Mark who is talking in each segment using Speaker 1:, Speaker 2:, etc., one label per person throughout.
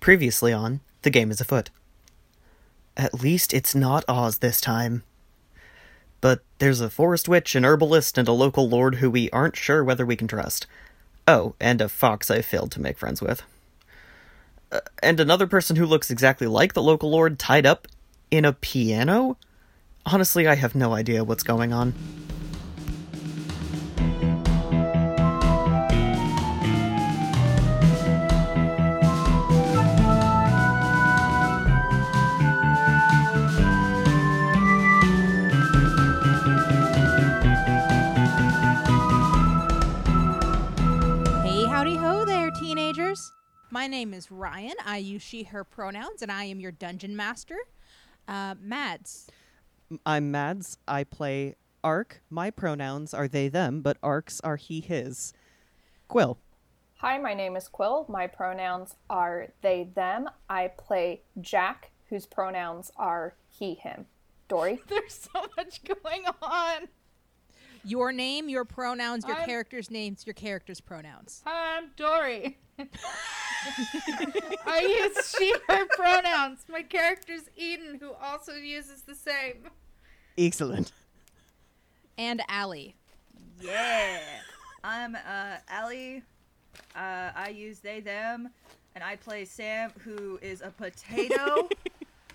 Speaker 1: Previously on The Game is Afoot. At least it's not Oz this time. But there's a forest witch, an herbalist, and a local lord who we aren't sure whether we can trust. Oh, and a fox I failed to make friends with. Uh, and another person who looks exactly like the local lord tied up in a piano? Honestly, I have no idea what's going on.
Speaker 2: Hey, howdy ho there, teenagers. My name is Ryan. I use she, her pronouns, and I am your dungeon master. Uh, Mads.
Speaker 3: I'm Mads. I play Ark. My pronouns are they, them, but Ark's are he, his. Quill.
Speaker 4: Hi, my name is Quill. My pronouns are they, them. I play Jack, whose pronouns are he, him. Dory.
Speaker 5: There's so much going on.
Speaker 2: Your name, your pronouns, your
Speaker 5: I'm-
Speaker 2: character's names, your character's pronouns.
Speaker 5: I'm Dory. I use she, her pronouns. My character's Eden, who also uses the same.
Speaker 3: Excellent.
Speaker 2: And Allie.
Speaker 6: Yeah. I'm uh, Allie. Uh, I use they, them, and I play Sam, who is a potato,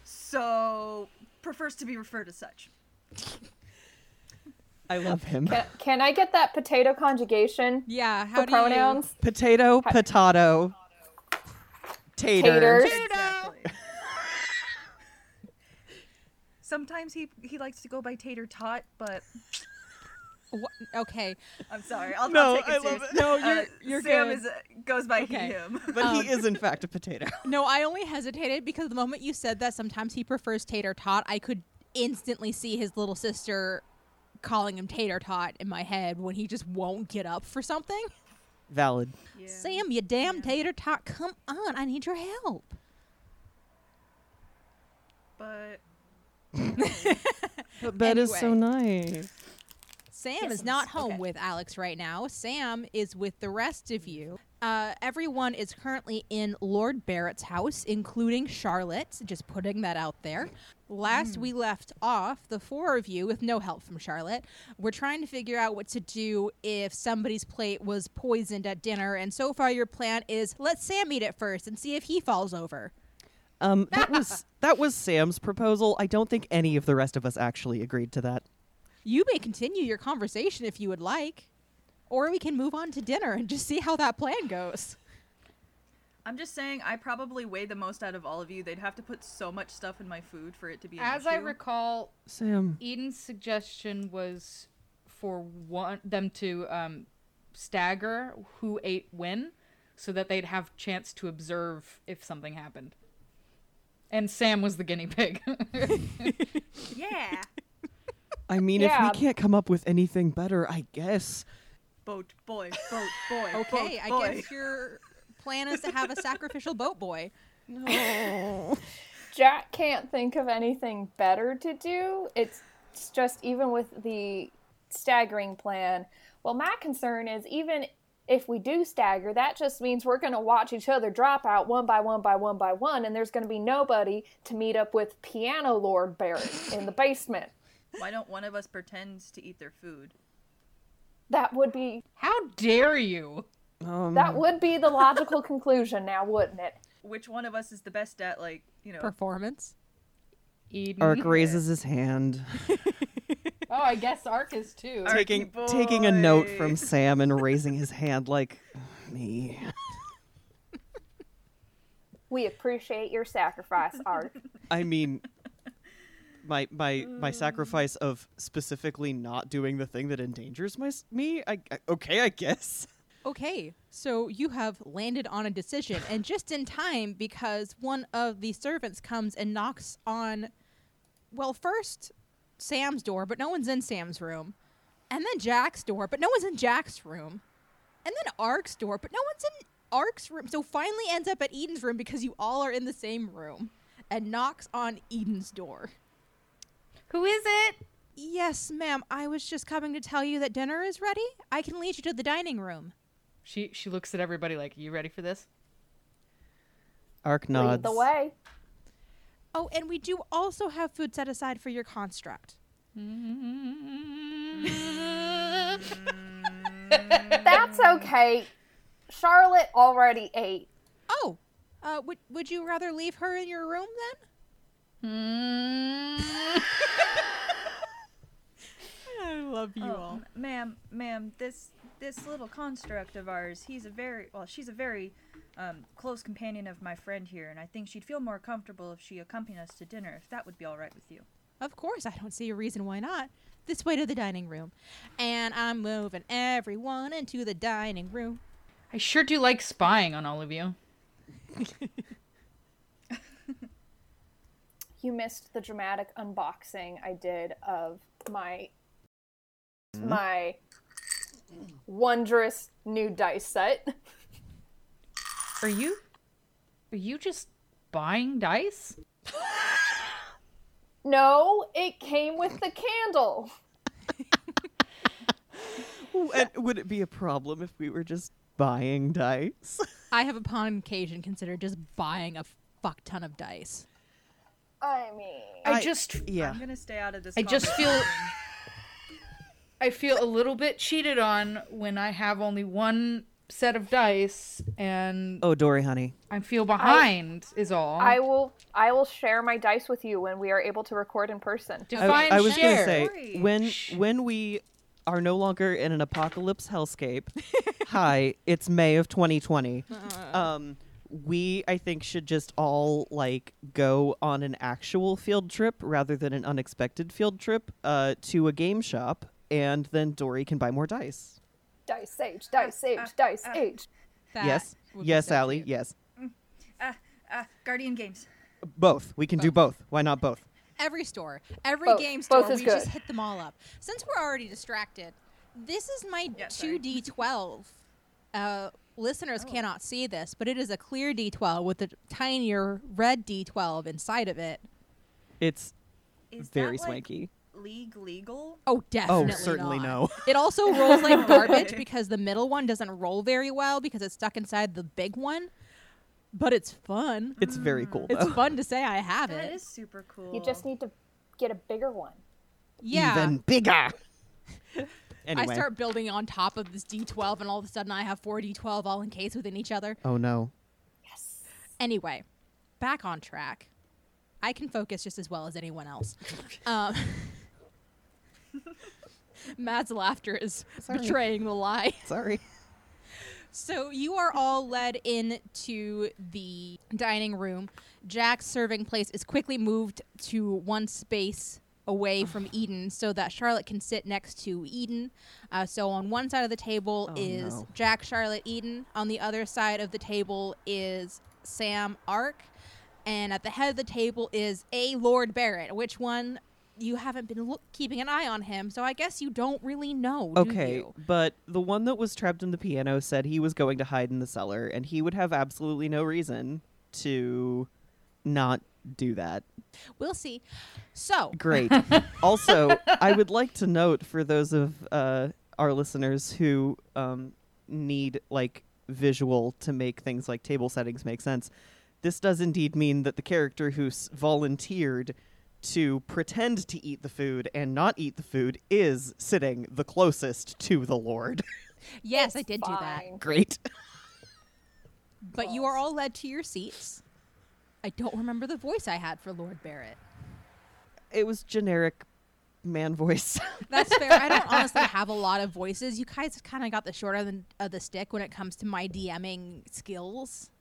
Speaker 6: so prefers to be referred as such.
Speaker 3: I love him.
Speaker 4: Can, can I get that potato conjugation
Speaker 2: Yeah, how
Speaker 4: for
Speaker 2: do
Speaker 4: pronouns?
Speaker 3: Potato, potato, tater.
Speaker 4: Taters.
Speaker 6: Exactly. Sometimes he he likes to go by Tater Tot, but
Speaker 2: you? Wha- Okay,
Speaker 6: I'm sorry. I'll,
Speaker 3: No,
Speaker 6: I'll take it
Speaker 3: I love
Speaker 6: serious.
Speaker 3: it. No, you're-
Speaker 6: Uh,
Speaker 3: you're
Speaker 6: Sam
Speaker 3: good.
Speaker 6: is goes by
Speaker 2: Okay.
Speaker 6: he, him.
Speaker 3: But he is, in fact, a potato.
Speaker 2: no, I only hesitated because the moment you said that, sometimes he prefers tater tot. I could instantly see his little sister calling him tater tot in my head when he just won't get up for something.
Speaker 3: Valid.
Speaker 6: Yeah.
Speaker 2: Sam, you damn tater tot, come on! I need your help.
Speaker 6: But
Speaker 3: But that is so nice.
Speaker 2: Sam
Speaker 6: Yes,
Speaker 2: is not
Speaker 6: yes,
Speaker 2: home
Speaker 6: okay.
Speaker 2: with Alex right now. Sam is with the rest of you. Uh, everyone is currently in Lord Barrett's house, including Charlotte. Just putting that out there.
Speaker 6: Hmm.
Speaker 2: Last we left off, the four of you, with no help from Charlotte, were trying to figure out what to do if somebody's plate was poisoned at dinner. And so far, your plan is let Sam eat it first and see if he falls over.
Speaker 3: Um, that was that was Sam's proposal. I don't think any of the rest of us actually agreed to that.
Speaker 2: You may continue your conversation if you would like, or we can move on to dinner and just see how that plan goes.
Speaker 6: I'm just saying, I probably weigh the most out of all of you. They'd have to put so much stuff in my food for it to be. An
Speaker 5: As I
Speaker 6: issue.
Speaker 5: recall,
Speaker 3: Sam,
Speaker 5: Eden's suggestion was for one them to um, stagger who ate when, so that they'd have chance to observe if something happened. And Sam was the guinea pig.
Speaker 6: yeah,
Speaker 3: I mean,
Speaker 4: Yeah.
Speaker 3: if we can't come up with anything better, I guess.
Speaker 6: boat boy, boat boy.
Speaker 2: Okay,
Speaker 6: boat
Speaker 2: I
Speaker 6: Oh, boy.
Speaker 2: guess your plan is to have a sacrificial boat boy.
Speaker 4: Jack can't think of anything better to do. It's, it's just even with the staggering plan. Well, my concern is even if we do stagger, that just means we're going to watch each other drop out one by one by one by one, and there's going to be nobody to meet up with Piano Lord Barrett in the basement.
Speaker 6: Why don't one of us pretend to eat their food?
Speaker 4: That would be
Speaker 5: How dare you?
Speaker 3: Um,
Speaker 4: that would be the logical conclusion now, wouldn't it?
Speaker 6: Which one of us is the best at like, you know?
Speaker 2: Performance.
Speaker 5: Eden.
Speaker 3: Ark raises his hand.
Speaker 5: Oh, I guess Ark is too.
Speaker 6: Ark-
Speaker 3: taking
Speaker 6: Arky
Speaker 3: taking a note
Speaker 6: boy.
Speaker 3: from Sam and raising his hand like me.
Speaker 4: We appreciate your sacrifice, Art.
Speaker 3: I mean my my my sacrifice of specifically not doing the thing that endangers my s- me. I, I- okay, I guess.
Speaker 2: Okay, so you have landed on a decision, and just in time because one of the servants comes and knocks on, well, first Sam's door, but no one's in Sam's room, and then Jack's door, but no one's in Jack's room, and then Ark's door, but no one's in Ark's room. So finally ends up at Eden's room because you all are in the same room, and knocks on Eden's door.
Speaker 5: Who is it?
Speaker 2: Yes, ma'am. I was just coming to tell you that dinner is ready. I can lead you to the dining room.
Speaker 5: She she looks at everybody like, "You ready for this?"
Speaker 3: Arc
Speaker 4: Lead
Speaker 3: nods.
Speaker 4: the way.
Speaker 2: Oh, and we do also have food set aside for your construct.
Speaker 4: That's okay. Charlotte already ate.
Speaker 2: Oh, uh, would would you rather leave her in your room then? I love you
Speaker 6: Oh, m- ma'am, ma'am, this this little construct of ours, he's a very well, she's a very um, close companion of my friend here, and I think she'd feel more comfortable if she accompanied us to dinner, if that would be all right with you.
Speaker 2: Of course, I don't see a reason why not. This way to the dining room, and I'm moving everyone into the dining room.
Speaker 5: I sure do like spying on all of you.
Speaker 4: You missed the dramatic unboxing I did of my
Speaker 2: Mm-hmm.
Speaker 4: my wondrous new dice set.
Speaker 5: Are you? Are you just buying dice?
Speaker 4: No, it came with the candle.
Speaker 3: Ooh, and would it be a problem if we were just buying dice?
Speaker 2: I have upon occasion considered just buying a fuck ton of dice.
Speaker 4: I mean,
Speaker 5: I,
Speaker 3: I-
Speaker 5: just
Speaker 3: yeah.
Speaker 6: I'm gonna stay out of this.
Speaker 5: I just
Speaker 6: conversation.
Speaker 5: feel I feel a little bit cheated on when I have only one set of dice and
Speaker 3: Oh, Dory, honey.
Speaker 5: I feel behind is all.
Speaker 4: I
Speaker 2: Mm-hmm.
Speaker 4: will I will share my dice with you when we are able to record in person.
Speaker 3: I,
Speaker 5: Define
Speaker 3: I was
Speaker 5: share.
Speaker 3: gonna say
Speaker 6: Dory.
Speaker 3: when when we are no longer in an apocalypse hellscape. hi, it's May of 2020.
Speaker 2: Uh-uh.
Speaker 3: Um, we I think should just all like go on an actual field trip rather than an unexpected field trip uh, to a game shop, and then Dory can buy more dice.
Speaker 4: Dice age, dice age,
Speaker 2: Uh,
Speaker 4: dice age.
Speaker 2: That
Speaker 3: yes,
Speaker 2: would be
Speaker 3: yes,
Speaker 2: so
Speaker 3: Allie,
Speaker 2: cute.
Speaker 3: yes,
Speaker 6: Ah, ah, Guardian Games.
Speaker 3: both. We can do both. Why not both?
Speaker 2: Every store, every
Speaker 4: Both.
Speaker 2: game
Speaker 4: Both
Speaker 2: store,
Speaker 4: is
Speaker 2: we just
Speaker 4: good.
Speaker 2: hit them all up. Since we're already distracted, this is my
Speaker 6: Yeah, sorry. Oh.
Speaker 2: two D twelve. Uh, listeners cannot see this, but it is a clear D twelve with a tinier red D twelve inside of it.
Speaker 3: It's
Speaker 6: Is
Speaker 3: very
Speaker 6: that, like,
Speaker 3: swanky.
Speaker 6: League legal?
Speaker 2: Oh, definitely.
Speaker 3: certainly
Speaker 2: not.
Speaker 3: no.
Speaker 2: It also rolls like garbage
Speaker 6: Okay.
Speaker 2: because the middle one doesn't roll very well because it's stuck inside the big one. But it's fun.
Speaker 3: It's very cool. Though.
Speaker 2: It's fun to say I have
Speaker 6: That
Speaker 2: it.
Speaker 6: is super cool.
Speaker 4: You
Speaker 2: mm.
Speaker 4: just need to get a bigger one.
Speaker 2: yeah.
Speaker 3: even bigger.
Speaker 2: I start building on top of this D12, and all of a sudden I have four D12 all encased within each other.
Speaker 3: oh no.
Speaker 2: Anyway, back on track. I can focus just as well as anyone else. Um, Mad's laughter is betraying the lie.
Speaker 3: Sorry.
Speaker 2: So you are all led into the dining room. Jack's serving place is quickly moved to one space away from Eden so that Charlotte can sit next to Eden. Uh, so on one side of the table is
Speaker 3: Oh, no.
Speaker 2: Jack, Charlotte, Eden. On the other side of the table is Sam, Ark. And at the head of the table is a Lord Barrett, which one you haven't been look- keeping an eye on him, so I guess you don't really know. do
Speaker 3: Okay,
Speaker 2: you?
Speaker 3: but the one that was trapped in the piano said he was going to hide in the cellar, and he would have absolutely no reason to not do that.
Speaker 2: We'll see. So,
Speaker 3: Great. also, I would like to note for those of uh, our listeners who um, need like visual to make things like table settings make sense, this does indeed mean that the character who s- volunteered to pretend to eat the food and not eat the food is sitting the closest to the Lord.
Speaker 2: yes, I
Speaker 4: It's
Speaker 2: did do that.
Speaker 4: fine.
Speaker 3: Great.
Speaker 2: But you are all led to your seats. I don't remember the voice I had for Lord Barrett.
Speaker 3: It was generic man voice.
Speaker 2: That's fair. I don't honestly have a lot of voices. You guys kind of got the short end of the stick when it comes to my DMing skills.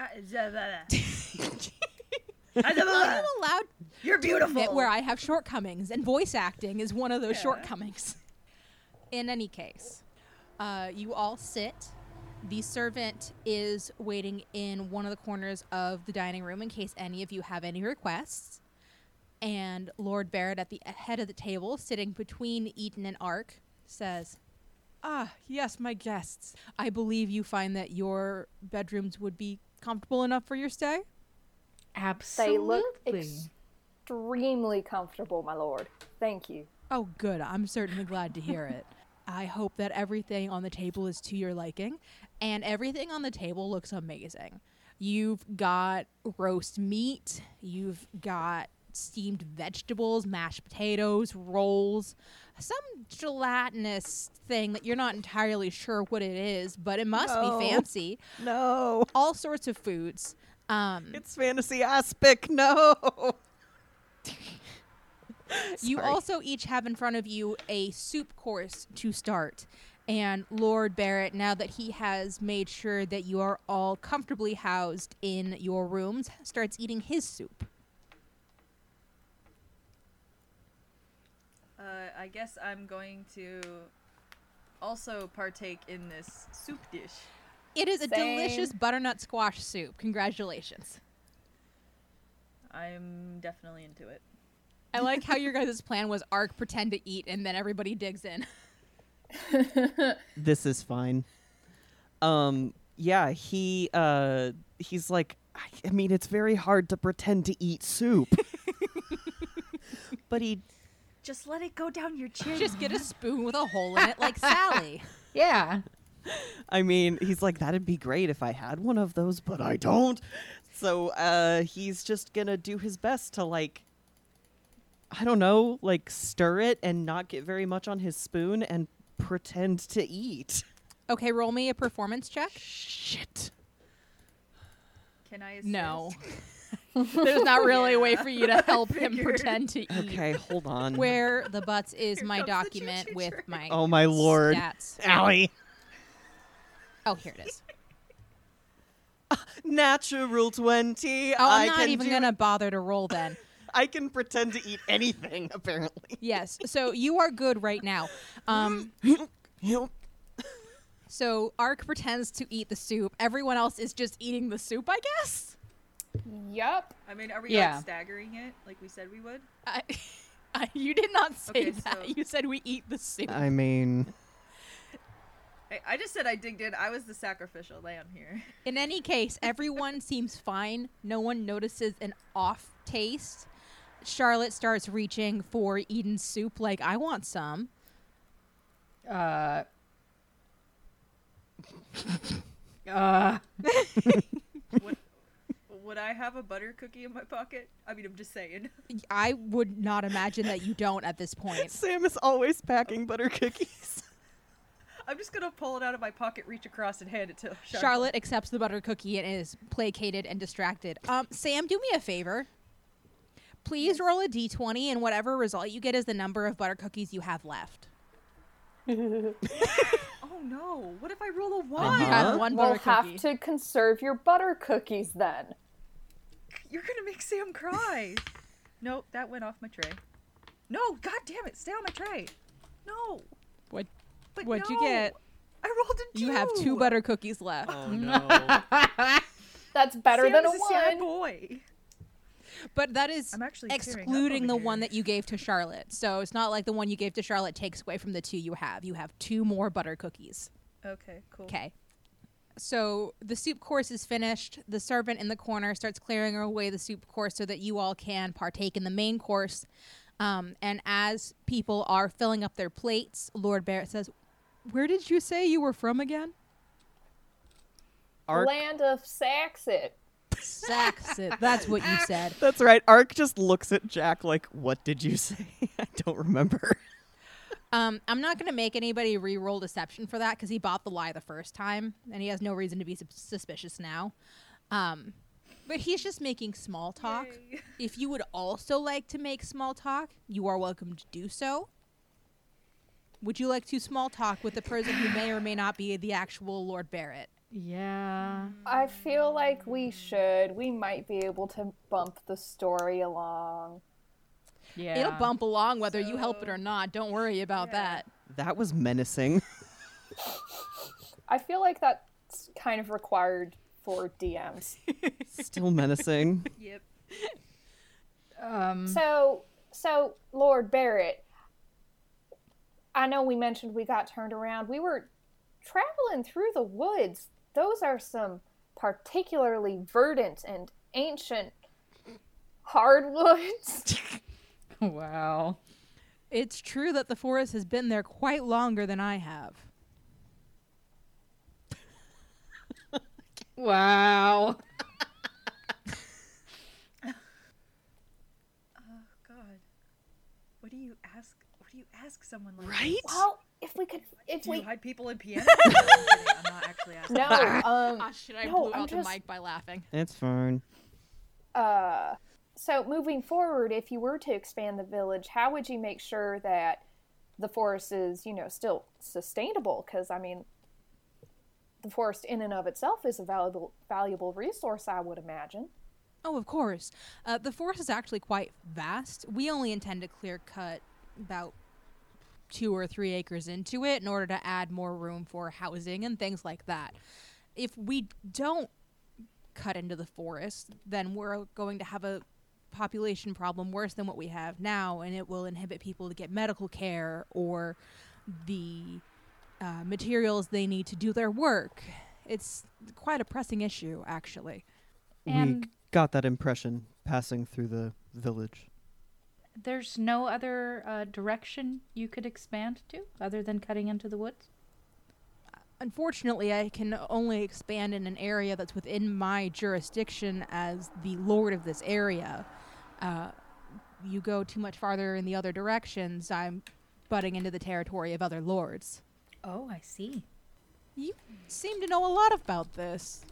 Speaker 6: Ah, blah, blah, blah. Ah, blah, blah,
Speaker 2: I'm
Speaker 6: blah.
Speaker 2: allowed
Speaker 6: You're
Speaker 2: admit
Speaker 6: beautiful.
Speaker 2: where I have shortcomings, and voice acting is one of those
Speaker 6: Yeah.
Speaker 2: shortcomings. In any case, uh, you all sit. The servant is waiting in one of the corners of the dining room in case any of you have any requests. And Lord Barrett, at the uh, head of the table, sitting between Eaton and Ark, says, Ah, yes, my guests. I believe you find that your bedrooms would be comfortable enough for your stay?
Speaker 5: Absolutely.
Speaker 4: They look extremely comfortable, my lord. Thank you.
Speaker 2: Oh, good. I'm certainly glad to hear it. I hope that everything on the table is to your liking, and everything on the table looks amazing. You've got roast meat. You've got steamed vegetables, mashed potatoes, rolls, some gelatinous thing that you're not entirely sure what it is, but it must
Speaker 3: No.
Speaker 2: be fancy.
Speaker 3: No,
Speaker 2: All sorts of foods. Um,
Speaker 3: it's fantasy aspic. No.
Speaker 2: You
Speaker 3: Sorry.
Speaker 2: also each have in front of you a soup course to start. And Lord Barrett, now that he has made sure that you are all comfortably housed in your rooms, starts eating his soup.
Speaker 6: Uh, I guess I'm going to also partake in this soup dish.
Speaker 2: It is a delicious
Speaker 4: Same.
Speaker 2: butternut squash soup. Congratulations.
Speaker 6: I'm definitely into it.
Speaker 2: I like how your guys' plan was Ark pretend to eat and then everybody digs in.
Speaker 3: this is fine. Um, yeah, he uh, he's like, I, I mean, it's very hard to pretend to eat soup. but he,
Speaker 6: Just let it go down your chin.
Speaker 2: Just get a spoon with a hole in it like Sally.
Speaker 5: Yeah.
Speaker 3: I mean, he's like, that'd be great if I had one of those, but I don't. So uh, he's just gonna do his best to like. I don't know, like stir it and not get very much on his spoon and pretend to eat.
Speaker 2: Okay, roll me a performance check.
Speaker 3: Shit.
Speaker 6: Can I? Assist?
Speaker 2: No. There's not really a way for you to help him
Speaker 6: figured.
Speaker 2: pretend to eat.
Speaker 3: Okay, hold on.
Speaker 2: Where the butts is
Speaker 6: Here
Speaker 2: my
Speaker 6: comes the
Speaker 2: document
Speaker 6: choo-choo
Speaker 2: with
Speaker 6: train.
Speaker 2: my
Speaker 3: Oh my lord.
Speaker 2: stats.
Speaker 3: Allie.
Speaker 2: Oh, here it is.
Speaker 3: Natural 20.
Speaker 2: Oh,
Speaker 3: I
Speaker 2: I'm not
Speaker 3: can
Speaker 2: even
Speaker 3: do-
Speaker 2: gonna bother to roll then.
Speaker 3: I can pretend to eat anything, apparently.
Speaker 2: Yes. So you are good right now. Um. So Ark pretends to eat the soup. Everyone else is just eating the soup, I guess.
Speaker 4: Yup.
Speaker 6: I mean, are we
Speaker 5: Yeah.
Speaker 6: like staggering it like we said we would?
Speaker 2: I, I, you did not say
Speaker 6: Okay,
Speaker 2: that.
Speaker 6: so-
Speaker 2: You said we eat the soup.
Speaker 3: I mean,
Speaker 6: I, I just said I digged in. I was the sacrificial lamb here.
Speaker 2: In any case, everyone seems fine. No one notices an off taste. Charlotte starts reaching for Eden's soup, like I want some.
Speaker 5: Uh. Uh.
Speaker 6: Would, would I have a butter cookie in my pocket? I mean, I'm just saying.
Speaker 2: I would not imagine that you don't at this point.
Speaker 3: Sam is always packing butter cookies.
Speaker 6: I'm just gonna pull it out of my pocket, reach across, and hand it to Charlotte.
Speaker 2: Charlotte accepts the butter cookie and is placated and distracted. Um, Sam, do me a favor. Please roll a d20, and whatever result you get is the number of butter cookies you have left.
Speaker 6: Oh no! What if I roll a
Speaker 2: You
Speaker 6: one?
Speaker 3: Uh-huh.
Speaker 2: have one
Speaker 4: We'll
Speaker 2: butter
Speaker 4: have
Speaker 2: cookie.
Speaker 4: to conserve your butter cookies then.
Speaker 6: You're gonna make Sam cry. nope, that went off my tray. No, god damn it, stay on my tray. No,
Speaker 2: What?
Speaker 6: but
Speaker 2: What'd you
Speaker 6: no.
Speaker 2: get?
Speaker 6: I rolled a two.
Speaker 2: You have two butter cookies left.
Speaker 3: Oh, no.
Speaker 4: That's better
Speaker 6: Sam
Speaker 4: than a
Speaker 6: is sad
Speaker 4: one.
Speaker 6: boy.
Speaker 2: But that is
Speaker 6: I'm actually tearing up
Speaker 2: excluding
Speaker 6: over
Speaker 2: the
Speaker 6: here.
Speaker 2: one that you gave to Charlotte. So it's not like the one you gave to Charlotte takes away from the two you have. You have two more butter cookies.
Speaker 6: Okay, cool.
Speaker 2: Okay. So the soup course is finished. The servant in the corner starts clearing away the soup course so that you all can partake in the main course. Um, and as people are filling up their plates, Lord Barrett says, Where did you say you were from again?
Speaker 3: Ark.
Speaker 4: Land of Saxit.
Speaker 2: Saxon. That's what you said.
Speaker 3: That's right. Ark just looks at Jack like, what did you say? I don't remember.
Speaker 2: Um, I'm not going to make anybody re-roll deception for that because he bought the lie the first time, and he has no reason to be sus- suspicious now. Um, but he's just making small talk.
Speaker 6: Yay.
Speaker 2: If you would also like to make small talk, you are welcome to do so. Would you like to small talk with the person who may or may not be the actual Lord Barrett?
Speaker 5: Yeah.
Speaker 4: I feel like we should. We might be able to bump the story along.
Speaker 5: Yeah.
Speaker 2: It'll bump along whether you help it or not. Don't worry about that.
Speaker 3: That was menacing.
Speaker 4: I feel like that's kind of required for DMs.
Speaker 3: Still menacing.
Speaker 6: Yep.
Speaker 5: Um.
Speaker 4: So, so Lord Barrett, I know we mentioned we got turned around. We were traveling through the woods. Those are some particularly verdant and ancient hardwoods.
Speaker 5: Wow.
Speaker 2: It's true that the forest has been there quite longer than I have.
Speaker 5: Wow. What do you ask? What do you ask someone like?
Speaker 7: Right?
Speaker 4: Well, if we could, if
Speaker 5: Do you
Speaker 4: we
Speaker 5: hide people in pianos? No, I'm kidding. I'm not actually asking.
Speaker 4: no, um,
Speaker 2: Ah, shit, I
Speaker 4: No,
Speaker 2: blew
Speaker 4: I'm
Speaker 2: out
Speaker 4: just-
Speaker 2: the mic by laughing.
Speaker 3: It's fine.
Speaker 4: uh, so moving forward, if you were to expand the village, how would you make sure that the forest is, you know, still sustainable? Because I mean, the forest in and of itself is a valuable valuable resource, I would imagine.
Speaker 2: Oh, of course. Uh, the forest is actually quite vast. We only intend to clear cut about two or three acres into it in order to add more room for housing and things like that. If we don't cut into the forest, then we're going to have a population problem worse than what we have now, and it will inhibit people to get medical care or the uh, materials they need to do their work. It's quite a pressing issue, actually.
Speaker 5: And-
Speaker 3: we got that impression passing through the village.
Speaker 5: There's no other uh, direction you could expand to other than cutting into the woods.
Speaker 2: Unfortunately, I can only expand in an area that's within my jurisdiction as the lord of this area. Uh, you go too much farther in the other directions, I'm butting into the territory of other lords.
Speaker 5: Oh, I see.
Speaker 2: You seem to know a lot about this.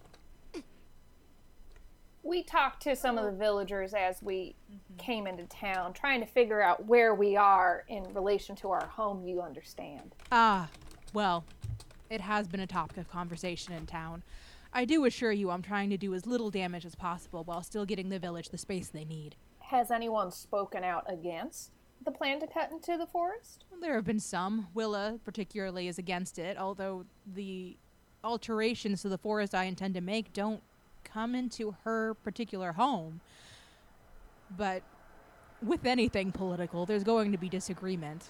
Speaker 4: we talked to some of
Speaker 2: Oh.
Speaker 4: the villagers as we
Speaker 2: Mm-hmm.
Speaker 4: came into town, trying to figure out where we are in relation to our home, you understand.
Speaker 2: Ah, well, it has been a topic of conversation in town. I do assure you I'm trying to do as little damage as possible while still getting the village the space they need.
Speaker 4: Has anyone spoken out against the plan to cut into the forest?
Speaker 2: There have been some. Willa, particularly, is against it, although the alterations to the forest I intend to make don't come into her particular home. But with anything political, there's going to be disagreement.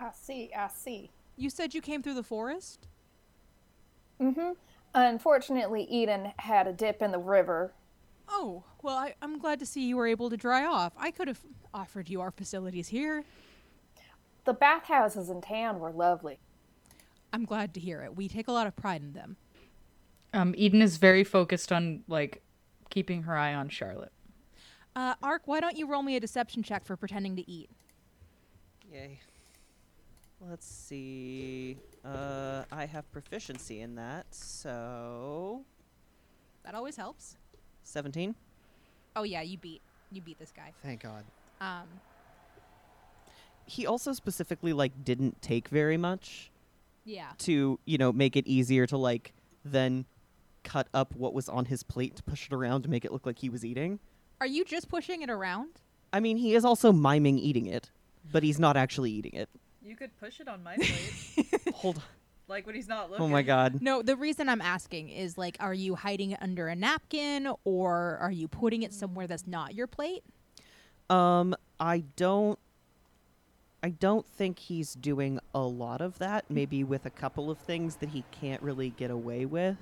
Speaker 4: I see, I see.
Speaker 2: You said you came through the forest?
Speaker 4: Unfortunately, Eden had a dip in the river.
Speaker 2: Oh, well, I, I'm glad to see you were able to dry off. I could have offered you our facilities here.
Speaker 4: The bathhouses in town were lovely.
Speaker 2: I'm glad to hear it. We take a lot of pride in them.
Speaker 5: Um, Eden is very focused on like keeping her eye on Charlotte.
Speaker 2: Uh, Ark, why don't you roll me a deception check for pretending to eat?
Speaker 3: Yay. Let's see. Uh, I have proficiency in that, so
Speaker 2: That always helps.
Speaker 3: seventeen.
Speaker 2: Oh yeah, you beat you beat this guy.
Speaker 1: Thank God.
Speaker 2: Um,
Speaker 3: He also specifically like didn't take very much
Speaker 2: yeah,
Speaker 3: to you know make it easier to like then cut up what was on his plate to push it around to make it look like he was eating.
Speaker 2: are you just pushing it around?
Speaker 3: I mean, he is also miming eating it, but he's not actually eating it.
Speaker 6: You could push it on my plate,
Speaker 3: Hold on.
Speaker 6: like when he's not looking.
Speaker 3: Oh my god.
Speaker 2: No, the reason I'm asking is like, are you hiding it under a napkin, or are you putting it somewhere that's not your plate?
Speaker 3: Um, I don't. I don't think he's doing a lot of that.
Speaker 2: Mm-hmm.
Speaker 3: Maybe with a couple of things that he can't really get away with.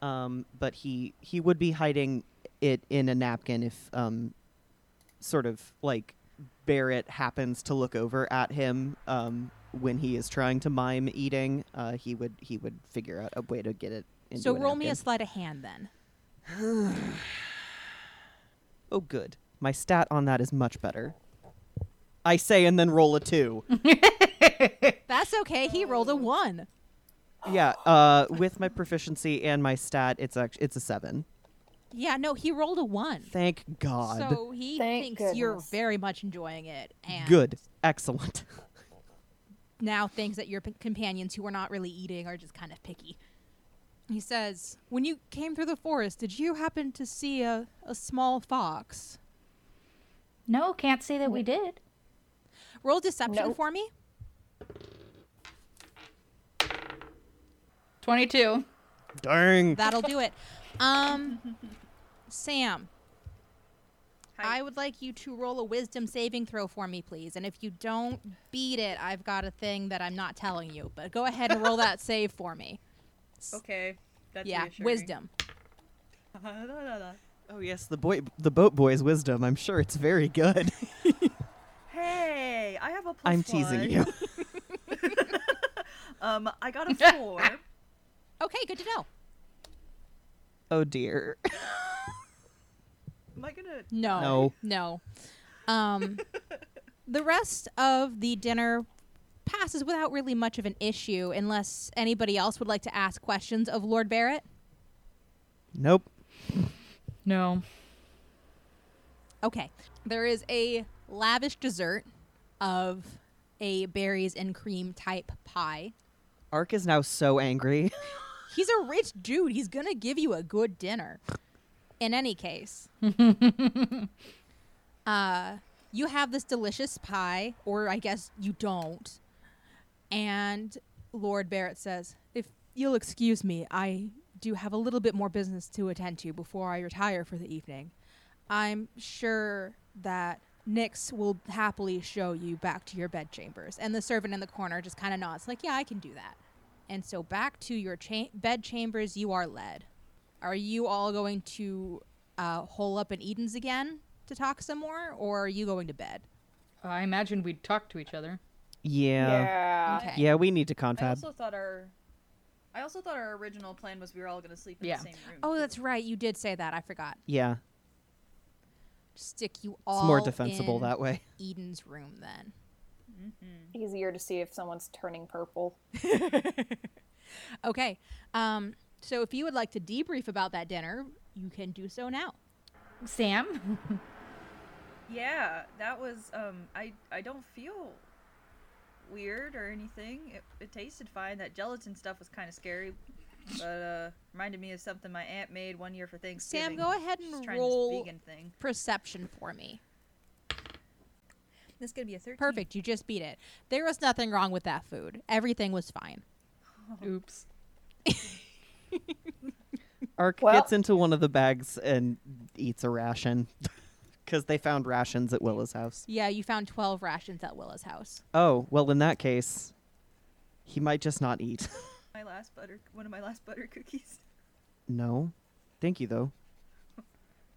Speaker 3: Um, but he he would be hiding it in a napkin if um, sort of like Barrett happens to look over at him um when he is trying to mime eating. Uh, he would he would figure out a way to get it. Into
Speaker 2: so
Speaker 3: a
Speaker 2: roll me a
Speaker 3: napkin.
Speaker 2: sleight of hand then.
Speaker 3: Oh, good. My stat on that is much better. I say and then roll a two.
Speaker 2: That's okay. He rolled a one.
Speaker 3: yeah, uh, with my proficiency and my stat, it's a, it's a seven.
Speaker 2: Yeah, no, he rolled a one.
Speaker 3: Thank God.
Speaker 2: So he
Speaker 4: Thank
Speaker 2: thinks you're
Speaker 4: goodness.
Speaker 2: very much enjoying it, and
Speaker 3: good. Excellent.
Speaker 2: now thinks that your p- companions who are not really eating are just kind of picky. He says, "When you came through the forest, did you happen to see a, a small fox?"
Speaker 5: No, can't say that we did.
Speaker 2: Roll deception
Speaker 4: Nope.
Speaker 2: for me.
Speaker 5: Twenty-two.
Speaker 3: Dang.
Speaker 2: That'll do it. Um, Sam,
Speaker 6: Hi.
Speaker 2: I would like you to roll a wisdom saving throw for me, please. And if you don't beat it, I've got a thing that I'm not telling you. But go ahead and roll that save for me.
Speaker 6: Okay, that's
Speaker 2: yeah,
Speaker 6: reassuring.
Speaker 2: wisdom.
Speaker 6: La, la, la, la.
Speaker 3: Oh yes, the boy, the boat boy's wisdom. I'm sure it's very good.
Speaker 6: Hey, I have a plus
Speaker 3: I'm teasing
Speaker 6: one.
Speaker 3: you.
Speaker 6: Um, I got a four.
Speaker 2: Okay, good to know.
Speaker 3: Oh dear.
Speaker 6: Am I gonna?
Speaker 2: No,
Speaker 3: No.
Speaker 2: no. Um, the rest of the dinner passes without really much of an issue, unless anybody else would like to ask questions of Lord Barrett.
Speaker 3: Nope.
Speaker 5: No.
Speaker 2: Okay. There is a lavish dessert of a berries and cream type pie.
Speaker 3: Ark is now so angry.
Speaker 2: He's a rich dude. He's going to give you a good dinner. In any case, uh, you have this delicious pie, or I guess you don't. And Lord Barrett says, If you'll excuse me, I do have a little bit more business to attend to before I retire for the evening. I'm sure that Nix will happily show you back to your bedchambers. And the servant in the corner just kind of nods, like, yeah, I can do that. And so back to your cha- bedchambers you are led. Are you all going to uh, hole up in Eden's again to talk some more, or are you going to bed?
Speaker 5: I imagine we'd talk to each other.
Speaker 3: Yeah.
Speaker 4: yeah.
Speaker 2: Okay.
Speaker 3: Uh, Yeah, we need to
Speaker 6: I
Speaker 3: confab.
Speaker 6: also thought our I also thought our original plan was we were all going to sleep in
Speaker 5: Yeah.
Speaker 6: the same room.
Speaker 2: Oh,
Speaker 6: too.
Speaker 2: that's right. You did say that. I forgot.
Speaker 3: Yeah.
Speaker 2: Stick you all.
Speaker 3: It's more defensible
Speaker 2: in
Speaker 3: that way.
Speaker 2: Eden's room then.
Speaker 4: Easier to see if someone's turning purple.
Speaker 2: Okay. Um, so if you would like to debrief about that dinner, you can do so now.
Speaker 5: Sam?
Speaker 6: Yeah, that was um I I don't feel weird or anything. It, it tasted fine. That gelatin stuff was kind of scary, but uh reminded me of something my aunt made one year for Thanksgiving.
Speaker 2: go ahead
Speaker 6: She's
Speaker 2: and
Speaker 6: trying
Speaker 2: roll-
Speaker 6: this vegan thing.
Speaker 2: Perception for me.
Speaker 6: This is going to be a 13.
Speaker 2: Perfect. You just beat it. There was nothing wrong with that food. Everything was fine.
Speaker 5: Oops.
Speaker 3: Ark
Speaker 4: Well-
Speaker 3: gets into one of the bags and eats a ration because they found rations at Willa's house.
Speaker 2: Yeah, you found 12 rations at Willa's house.
Speaker 3: Oh, well, in that case, he might just not eat.
Speaker 6: My last butter one of my last butter cookies.
Speaker 3: no. Thank you, though.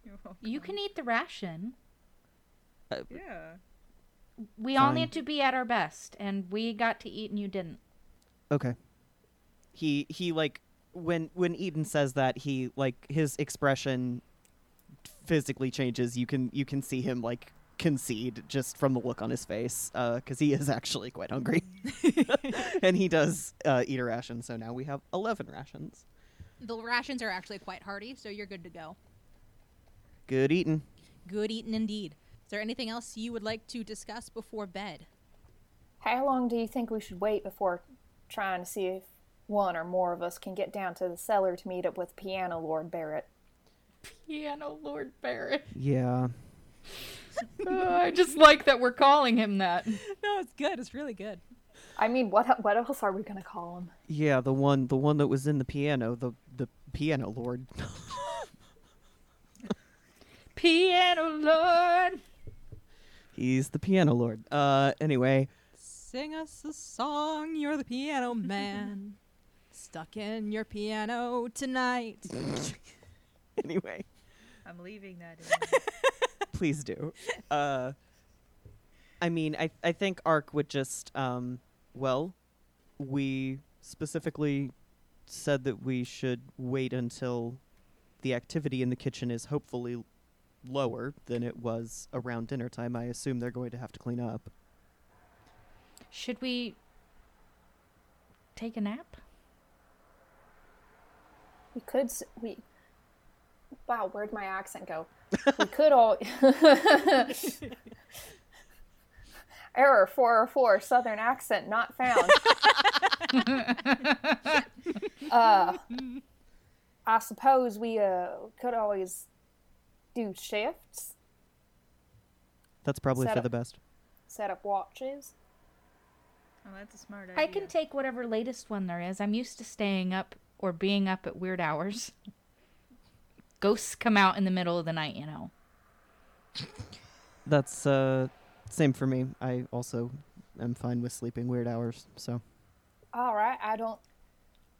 Speaker 6: You're welcome.
Speaker 7: You can eat the ration.
Speaker 6: Yeah.
Speaker 7: We all
Speaker 3: Fine.
Speaker 7: need to be at our best, and we got to eat and you didn't.
Speaker 3: Okay. He he like when when Eden says that he like his expression physically changes. You can you can see him like concede just from the look on his face because he is actually quite hungry, and he does uh, eat a ration. So now we have eleven rations.
Speaker 2: The rations are actually quite hearty, so you're good to go.
Speaker 3: Good eating.
Speaker 2: Good eating indeed. Is there anything else you would like to discuss before bed?
Speaker 4: How long do you think we should wait before trying to see if one or more of us can get down to the cellar to meet up with Piano Lord Barrett?
Speaker 5: Piano Lord Barrett. Oh,
Speaker 3: Yeah.
Speaker 5: I just like that we're calling him that.
Speaker 2: No, it's good. It's really good.
Speaker 4: I mean, what what else are we gonna call him?
Speaker 3: Yeah, the one the one that was in the piano, the the piano lord.
Speaker 5: Piano Lord!
Speaker 3: He's the piano lord. Uh anyway,
Speaker 2: Sing us a song, you're the piano man. Stuck in your piano tonight.
Speaker 3: anyway.
Speaker 6: I'm leaving that in.
Speaker 3: please do. Uh, I mean, I I think Ark would just um, well, we specifically said that we should wait until the activity in the kitchen is hopefully lower than it was around dinner time. I assume they're going to have to clean up.
Speaker 7: Should we take a nap?
Speaker 4: We could s- we. Wow, where'd my accent go? we could all. Error four or four. Southern accent not found. uh, I suppose we uh, could always do shifts,
Speaker 3: That's probably
Speaker 4: Set
Speaker 3: for
Speaker 4: up-
Speaker 3: the best.
Speaker 4: set up watches.
Speaker 6: Oh, that's a smart idea.
Speaker 7: I can take whatever latest one there is. I'm used to staying up or being up at weird hours. Ghosts come out in the middle of the night, you know.
Speaker 3: That's uh, same for me. I also am fine with sleeping weird hours. So
Speaker 4: All right, I don't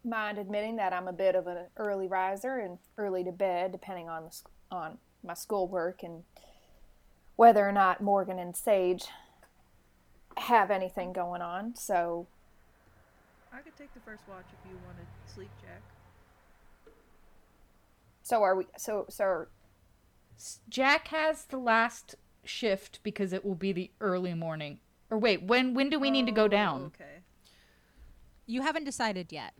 Speaker 4: mind admitting that I'm a bit of an early riser and early to bed, depending on the, sc- on my schoolwork and whether or not Morgan and Sage have anything going on. So
Speaker 6: I could take the first watch if you want to sleep, Jack.
Speaker 4: so are we. So so
Speaker 7: S- Jack has the last
Speaker 5: shift because it will be the early morning. Or wait, when when do we need to
Speaker 2: Oh.
Speaker 5: go down?
Speaker 6: Okay.
Speaker 2: You haven't decided yet.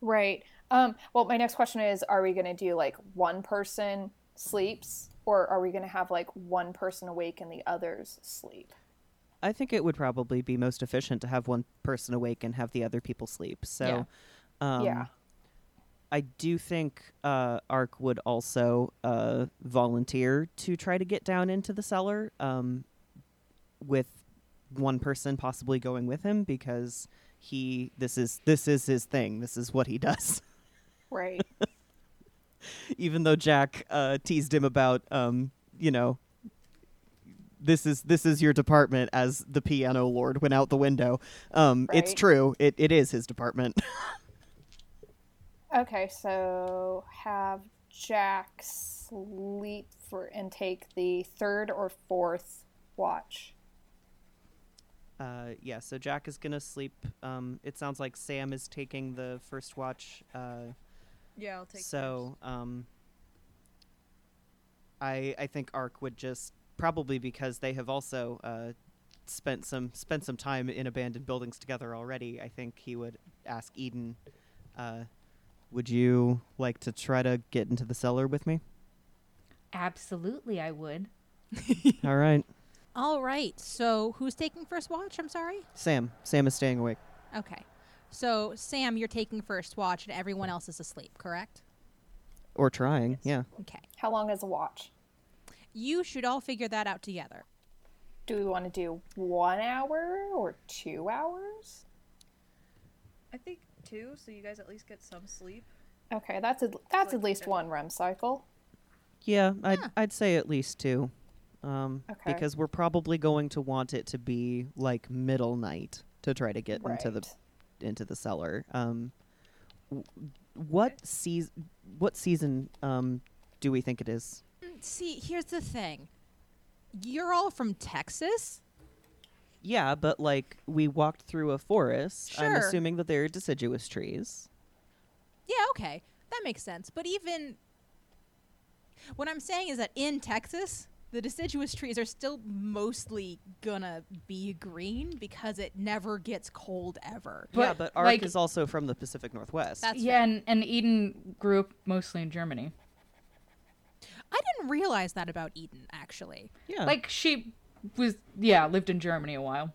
Speaker 4: Right. Um, well, my next question is Are we going to do like one person sleeps, or are we going to have like one person awake and the others sleep?
Speaker 3: I think it would probably be most efficient to have one person awake and have the other people sleep. So, um,
Speaker 4: Yeah.
Speaker 3: I do think uh, Ark would also uh, volunteer to try to get down into the cellar um, with one person possibly going with him because he this is this is his thing. This is what he does.
Speaker 4: Right.
Speaker 3: Even though Jack uh, teased him about um, you know this is this is your department as the piano lord went out the window. Um, It's
Speaker 4: Right.
Speaker 3: true. It, it is his department.
Speaker 4: Okay, so have Jack sleep for and take the third or fourth watch.
Speaker 3: Uh, yeah, so Jack is gonna sleep. Um, it sounds like Sam is taking the first watch. Uh,
Speaker 6: Yeah, I'll take.
Speaker 3: so um, I I think Ark would just probably because they have also uh, spent some spent some time in abandoned buildings together already. I think he would ask Eden, uh, "Would you like to try to get into the cellar with me?"
Speaker 7: Absolutely, I would.
Speaker 3: All right,
Speaker 2: All right. So who's taking first watch? I'm sorry.
Speaker 3: Sam. Sam is staying awake.
Speaker 2: Okay. So Sam, you're taking first watch, and everyone else is asleep. Correct?
Speaker 3: Or trying, yeah.
Speaker 2: Okay.
Speaker 4: How long is a watch?
Speaker 2: You should all figure that out together.
Speaker 4: Do we want to do one hour or two hours?
Speaker 6: I think two, so you guys at least get some sleep.
Speaker 4: Okay, that's at that's at least one REM cycle.
Speaker 3: Yeah, I'd I'd say at least two, um,
Speaker 4: Okay.
Speaker 3: because we're probably going to want it to be like middle night to try to get into the into the cellar. Um, w- what season? What season um, do we think it is?
Speaker 2: See, here's the thing. You're all from Texas.
Speaker 3: Yeah, but like we walked through a forest. I'm
Speaker 2: Sure.
Speaker 3: assuming that there are deciduous trees.
Speaker 2: Yeah, okay. That makes sense. But even what I'm saying is that in Texas, the deciduous trees are still mostly gonna be green because it never gets cold ever.
Speaker 3: yeah,
Speaker 7: But,
Speaker 3: but Ark
Speaker 7: like-
Speaker 3: is also from the Pacific Northwest.
Speaker 2: That's
Speaker 7: yeah, and, and Eden grew up mostly in Germany.
Speaker 2: I didn't realize that about Eden actually.
Speaker 3: yeah,
Speaker 7: Like she was, yeah, lived in Germany a while.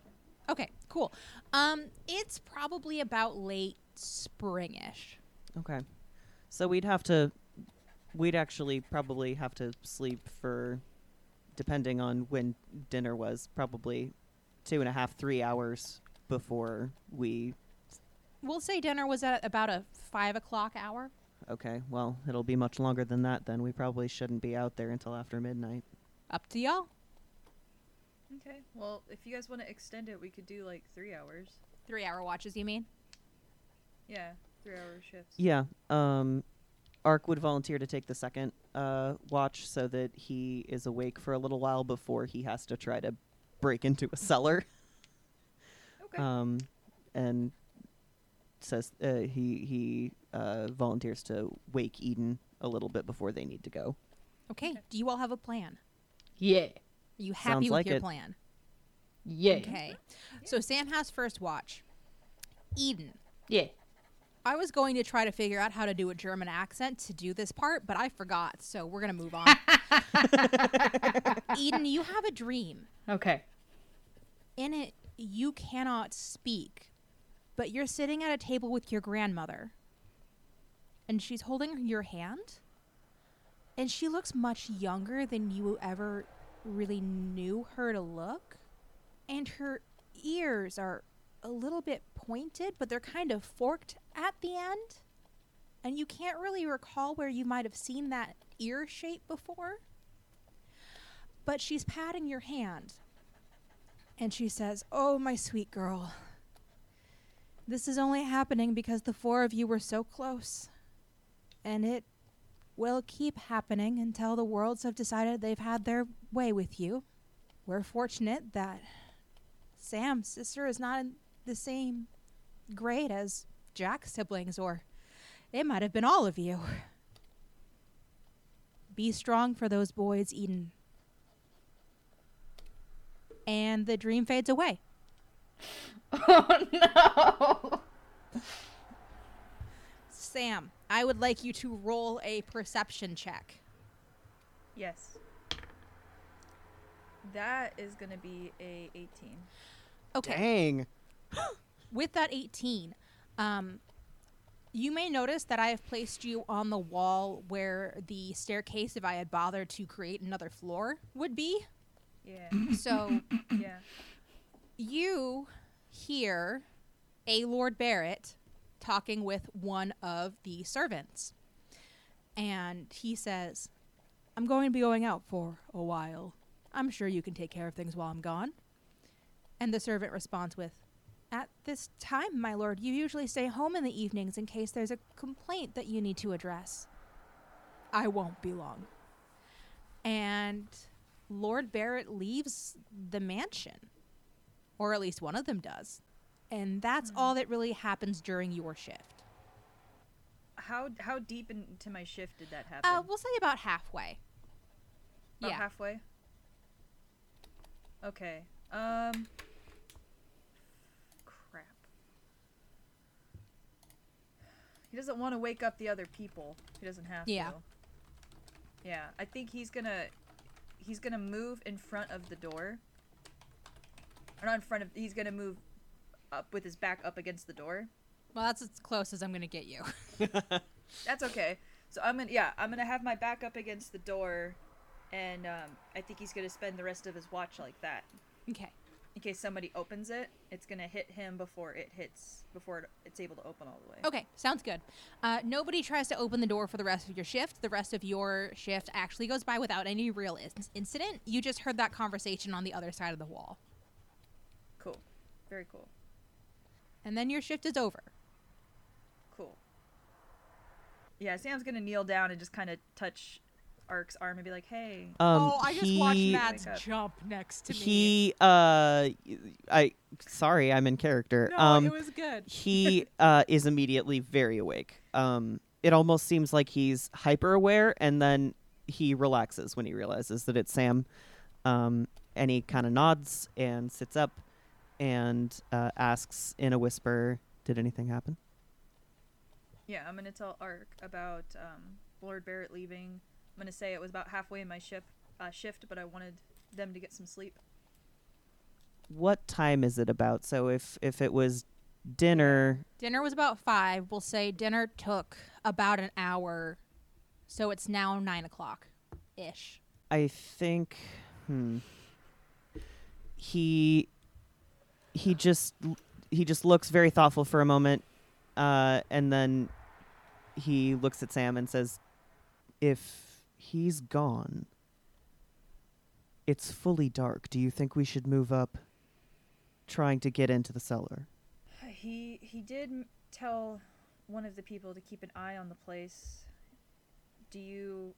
Speaker 2: Okay, cool. Um, it's probably about late springish.
Speaker 3: Okay. So we'd have to we'd actually probably have to sleep for depending on when dinner was, probably two and a half, three hours before we
Speaker 2: We'll say dinner was at about a five o'clock hour.
Speaker 3: okay, well, it'll be much longer than that then. We probably shouldn't be out there until after midnight.
Speaker 2: Up to y'all.
Speaker 6: Okay. Well, if you guys want to extend it, we could do like three hours.
Speaker 2: Three hour watches, you mean?
Speaker 6: Yeah, three hour shifts.
Speaker 3: Yeah. Um Ark would volunteer to take the second uh watch so that he is awake for a little while before he has to try to break into a cellar.
Speaker 6: Okay.
Speaker 3: um, and says uh, he he uh, volunteers to wake Eden a little bit before they need to go.
Speaker 2: Okay. Do you all have a plan?
Speaker 7: Yeah,
Speaker 2: Are you
Speaker 3: Sounds
Speaker 2: happy with
Speaker 3: like
Speaker 2: your
Speaker 3: it.
Speaker 2: plan?
Speaker 7: yeah,
Speaker 2: Okay. So Sam has first watch. Eden.
Speaker 7: yeah.
Speaker 2: I was going to try to figure out how to do a German accent to do this part, but I forgot, so we're going to move on. Eden, you have a dream.
Speaker 7: Okay,
Speaker 2: In it, you cannot speak, but you're sitting at a table with your grandmother, and she's holding your hand, and she looks much younger than you ever really knew her to look, and her ears are a little bit pointed, but they're kind of forked at the end, and you can't really recall where you might have seen that ear shape before. But she's patting your hand, and she says, Oh, my sweet girl. This is only happening because the four of you were so close. And it will keep happening until the worlds have decided they've had their way with you. We're fortunate that Sam's sister is not in the same grade as Jack's siblings, or it might have been all of you. Be strong for those boys, Eden. and the dream fades away.
Speaker 5: Oh no.
Speaker 2: Sam, I would like you to roll a perception check.
Speaker 6: Yes. That is gonna be a 18.
Speaker 2: Okay.
Speaker 3: Dang.
Speaker 2: with that 18 um, you may notice that i have placed you on the wall where the staircase if i had bothered to create another floor would be
Speaker 6: Yeah.
Speaker 2: so
Speaker 6: Yeah.
Speaker 2: you hear a lord barrett talking with one of the servants and he says i'm going to be going out for a while i'm sure you can take care of things while i'm gone and the servant responds with at this time, my lord, you usually stay home in the evenings in case there's a complaint that you need to address. I won't be long. And Lord Barrett leaves the mansion, or at least one of them does. And that's all that really happens during your shift.
Speaker 6: How how deep into my shift did that happen?
Speaker 2: Uh, we'll say about halfway.
Speaker 6: About
Speaker 2: yeah.
Speaker 6: halfway. Okay. Um. Crap. He doesn't want to wake up the other people. He doesn't have
Speaker 2: Yeah.
Speaker 6: to. Yeah. I think he's gonna. He's gonna move in front of the door. Or not in front of. He's gonna move up with his back up against the door.
Speaker 2: Well, that's as close as I'm going to get you.
Speaker 6: That's okay. So I'm gonna yeah, I'm gonna have my back up against the door, and um, I think he's gonna spend the rest of his watch like that.
Speaker 2: okay.
Speaker 6: In case somebody opens it, it's gonna hit him before it hits before it- it's able to open all the way.
Speaker 2: Okay, sounds good. Uh, nobody tries to open the door for the rest of your shift. The rest of your shift actually goes by without any real in- incident. You just heard that conversation on the other side of the wall.
Speaker 6: Cool. Very cool.
Speaker 2: And then your shift is over.
Speaker 6: Cool. Yeah, Sam's gonna kneel down and just kind of touch Ark's arm and be like, "Hey."
Speaker 3: Um, he-
Speaker 6: Matt's Wake up.
Speaker 2: jump next
Speaker 3: He uh, I sorry, I'm in character. um,
Speaker 2: was good.
Speaker 3: he uh, is immediately very awake. Um, it almost seems like he's hyper aware, and then he relaxes when he realizes that it's Sam. Um, and he kind of nods and sits up and uh, asks in a whisper, "Did anything happen?"
Speaker 6: Yeah, I'm gonna tell Ark about um, Lord Barrett leaving. I'm gonna say it was about halfway in my shift, uh, shift, but I wanted them to get some sleep.
Speaker 3: What time is it about? So if if it was dinner,
Speaker 2: Dinner was about five. We'll say dinner took about an hour, so it's now nine o'clock, ish.
Speaker 3: I think hmm he he just he just looks very thoughtful for a moment uh and then he looks at Sam and says if he's gone it's fully dark do you think we should move up trying to get into the cellar
Speaker 6: He he did m- tell one of the people to keep an eye on the place. Do you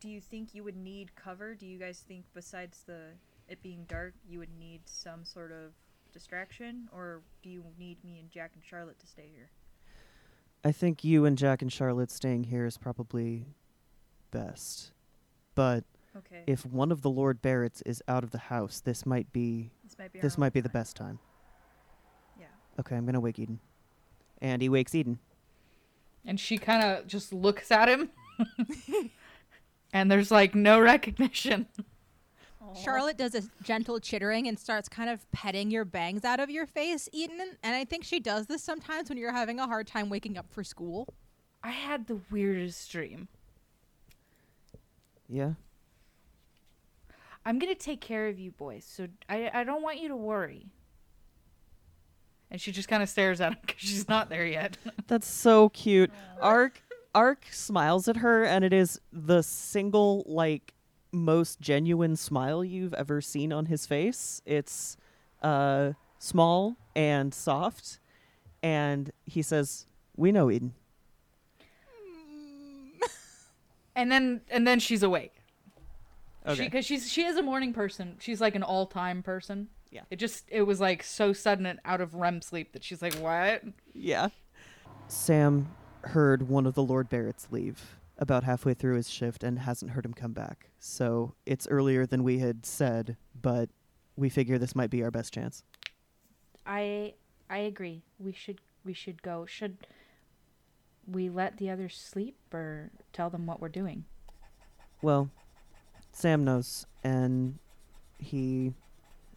Speaker 6: do you think you would need cover? Do you guys think besides the it being dark, you would need some sort of distraction or do you need me and Jack and Charlotte to stay here?
Speaker 3: I think you and Jack and Charlotte staying here is probably best but
Speaker 6: Okay.
Speaker 3: if one of the Lord Barretts is out of the house, this might be
Speaker 6: this might be our
Speaker 3: this
Speaker 6: only
Speaker 3: might be the
Speaker 6: time.
Speaker 3: best time.
Speaker 6: Yeah.
Speaker 3: Okay, I'm gonna wake Eden. And he wakes Eden.
Speaker 5: And she kind of just looks at him. and there's like no recognition.
Speaker 2: Charlotte does a gentle chittering and starts kind of petting your bangs out of your face, Eden. And I think she does this sometimes when you're having a hard time waking up for school.
Speaker 5: I had the weirdest dream.
Speaker 3: Yeah.
Speaker 7: I'm gonna take care of you boys, so I I don't want you to worry.
Speaker 5: And she just kind of stares at him because she's not there yet.
Speaker 3: That's so cute. Ark Ark smiles at her and it is the single like most genuine smile you've ever seen on his face. It's uh small and soft. And he says, We know Eden.
Speaker 5: and then and then she's awake.
Speaker 3: Okay.
Speaker 5: Because she's she is a morning person. She's like an all time person.
Speaker 3: Yeah.
Speaker 5: It just it was like so sudden and out of REM sleep that she's like what?
Speaker 3: Yeah. Sam heard one of the Lord Barretts leave about halfway through his shift and hasn't heard him come back. So it's earlier than we had said, but we figure this might be our best chance.
Speaker 7: I I agree. We should we should go. Should we let the others sleep or tell them what we're doing?
Speaker 3: Well, Sam knows, and he.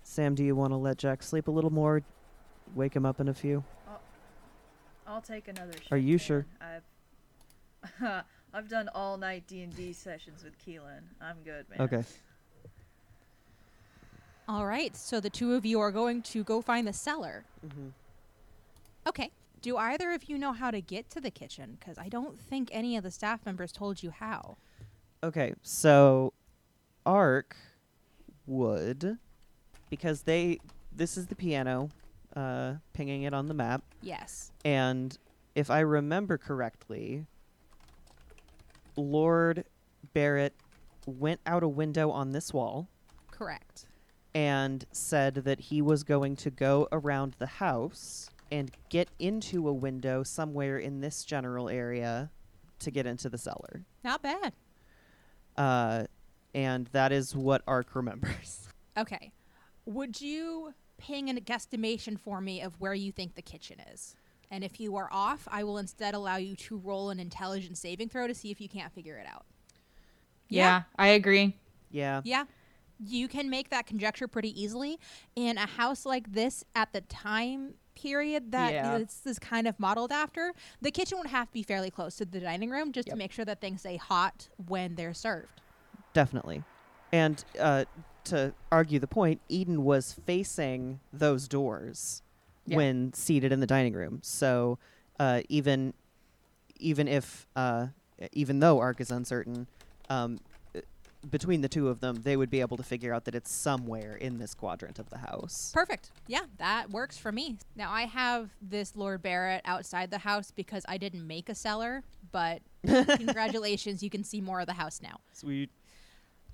Speaker 3: Sam, do you want to let Jack sleep a little more? Wake him up in a few?
Speaker 6: I'll take another. Shift,
Speaker 3: Are you sure?
Speaker 6: man. I've I've done all night D and D sessions with Keelan. I'm good, man.
Speaker 3: Okay.
Speaker 2: All right, so the two of you are going to go find the cellar.
Speaker 3: Mhm.
Speaker 2: Okay. Do either of you know how to get to the kitchen? Because I don't think any of the staff members told you how.
Speaker 3: Okay, so Ark would. Because they. This is the piano, uh, pinging it on the map.
Speaker 2: Yes.
Speaker 3: And if I remember correctly, Lord Barrett went out a window on this wall
Speaker 2: Correct.
Speaker 3: and said that he was going to go around the house and get into a window somewhere in this general area to get into the cellar.
Speaker 2: Not bad.
Speaker 3: Uh, and that is what Ark remembers.
Speaker 2: Okay. Would you ping an guesstimation for me of where you think the kitchen is? And if you are off, I will instead allow you to roll an intelligence saving throw to see if you can't figure it out.
Speaker 7: yeah I agree.
Speaker 3: yeah.
Speaker 2: Yeah. You can make that conjecture pretty easily. In a house like this, at the time period that
Speaker 5: Yeah.
Speaker 2: this is kind of modeled after, the kitchen would have to be fairly close to the dining room just to make sure that things stay hot when they're served.
Speaker 3: Definitely. And uh, to argue the point, Eden was facing those doors
Speaker 5: Yeah.
Speaker 3: when seated in the dining room. So uh, even even if uh, even though Ark is uncertain, um, uh, between the two of them, they would be able to figure out that it's somewhere in this quadrant of the house.
Speaker 2: Perfect. Yeah, that works for me. Now I have this Lord Barrett outside the house because I didn't make a cellar, but congratulations, you can see more of the house now.
Speaker 3: Sweet.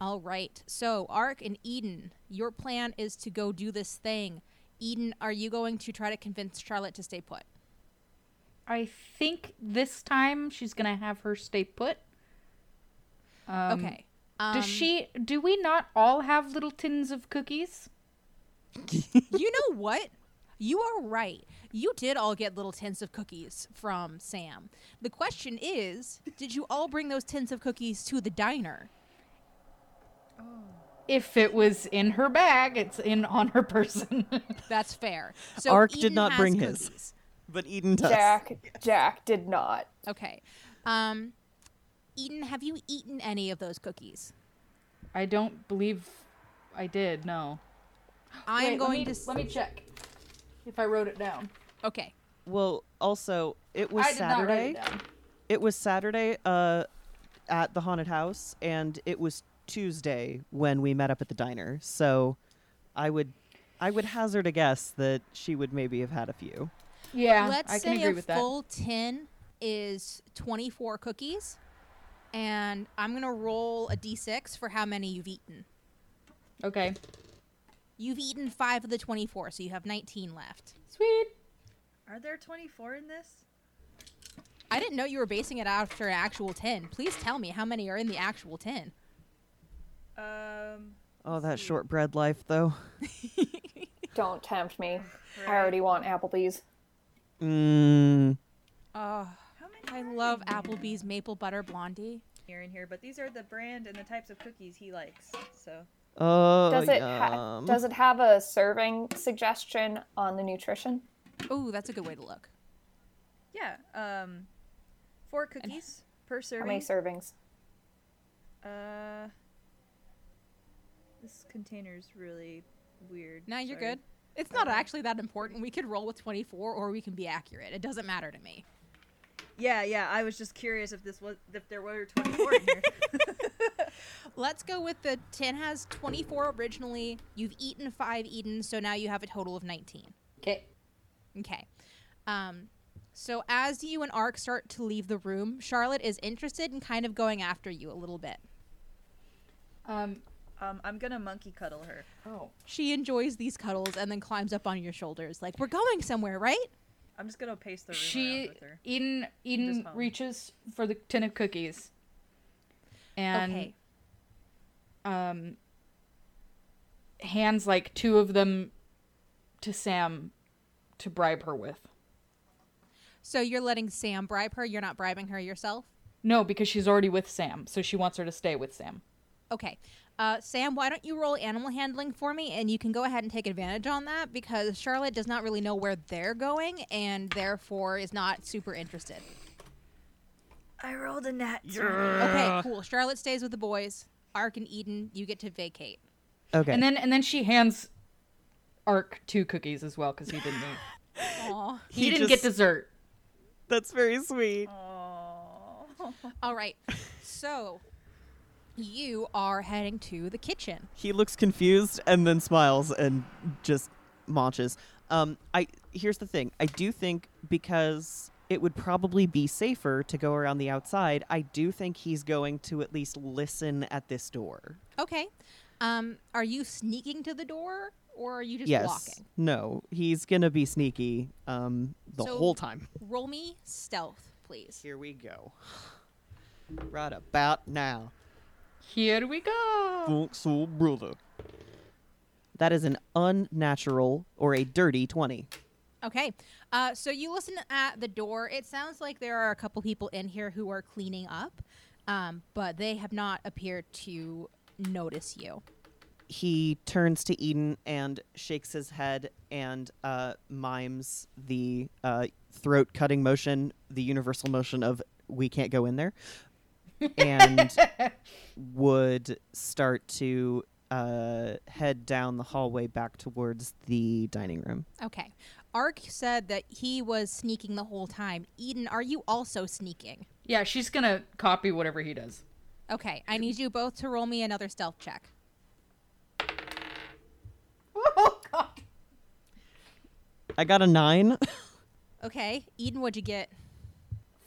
Speaker 2: All right. So, Ark and Eden, your plan is to go do this thing. Eden, are you going to try to convince Charlotte to stay put?
Speaker 7: I think this time she's gonna have her stay put. Um,
Speaker 2: okay. Um,
Speaker 7: Does she? Do we not all have little tins of cookies?
Speaker 2: you know what? You are right. You did all get little tins of cookies from Sam. The question is, did you all bring those tins of cookies to the diner?
Speaker 7: If it was in her bag, it's in on her person.
Speaker 2: That's fair. So
Speaker 3: Ark did
Speaker 2: Eden
Speaker 3: not
Speaker 2: has
Speaker 3: bring his.
Speaker 2: cookies.
Speaker 3: But Eden does.
Speaker 4: Jack, Jack did not.
Speaker 2: Okay. Um, Eden, have you eaten any of those cookies?
Speaker 7: I don't believe I did. No.
Speaker 2: I am
Speaker 7: Wait,
Speaker 2: going
Speaker 7: let me,
Speaker 2: to. s-
Speaker 7: Let me check if I wrote it down.
Speaker 2: Okay.
Speaker 3: Well, also it was
Speaker 7: I did
Speaker 3: Saturday.
Speaker 7: not write it down.
Speaker 3: It was Saturday uh, at the haunted house, and it was Tuesday when we met up at the diner. So, I would, I would hazard a guess that she would maybe have had a few.
Speaker 7: Yeah,
Speaker 2: Let's
Speaker 7: I can
Speaker 2: say
Speaker 7: agree
Speaker 2: a
Speaker 7: with that.
Speaker 2: full tin is 24 cookies, and I'm going to roll a d6 for how many you've eaten.
Speaker 7: Okay.
Speaker 2: You've eaten five of the 24, so you have 19 left.
Speaker 7: Sweet.
Speaker 6: Are there 24 in this?
Speaker 2: I didn't know you were basing it after an actual tin. Please tell me how many are in the actual tin.
Speaker 6: Um,
Speaker 3: Oh, that
Speaker 4: Hmm.
Speaker 3: shortbread life, though.
Speaker 4: Don't tempt me. I already want Applebee's. Hmm.
Speaker 3: Mm,
Speaker 2: Oh,
Speaker 6: how many?
Speaker 2: I
Speaker 6: are
Speaker 2: love Applebee's maple butter blondie.
Speaker 6: here in here, but these are the brand and the types of cookies he likes. So
Speaker 3: oh,
Speaker 4: Does it ha-
Speaker 3: yum.
Speaker 4: does it have a serving suggestion on the nutrition?
Speaker 2: Oh, that's a good way to look.
Speaker 6: yeah, um, four cookies per
Speaker 4: How
Speaker 6: serving.
Speaker 4: many servings?
Speaker 6: uh, this container's really weird.
Speaker 2: No, you're
Speaker 6: sorry.
Speaker 2: good. It's not actually that important. We could roll with 24 or we can be accurate. It doesn't matter to me.
Speaker 6: Yeah, yeah. I was just curious if this was if there were 24 in here.
Speaker 2: Let's go with the 10 has 24 originally. You've eaten five Eden, so now you have a total of 19.
Speaker 7: Okay.
Speaker 2: Okay. Um, so as you and Ark start to leave the room, Charlotte is interested in kind of going after you a little bit.
Speaker 7: Um.
Speaker 6: um, I'm gonna monkey cuddle her.
Speaker 7: Oh.
Speaker 2: She enjoys these cuddles and then climbs up on your shoulders, like, we're going somewhere, right?
Speaker 6: I'm just gonna pace the room around
Speaker 7: She
Speaker 6: with her.
Speaker 7: Eden
Speaker 6: Just
Speaker 7: Eden
Speaker 6: follow me.
Speaker 7: reaches for the tin of cookies. And
Speaker 2: okay.
Speaker 7: um
Speaker 5: hands like two of them to Sam to bribe her with.
Speaker 2: So you're letting Sam bribe her. You're not bribing her yourself.
Speaker 5: No, because she's already with Sam, so she wants her to stay with Sam.
Speaker 2: Okay. Uh, Sam, why don't you roll animal handling for me? And you can go ahead and take advantage on that because Charlotte does not really know where they're going and therefore is not super interested.
Speaker 6: I rolled a nat.
Speaker 2: Okay, cool. Charlotte stays with the boys. Ark and Eden, you get to vacate.
Speaker 3: Okay.
Speaker 5: And then and then she hands Ark two cookies as well because he didn't eat.
Speaker 2: Aw.
Speaker 5: he, didn't get
Speaker 3: just-
Speaker 5: dessert.
Speaker 3: That's very sweet.
Speaker 2: All right. So you are heading to the kitchen.
Speaker 3: He looks confused and then smiles and just munches. Um, I here's the thing. I do think because it would probably be safer to go around the outside. I do think he's going to at least listen at this door.
Speaker 2: Okay. Um, are you sneaking to the door or are you just
Speaker 3: yes.
Speaker 2: walking?
Speaker 3: No. He's gonna be sneaky. Um, the
Speaker 2: So-
Speaker 3: whole time.
Speaker 2: Roll me stealth, please.
Speaker 3: Here we go. Right about now.
Speaker 5: Here we go.
Speaker 3: so brother. That is an unnatural or a dirty twenty.
Speaker 2: Okay. Uh, so you listen at the door. It sounds like there are a couple people in here who are cleaning up, um, but they have not appeared to notice you.
Speaker 3: he turns to Eden and shakes his head and uh, mimes the uh, throat cutting motion, the universal motion of "we can't go in there," and would start to uh, head down the hallway back towards the dining room.
Speaker 2: Okay. Ark said that he was sneaking the whole time. Eden, are you also sneaking?
Speaker 5: Yeah, she's gonna copy whatever he does.
Speaker 2: Okay. I need you both to roll me another stealth check.
Speaker 5: Oh god.
Speaker 3: I got a nine.
Speaker 2: Okay. Eden, what'd you get?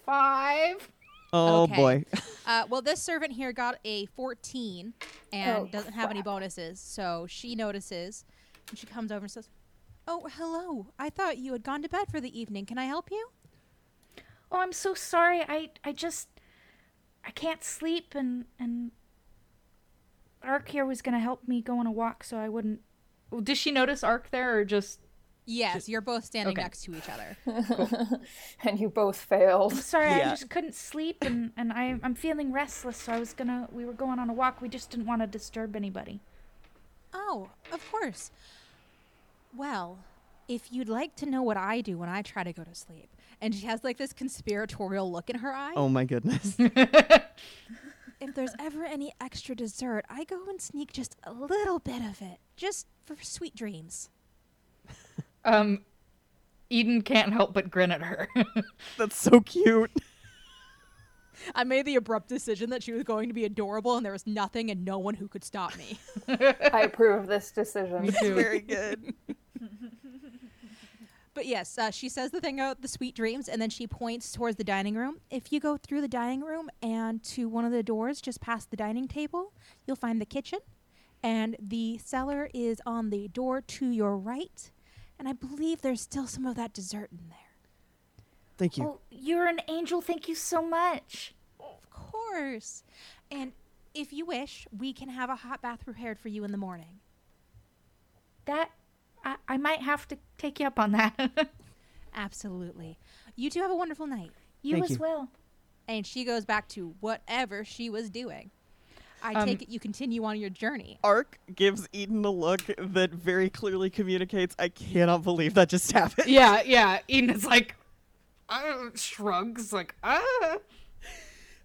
Speaker 5: Five.
Speaker 3: oh
Speaker 2: Okay.
Speaker 3: boy!
Speaker 2: Uh, well, this servant here got a 14 and
Speaker 4: Oh,
Speaker 2: doesn't have any bonuses, so she notices. And she comes over and says, Oh, hello. I thought you had gone to bed for the evening. Can I help you?
Speaker 7: Oh, I'm so sorry. I I just I can't sleep and and Ark here was gonna help me go on a walk so I wouldn't
Speaker 5: Well, does she notice Ark there or just
Speaker 2: Yes, you're both standing
Speaker 5: okay.
Speaker 2: next to each other.
Speaker 4: and you both failed.
Speaker 7: I'm sorry,
Speaker 3: Yeah.
Speaker 7: I just couldn't sleep and, and I I'm feeling restless, so I was gonna we were going on a walk, we just didn't want to disturb anybody.
Speaker 2: oh, of course. Well, if you'd like to know what I do when I try to go to sleep, and she has like this conspiratorial look in her eye.
Speaker 3: Oh my goodness!
Speaker 2: If there's ever any extra dessert, I go and sneak just a little bit of it, just for sweet dreams.
Speaker 5: um Eden can't help but grin at her.
Speaker 3: That's so cute.
Speaker 2: I made the abrupt decision that she was going to be adorable and there was nothing and no one who could stop me.
Speaker 4: I approve of this decision.
Speaker 3: Very good.
Speaker 2: but yes, uh, she says the thing about the sweet dreams and then she points towards the dining room. If you go through the dining room and to one of the doors just past the dining table, you'll find the kitchen. And the cellar is on the door to your right. And I believe there's still some of that dessert in there.
Speaker 3: Thank you.
Speaker 7: Oh, you're an angel, thank you so much.
Speaker 2: Of course. And if you wish, we can have a hot bath prepared for you in the morning.
Speaker 7: That I, I might have to take you up on that.
Speaker 2: Absolutely. You two have a wonderful night.
Speaker 7: you
Speaker 3: Thank
Speaker 7: as
Speaker 3: you.
Speaker 7: well.
Speaker 2: And she goes back to whatever she was doing. I
Speaker 5: Um,
Speaker 2: take it you continue on your journey.
Speaker 3: Ark gives Eden a look that very clearly communicates, I cannot believe that just happened.
Speaker 5: yeah, yeah. Eden is like uh, shrugs like ah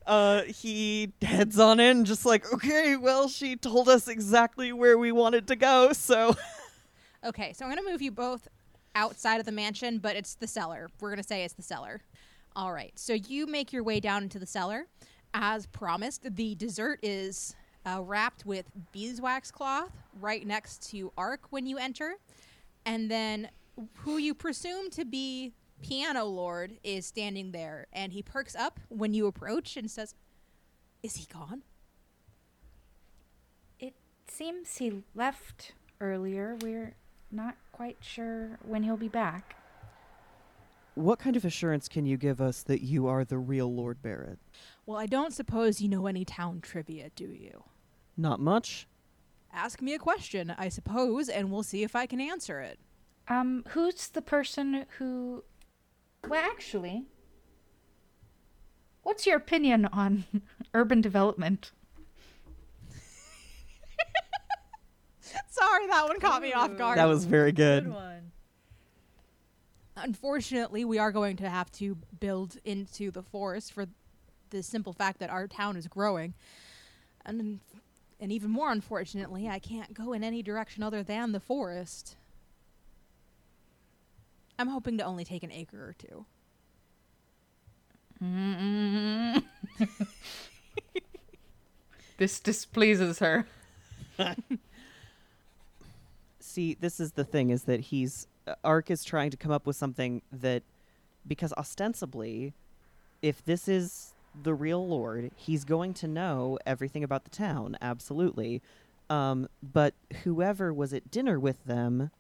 Speaker 3: Uh, he heads on in, just like, okay, well, she told us exactly where we wanted to go, so.
Speaker 2: Okay, so I'm going to move you both outside of the mansion, but it's the cellar. We're going to say it's the cellar. All right, so you make your way down into the cellar. As promised, the dessert is uh, wrapped with beeswax cloth right next to Ark when you enter. And then, who you presume to be Piano Lord is standing there, and he perks up when you approach and says, Is he gone?
Speaker 7: It seems he left earlier. We're not quite sure when he'll be back.
Speaker 3: What kind of assurance can you give us that you are the real Lord Barrett?
Speaker 2: Well, I don't suppose you know any town trivia, do you?
Speaker 3: Not much.
Speaker 2: Ask me a question, I suppose, and we'll see if I can answer it.
Speaker 7: Um, who's the person who. Well, actually, what's your opinion on urban development?
Speaker 2: Sorry, that one caught me off guard.
Speaker 3: That was very good.
Speaker 6: Good one.
Speaker 2: Unfortunately, we are going to have to build into the forest for the simple fact that our town is growing. And and even more unfortunately, I can't go in any direction other than the forest. I'm hoping to only take an acre or two.
Speaker 5: This displeases her.
Speaker 3: See, this is the thing is that he's uh, Ark is trying to come up with something that because ostensibly if this is the real lord, he's going to know everything about the town, absolutely. Um, but whoever was at dinner with them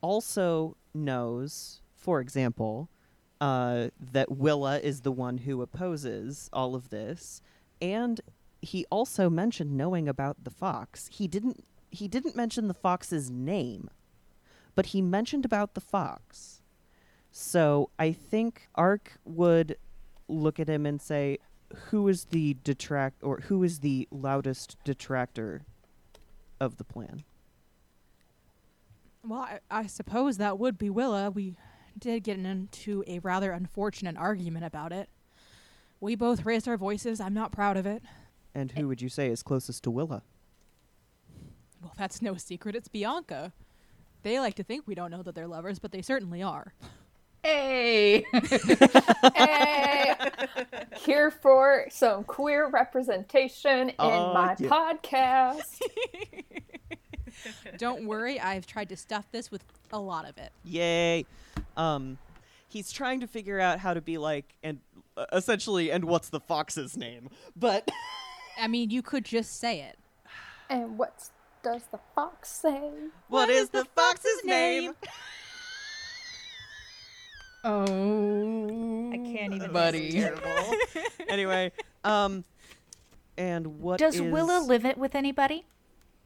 Speaker 3: also knows, for example, uh, that Willa is the one who opposes all of this, and he also mentioned knowing about the fox. He didn't. He didn't mention the fox's name, but he mentioned about the fox. So I think Ark would look at him and say, "Who is the detract or who is the loudest detractor of the plan?"
Speaker 2: Well, I, I suppose that would be Willa. We did get into a rather unfortunate argument about it. We both raised our voices. I'm not proud of it.
Speaker 3: And who would you say is closest to Willa?
Speaker 2: Well, that's no secret. It's Bianca. They like to think we don't know that they're lovers, but they certainly are.
Speaker 5: Hey!
Speaker 4: Hey, here for some queer representation in
Speaker 3: Oh,
Speaker 4: my
Speaker 3: yeah.
Speaker 4: podcast.
Speaker 2: don't worry, I've tried to stuff this with a lot of it.
Speaker 3: Yay. Um he's trying to figure out how to be like and uh, essentially and what's the fox's name? But
Speaker 2: I mean, you could just say it.
Speaker 4: and what does the fox say?
Speaker 3: what is, the fox's name?
Speaker 5: Oh.
Speaker 7: I can't even.
Speaker 5: Buddy.
Speaker 3: anyway, um and what
Speaker 7: Does
Speaker 3: is-
Speaker 7: Willa live it with anybody?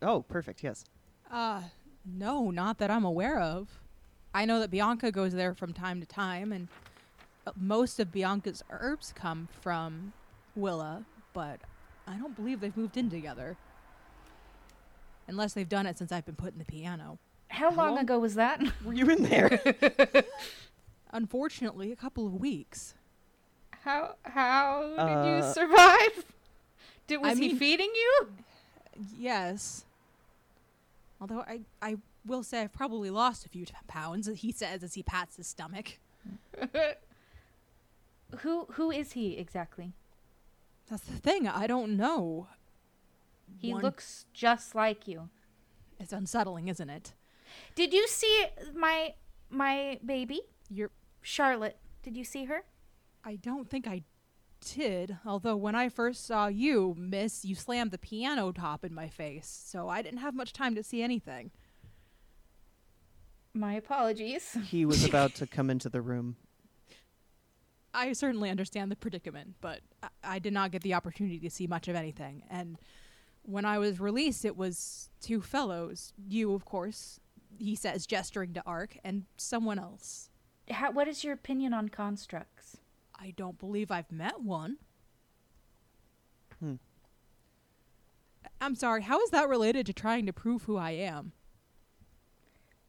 Speaker 3: Oh, perfect. Yes.
Speaker 2: Uh, no, not that I'm aware of. I know that Bianca goes there from time to time, and uh, most of Bianca's herbs come from Willa, but I don't believe they've moved in together. Unless they've done it since I've been putting the piano.
Speaker 7: How long ago was that?
Speaker 3: Were you in there?
Speaker 2: Unfortunately, a couple of weeks.
Speaker 5: How how did
Speaker 3: Uh,
Speaker 5: you survive? Did
Speaker 2: I
Speaker 5: was he
Speaker 2: mean-
Speaker 5: feeding you?
Speaker 2: Yes. Although I, I will say I've probably lost a few t- pounds, he says as he pats his stomach.
Speaker 7: Who who is he exactly?
Speaker 2: That's the thing, I don't know.
Speaker 7: He
Speaker 2: One-
Speaker 7: looks just like you.
Speaker 2: It's unsettling, isn't it?
Speaker 7: Did you see my my baby
Speaker 2: You're
Speaker 7: Charlotte? Did you see her?
Speaker 2: I don't think I did, although when I first saw you, miss, you slammed the piano top in my face, so I didn't have much time to see anything.
Speaker 7: My apologies.
Speaker 3: he was about to come into the room.
Speaker 2: I certainly understand the predicament, but I, I did not get the opportunity to see much of anything. And when I was released, it was two fellows. You, of course, he says, gesturing to Ark, and someone else.
Speaker 7: How, what is your opinion on constructs?
Speaker 2: I don't believe I've met one.
Speaker 3: Hmm.
Speaker 2: I'm sorry, how is that related to trying to prove who I am?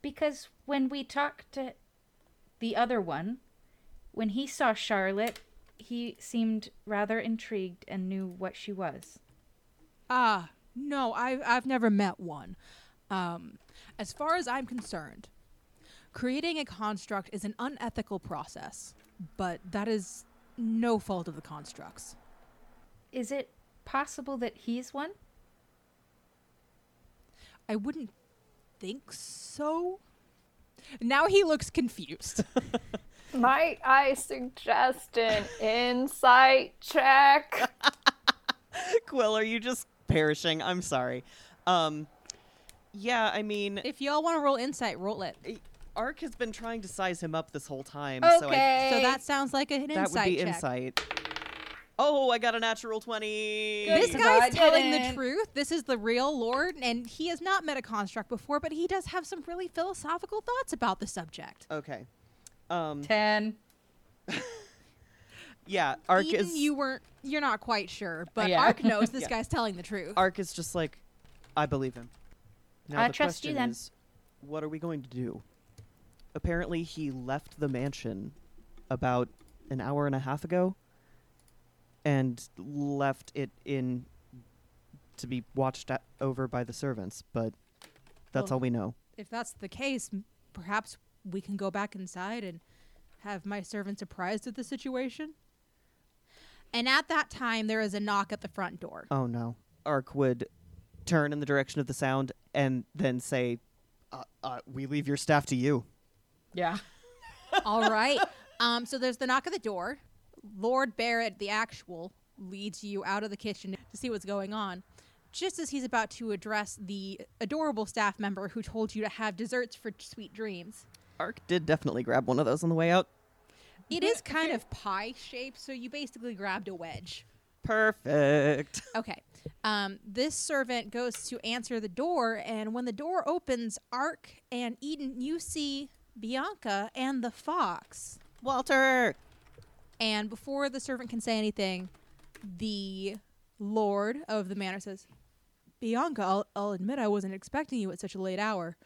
Speaker 7: Because when we talked to the other one, when he saw Charlotte, he seemed rather intrigued and knew what she was.
Speaker 2: Ah, no, I've I've never met one. Um, as far as I'm concerned, creating a construct is an unethical process, but that is no fault of the constructs.
Speaker 7: Is it possible that he's one?
Speaker 2: I wouldn't think so. Now he looks confused.
Speaker 4: Might I suggest an insight check?
Speaker 3: Quill, are you just perishing? I'm sorry. Um yeah, I mean,
Speaker 2: if y'all want to roll insight, roll it.
Speaker 3: Ark has been trying to size him up this whole time, so I
Speaker 7: okay.
Speaker 2: So that sounds like
Speaker 3: that
Speaker 2: an
Speaker 3: would
Speaker 2: insight
Speaker 3: be
Speaker 2: check.
Speaker 3: insight. Oh, I got a natural 20.
Speaker 5: Good.
Speaker 2: This
Speaker 5: Because
Speaker 6: I
Speaker 2: guy's telling the
Speaker 6: didn't.
Speaker 2: truth. This is the real Lord, and he has not met a construct before, but he does have some really philosophical thoughts about the subject.
Speaker 3: Okay. Um,
Speaker 5: Ten.
Speaker 3: yeah, Ark
Speaker 2: Eden,
Speaker 3: is
Speaker 2: you weren't, you're not quite sure, but
Speaker 5: Yeah.
Speaker 2: Ark knows this
Speaker 3: Yeah.
Speaker 2: guy's telling the truth.
Speaker 3: Ark is just like, I believe him. Now
Speaker 7: I
Speaker 3: the
Speaker 7: trust you
Speaker 3: question
Speaker 7: then.
Speaker 3: is, what are we going to do? Apparently, he left the mansion about an hour and a half ago, and left it in to be watched at, over by the servants. But that's
Speaker 2: Well-
Speaker 3: all we know.
Speaker 2: if that's the case, m- perhaps we can go back inside and have my servants apprised of the situation. And at that time, there is a knock at the front door.
Speaker 3: Oh no! Ark would turn in the direction of the sound and then say, uh, uh, "We leave your staff to you."
Speaker 5: Yeah.
Speaker 2: All right. Um, so there's the knock at the door. Lord Barrett, the actual, leads you out of the kitchen to see what's going on. Just as he's about to address the adorable staff member who told you to have desserts for sweet dreams,
Speaker 3: Ark did definitely grab one of those on the way out.
Speaker 2: it is kind of pie shaped, so you basically grabbed a wedge.
Speaker 3: Perfect.
Speaker 2: Okay. Um, this servant goes to answer the door, and when the door opens, Ark and Eden, you see Bianca and the fox.
Speaker 3: Walter.
Speaker 2: And before the servant can say anything, the lord of the manor says, Bianca, I'll, I'll admit I wasn't expecting you at such a late hour.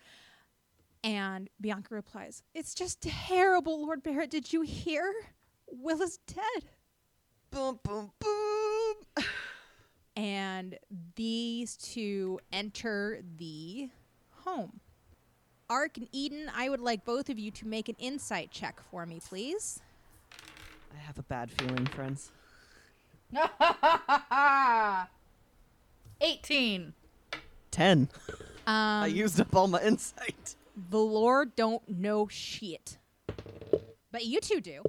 Speaker 2: And Bianca replies, It's just terrible, Lord Barrett. Did you hear? Will is dead.
Speaker 3: Boom, boom, boom.
Speaker 2: and these two enter the home. Ark and Eden, I would like both of you to make an insight check for me, please.
Speaker 3: I have a bad feeling, friends.
Speaker 5: Eighteen.
Speaker 3: Ten. I
Speaker 2: Um,
Speaker 3: used up all my insight.
Speaker 2: the Lord don't know shit, but you two do.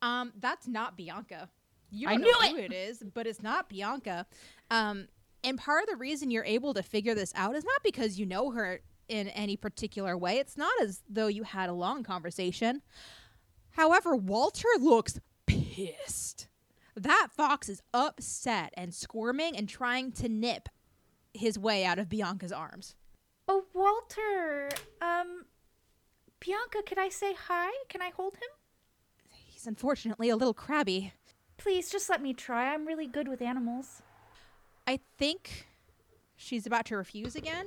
Speaker 2: Um, that's not Bianca. You
Speaker 5: I
Speaker 2: don't
Speaker 5: knew
Speaker 2: know who it is, but it's not Bianca. Um, and part of the reason you're able to figure this out is not because you know her in any particular way. It's not as though you had a long conversation. However, Walter looks pissed. That fox is upset and squirming and trying to nip his way out of Bianca's arms.
Speaker 7: Oh, Walter. Um, Bianca, could I say hi? Can I hold him?
Speaker 2: He's unfortunately a little crabby.
Speaker 7: Please, just let me try. I'm really good with animals.
Speaker 2: I think she's about to refuse again,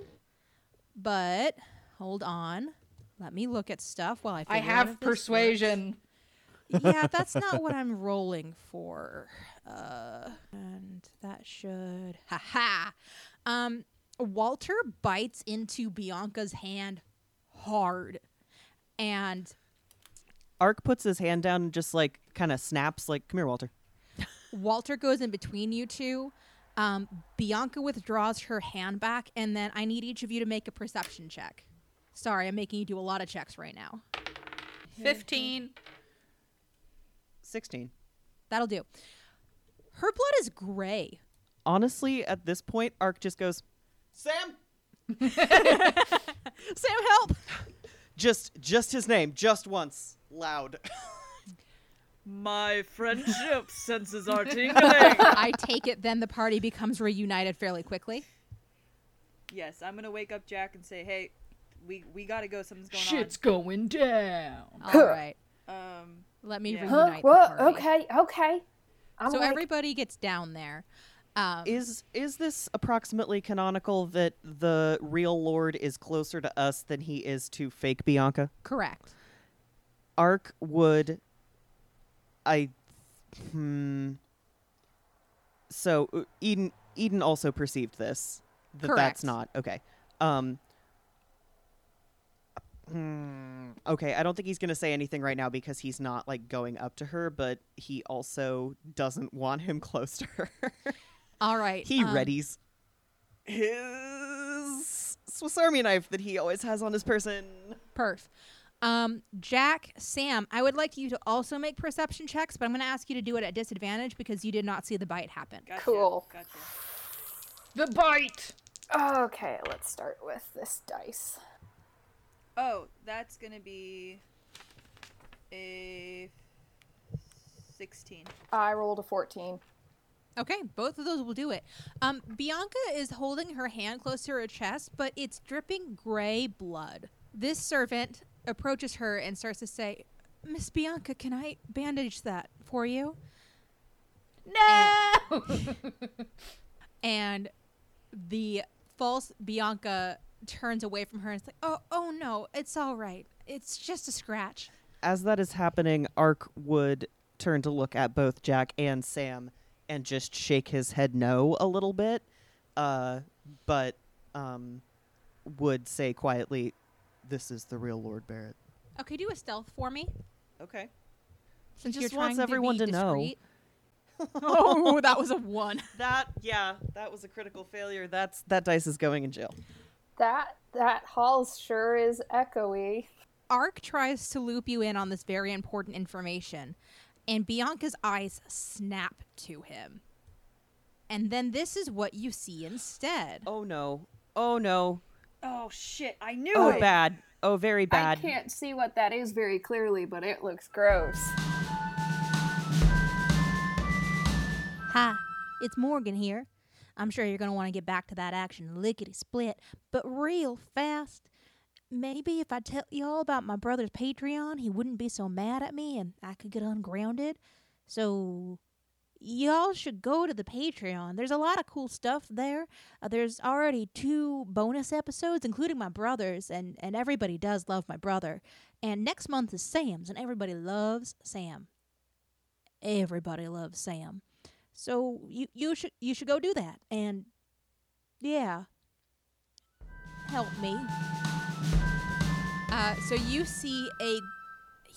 Speaker 2: but hold on. Let me look at stuff while I.
Speaker 5: I
Speaker 2: figure out if
Speaker 5: have
Speaker 2: this works.
Speaker 5: persuasion.
Speaker 2: yeah, that's not what I'm rolling for. Uh, and that should. Ha ha. Um, Walter bites into Bianca's hand hard, and
Speaker 3: Ark puts his hand down and just like kind of snaps, like, "Come here, Walter."
Speaker 2: Walter goes in between you two. Um, Bianca withdraws her hand back, and then I need each of you to make a perception check. Sorry, I'm making you do a lot of checks right now.
Speaker 5: Fifteen.
Speaker 3: Sixteen.
Speaker 2: That'll do. Her blood is gray.
Speaker 3: Honestly, at this point, Ark just goes, "Sam."
Speaker 2: Sam, help!
Speaker 3: Just, just his name, just once, loud.
Speaker 6: My friendship senses are tingling.
Speaker 2: I take it then the party becomes reunited fairly quickly.
Speaker 6: yes, I'm gonna wake up Jack and say, "Hey, we we gotta go. Something's going
Speaker 5: Shit's going down.
Speaker 2: All right.
Speaker 6: on." Um,
Speaker 2: Let me
Speaker 5: Yeah.
Speaker 4: Huh?
Speaker 2: reunite the
Speaker 4: What?
Speaker 2: party.
Speaker 4: Okay. Okay. I'm
Speaker 2: So
Speaker 4: like,
Speaker 2: everybody gets down there. Um,
Speaker 3: Is is this approximately canonical that the real Lord is closer to us than he is to fake Bianca?
Speaker 2: correct.
Speaker 3: Ark would. I. Hmm. So uh, Eden Eden also perceived this. That
Speaker 2: Correct.
Speaker 3: That's not okay. Um. hmm, Okay, I don't think he's gonna say anything right now because he's not like going up to her, but he also doesn't want him close to her.
Speaker 2: All right.
Speaker 3: he
Speaker 2: um,
Speaker 3: readies his Swiss Army knife that he always has on his person.
Speaker 2: Perf. Um, Jack, Sam, I would like you to also make perception checks, but I'm going to ask you to do it at disadvantage because you did not see the bite happen.
Speaker 6: gotcha,
Speaker 4: Cool.
Speaker 6: Gotcha.
Speaker 5: The bite.
Speaker 4: Okay, let's start with this dice.
Speaker 6: Oh, that's gonna be a sixteen.
Speaker 4: I rolled a 14.
Speaker 2: Okay, both of those will do it. Um, Bianca is holding her hand close to her chest, but it's dripping gray blood. This servant approaches her and starts to say, Miss Bianca, can I bandage that for you?
Speaker 7: No!
Speaker 2: And the false Bianca turns away from her and is like, Oh, oh no, it's all right. It's just a scratch.
Speaker 3: As that is happening, Ark would turn to look at both Jack and Sam and just shake his head no a little bit, uh, but um, would say quietly, "This is the real Lord Barrett."
Speaker 2: Okay, do a stealth for me.
Speaker 3: Okay.
Speaker 2: Since
Speaker 3: just
Speaker 2: you're
Speaker 3: wants
Speaker 2: trying
Speaker 3: everyone to
Speaker 2: to, be
Speaker 3: know.
Speaker 2: discreet. oh, that was a one.
Speaker 3: That yeah, that was a critical failure. That's that dice is going in jail.
Speaker 4: That that hall sure is echoey.
Speaker 2: Ark tries to loop you in on this very important information, and Bianca's eyes snap to him. And then this is what you see instead.
Speaker 3: Oh no. Oh no.
Speaker 6: Oh shit! I knew
Speaker 3: Oh
Speaker 6: it.
Speaker 3: bad. Oh very
Speaker 4: I
Speaker 3: bad.
Speaker 4: can't see what that is very clearly, but it looks gross.
Speaker 2: Hi, it's Morgan here. I'm sure you're going to want to get back to that action lickety split, but real fast. Maybe if I tell y'all about my brother's Patreon, he wouldn't be so mad at me and I could get ungrounded. So, y'all should go to the Patreon. There's a lot of cool stuff there. Uh, there's already two bonus episodes, including my brother's, and, and everybody does love my brother. And next month is Sam's, and everybody loves Sam. Everybody loves Sam. So you you should you should go do that and yeah. Help me. Uh, so you see a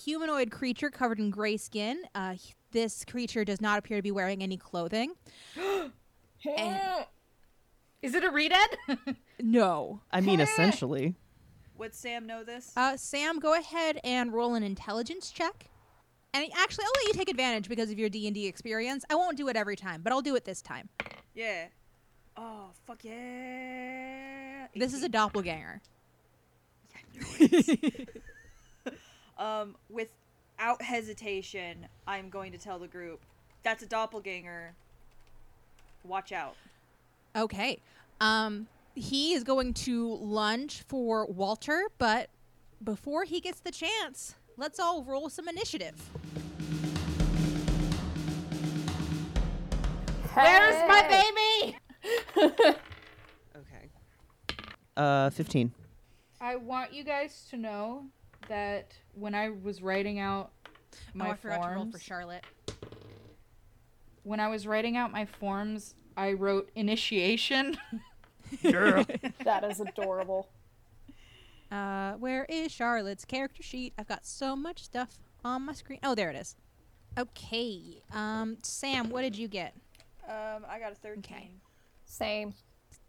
Speaker 2: humanoid creature covered in gray skin. Uh, h- this creature does not appear to be wearing any clothing.
Speaker 7: Is it a redhead?
Speaker 2: No.
Speaker 3: I mean essentially.
Speaker 6: Would Sam know this?
Speaker 2: Uh, Sam, go ahead and roll an intelligence check. And actually, I'll let you take advantage because of your D and D experience. I won't do it every time, but I'll do it this time.
Speaker 6: yeah. Oh fuck yeah!
Speaker 2: This is a doppelganger.
Speaker 6: um without hesitation. I'm going to tell the group that's a doppelganger. Watch out.
Speaker 2: Okay. Um, he is going to lunge for Walter, but before he gets the chance, let's all roll some initiative.
Speaker 7: Where's my baby?
Speaker 3: Okay. Uh 15.
Speaker 5: I want you guys to know that when I was writing out my
Speaker 2: oh, I forgot to roll for
Speaker 5: forms,
Speaker 2: Charlotte.
Speaker 5: when I was writing out my forms, I wrote initiation.
Speaker 4: That is adorable.
Speaker 2: Uh, where is Charlotte's character sheet? I've got so much stuff on my screen. Oh, there it is. Okay. Um, Sam, what did you get?
Speaker 6: Um, I got a thirteen.
Speaker 4: Same.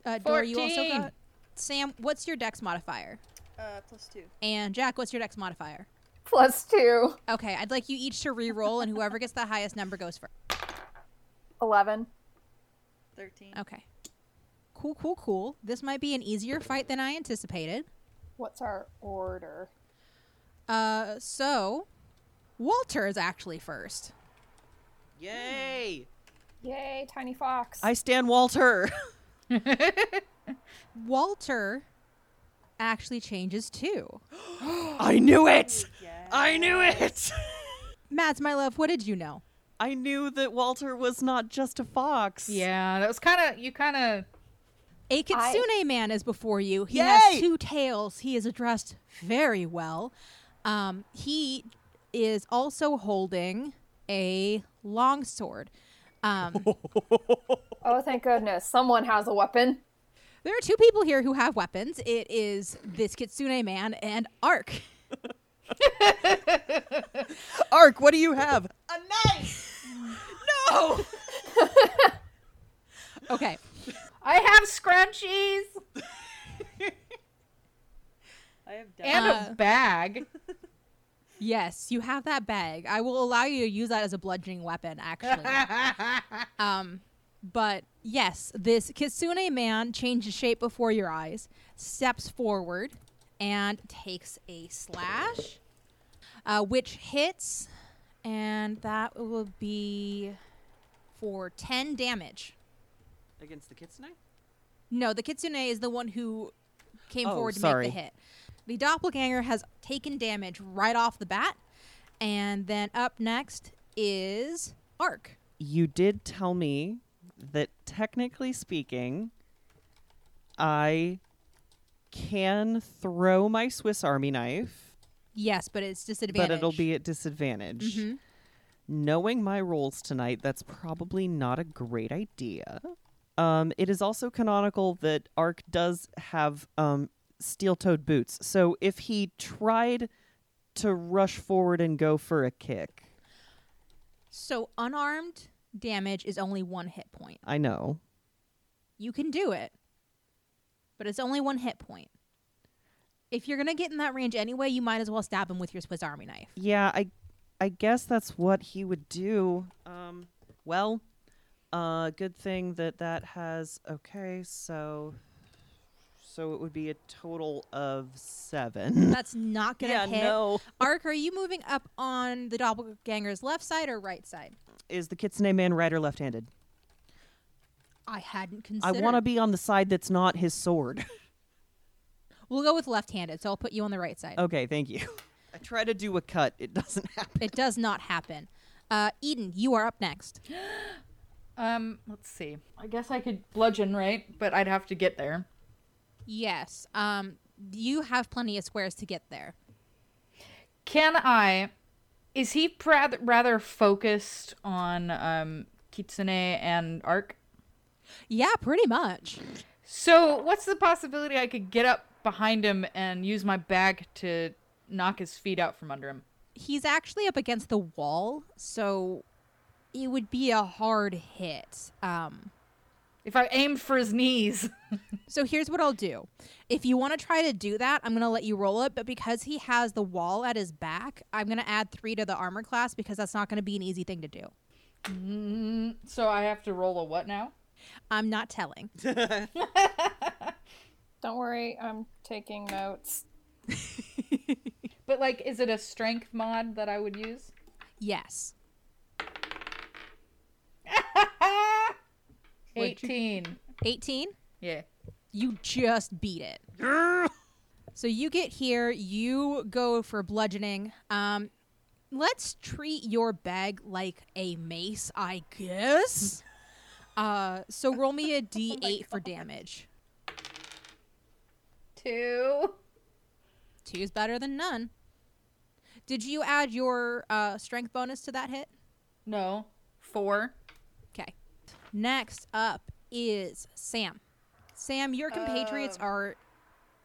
Speaker 2: Uh, Dora, you also
Speaker 5: 14.
Speaker 2: got. Sam, what's your dex modifier?
Speaker 6: Uh, plus two.
Speaker 2: And Jack, what's your dex modifier?
Speaker 4: Plus two.
Speaker 2: Okay, I'd like you each to re-roll, and whoever gets the highest number goes first.
Speaker 4: Eleven.
Speaker 6: Thirteen.
Speaker 2: Okay. Cool, cool, cool. This might be an easier fight than I anticipated.
Speaker 4: What's our order?
Speaker 2: Uh, so Walter is actually first.
Speaker 3: Yay.
Speaker 4: Yay, tiny fox.
Speaker 3: I stand Walter.
Speaker 2: Walter actually changes too.
Speaker 3: I knew it.
Speaker 6: Yeah.
Speaker 3: I knew it.
Speaker 2: Mads, my love, what did you know?
Speaker 3: I knew that Walter was not just a fox.
Speaker 5: yeah, that was kind of you. Kind of
Speaker 2: A kitsune man is before you. He
Speaker 3: Yay!
Speaker 2: has two tails. He is addressed very well. Um, he is also holding a long sword. Um,
Speaker 4: Oh, thank goodness. Someone has a weapon.
Speaker 2: there are two people here who have weapons. It is this kitsune man and Ark.
Speaker 3: Ark, what do you have?
Speaker 2: Okay.
Speaker 7: I have scrunchies.
Speaker 6: I have done.
Speaker 5: and
Speaker 2: Uh,
Speaker 5: a bag.
Speaker 2: Yes, you have that bag. I will allow you to use that as a bludgeoning weapon, actually. um, but yes, this kitsune man changes shape before your eyes, steps forward, and takes a slash, uh, which hits, and that will be for 10 damage.
Speaker 3: Against the kitsune?
Speaker 2: No, the kitsune is the one who came
Speaker 3: Oh,
Speaker 2: forward to
Speaker 3: sorry.
Speaker 2: make the hit. The doppelganger has taken damage right off the bat. And then up next is Ark.
Speaker 3: You did tell me that technically speaking, I can throw my Swiss Army knife,
Speaker 2: Yes, but it's disadvantage.
Speaker 3: but it'll be at disadvantage. Knowing my rules tonight, that's probably not a great idea. Um, it is also canonical that Ark does have um, steel toed boots. So if he tried to rush forward and go for a kick,
Speaker 2: So unarmed damage is only one hit point.
Speaker 3: I know.
Speaker 2: You can do it, but it's only one hit point. If you're going to get in that range anyway, you might as well stab him with your Swiss Army knife.
Speaker 3: Yeah, I I guess that's what he would do. Um, well, uh, good thing that that has okay, so so it would be a total of 7.
Speaker 2: That's not going to
Speaker 3: yeah,
Speaker 2: hit.
Speaker 3: no.
Speaker 2: Ark, are you moving up on the doppelganger's left side or right side?
Speaker 3: Is the kitsune man right or left-handed?
Speaker 2: I hadn't considered.
Speaker 3: I want to be on the side that's not his sword.
Speaker 2: We'll go with left-handed, so I'll put you on the right side.
Speaker 3: okay, thank you. I try to do a cut, it doesn't happen.
Speaker 2: It does not happen. Uh, Eden, you are up next.
Speaker 5: Um, let's see. I guess I could bludgeon, right? But I'd have to get there.
Speaker 2: Yes. Um, you have plenty of squares to get there.
Speaker 5: Can I? Is he rather rather focused on um, Kitsune and Arc?
Speaker 2: Yeah, pretty much.
Speaker 5: So what's the possibility I could get up behind him and use my bag to knock his feet out from under him?
Speaker 2: He's actually up against the wall, so it would be a hard hit. Um,
Speaker 5: If I aimed for his knees.
Speaker 2: So here's what I'll do. If you want to try to do that, I'm going to let you roll it. But because he has the wall at his back, I'm going to add three to the armor class because that's not going to be an easy thing to do.
Speaker 5: Mm, so I have to roll a what now?
Speaker 2: I'm not telling.
Speaker 4: Don't worry, I'm taking notes.
Speaker 5: But like, is it a strength mod that I would use?
Speaker 2: Yes.
Speaker 5: 18.
Speaker 2: 18?
Speaker 5: Yeah.
Speaker 2: You just beat it. so you get here, you go for bludgeoning. Um, let's treat your bag like a mace, I guess. Uh, so roll me a d8 for damage.
Speaker 5: Two.
Speaker 2: Two is better than none. Did you add your uh, strength bonus to that hit?
Speaker 5: No. Four.
Speaker 2: Okay. Next up is Sam. Sam, your
Speaker 6: Oh.
Speaker 2: compatriots are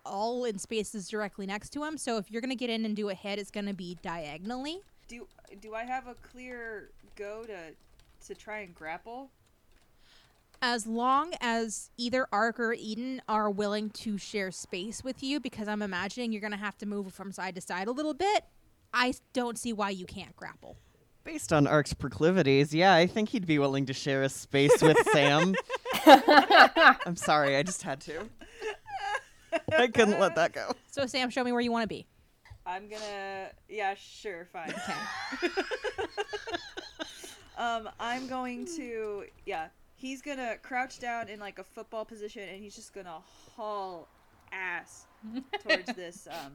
Speaker 2: all in spaces directly next to him, so if you're going to get in and do a hit, it's going to be diagonally.
Speaker 6: Do do I have a clear go to to try and grapple?
Speaker 2: As long as either Ark or Eden are willing to share space with you, because I'm imagining you're going to have to move from side to side a little bit, I s- don't see why you can't grapple.
Speaker 3: Based on Ark's proclivities, yeah, I think he'd be willing to share a space with Sam. I'm sorry, I just had to. I couldn't let that go.
Speaker 2: So, Sam, show me where you want to be.
Speaker 6: I'm gonna. Yeah, sure, fine. um, I'm going to. Yeah, he's gonna crouch down in like a football position, and he's just gonna haul ass towards this um,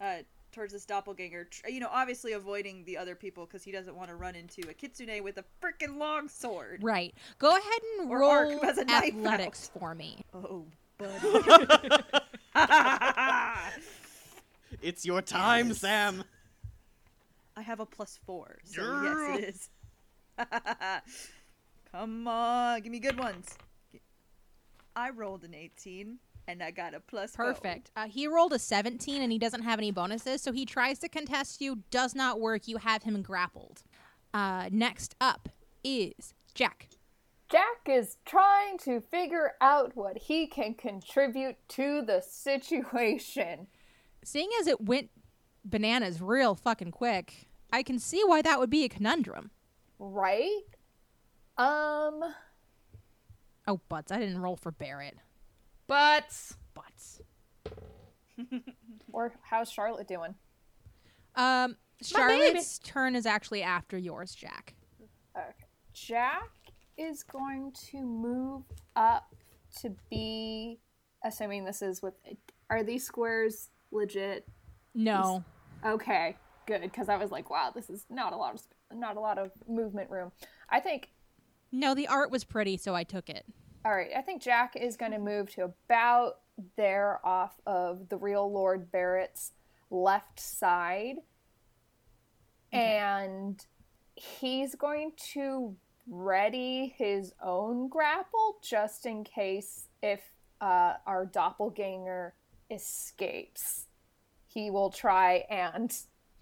Speaker 6: uh, towards this doppelganger. Tr- You know, obviously avoiding the other people because he doesn't want to run into a kitsune with a freaking long sword.
Speaker 2: Right. Go ahead and
Speaker 6: Or Ark,
Speaker 2: roll
Speaker 6: who has a knife
Speaker 2: athletics for me.
Speaker 6: Oh, buddy.
Speaker 3: It's your time, Sam.
Speaker 6: I have a plus four, so yes, it is. Come on, give me good ones. I rolled an eighteen, and I got a plus. four.
Speaker 2: Perfect. Uh, he rolled a 17 and he doesn't have any bonuses, so he tries to contest you, does not work. You have him grappled. Uh, next up is Jack.
Speaker 4: Jack is trying to figure out what he can contribute to the situation.
Speaker 2: Seeing as it went bananas real fucking quick, I can see why that would be a conundrum.
Speaker 4: Right? Um,
Speaker 2: Oh, butts. I didn't roll for Barrett.
Speaker 5: Butts.
Speaker 2: Butts.
Speaker 4: or how's Charlotte doing?
Speaker 2: Um, Charlotte's turn is actually after yours, Jack.
Speaker 4: Okay. Jack is going to move up to be, assuming this is with. Are these squares legit?
Speaker 2: No.
Speaker 4: Okay, good, because I was like, wow, this is not a lot of sp- not a lot of movement room. I think.
Speaker 2: No, the art was pretty, so I took it.
Speaker 4: All right, I think Jack is going to move to about there off of the real Lord Barrett's left side, and he's going to ready his own grapple just in case if uh, our doppelganger escapes. He will try and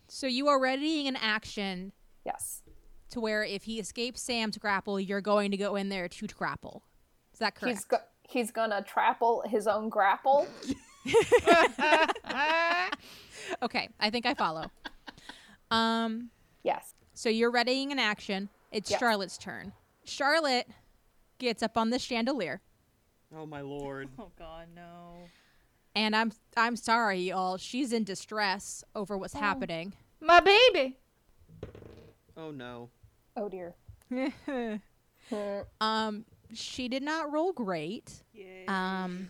Speaker 2: So you are readying an action
Speaker 4: yes,
Speaker 2: to where if he escapes Sam's grapple, you're going to go in there to grapple. Is that correct?
Speaker 4: he's go- he's gonna trapple his own grapple.
Speaker 5: ah,
Speaker 2: okay, I think I follow. um,
Speaker 4: Yes,
Speaker 2: so you're readying an action. It's
Speaker 4: Yes.
Speaker 2: Charlotte's turn. Charlotte gets up on the chandelier,
Speaker 1: Oh my lord.
Speaker 6: Oh god, no.
Speaker 2: and I'm I'm sorry, y'all. She's in distress over what's happening.
Speaker 7: My baby.
Speaker 3: Oh no.
Speaker 4: oh dear. Hmm.
Speaker 2: um, she did not roll great.
Speaker 6: Yay.
Speaker 2: Um,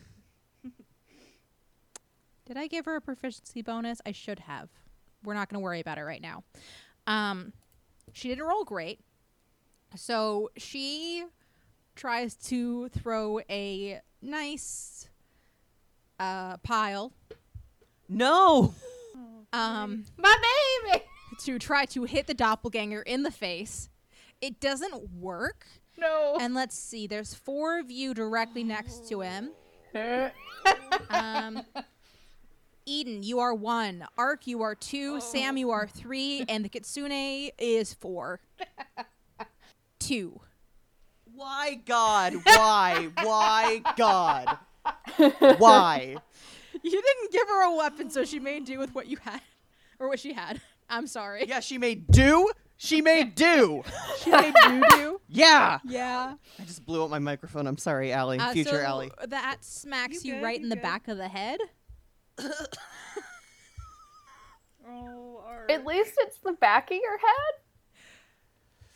Speaker 2: did I give her a proficiency bonus? I should have. We're not going to worry about it right now. Um, she didn't roll great. So she tries to throw a nice uh, pile
Speaker 3: No.
Speaker 2: um,
Speaker 7: My baby.
Speaker 2: to try to hit the doppelganger in the face. It doesn't work.
Speaker 7: No.
Speaker 2: And let's see, there's four of you directly next to him. Um, Eden, you are one. Ark, you are two.
Speaker 3: Oh.
Speaker 2: Sam, you are three. And the Kitsune is four. two.
Speaker 3: Why God? Why? Why God? Why?
Speaker 2: You didn't give her a weapon, so she made do with what you had. Or what she had. I'm sorry.
Speaker 3: Yeah, she made do. She made do.
Speaker 2: She made do do.
Speaker 3: Yeah.
Speaker 2: Yeah.
Speaker 3: I just blew up my microphone. I'm sorry, Allie.
Speaker 2: Uh,
Speaker 3: Future
Speaker 2: so
Speaker 3: Allie.
Speaker 2: That smacks
Speaker 6: You
Speaker 2: you,
Speaker 6: good,
Speaker 2: right
Speaker 6: you
Speaker 2: in the
Speaker 6: good.
Speaker 2: back of the head.
Speaker 6: oh,
Speaker 4: At least it's the back of your head.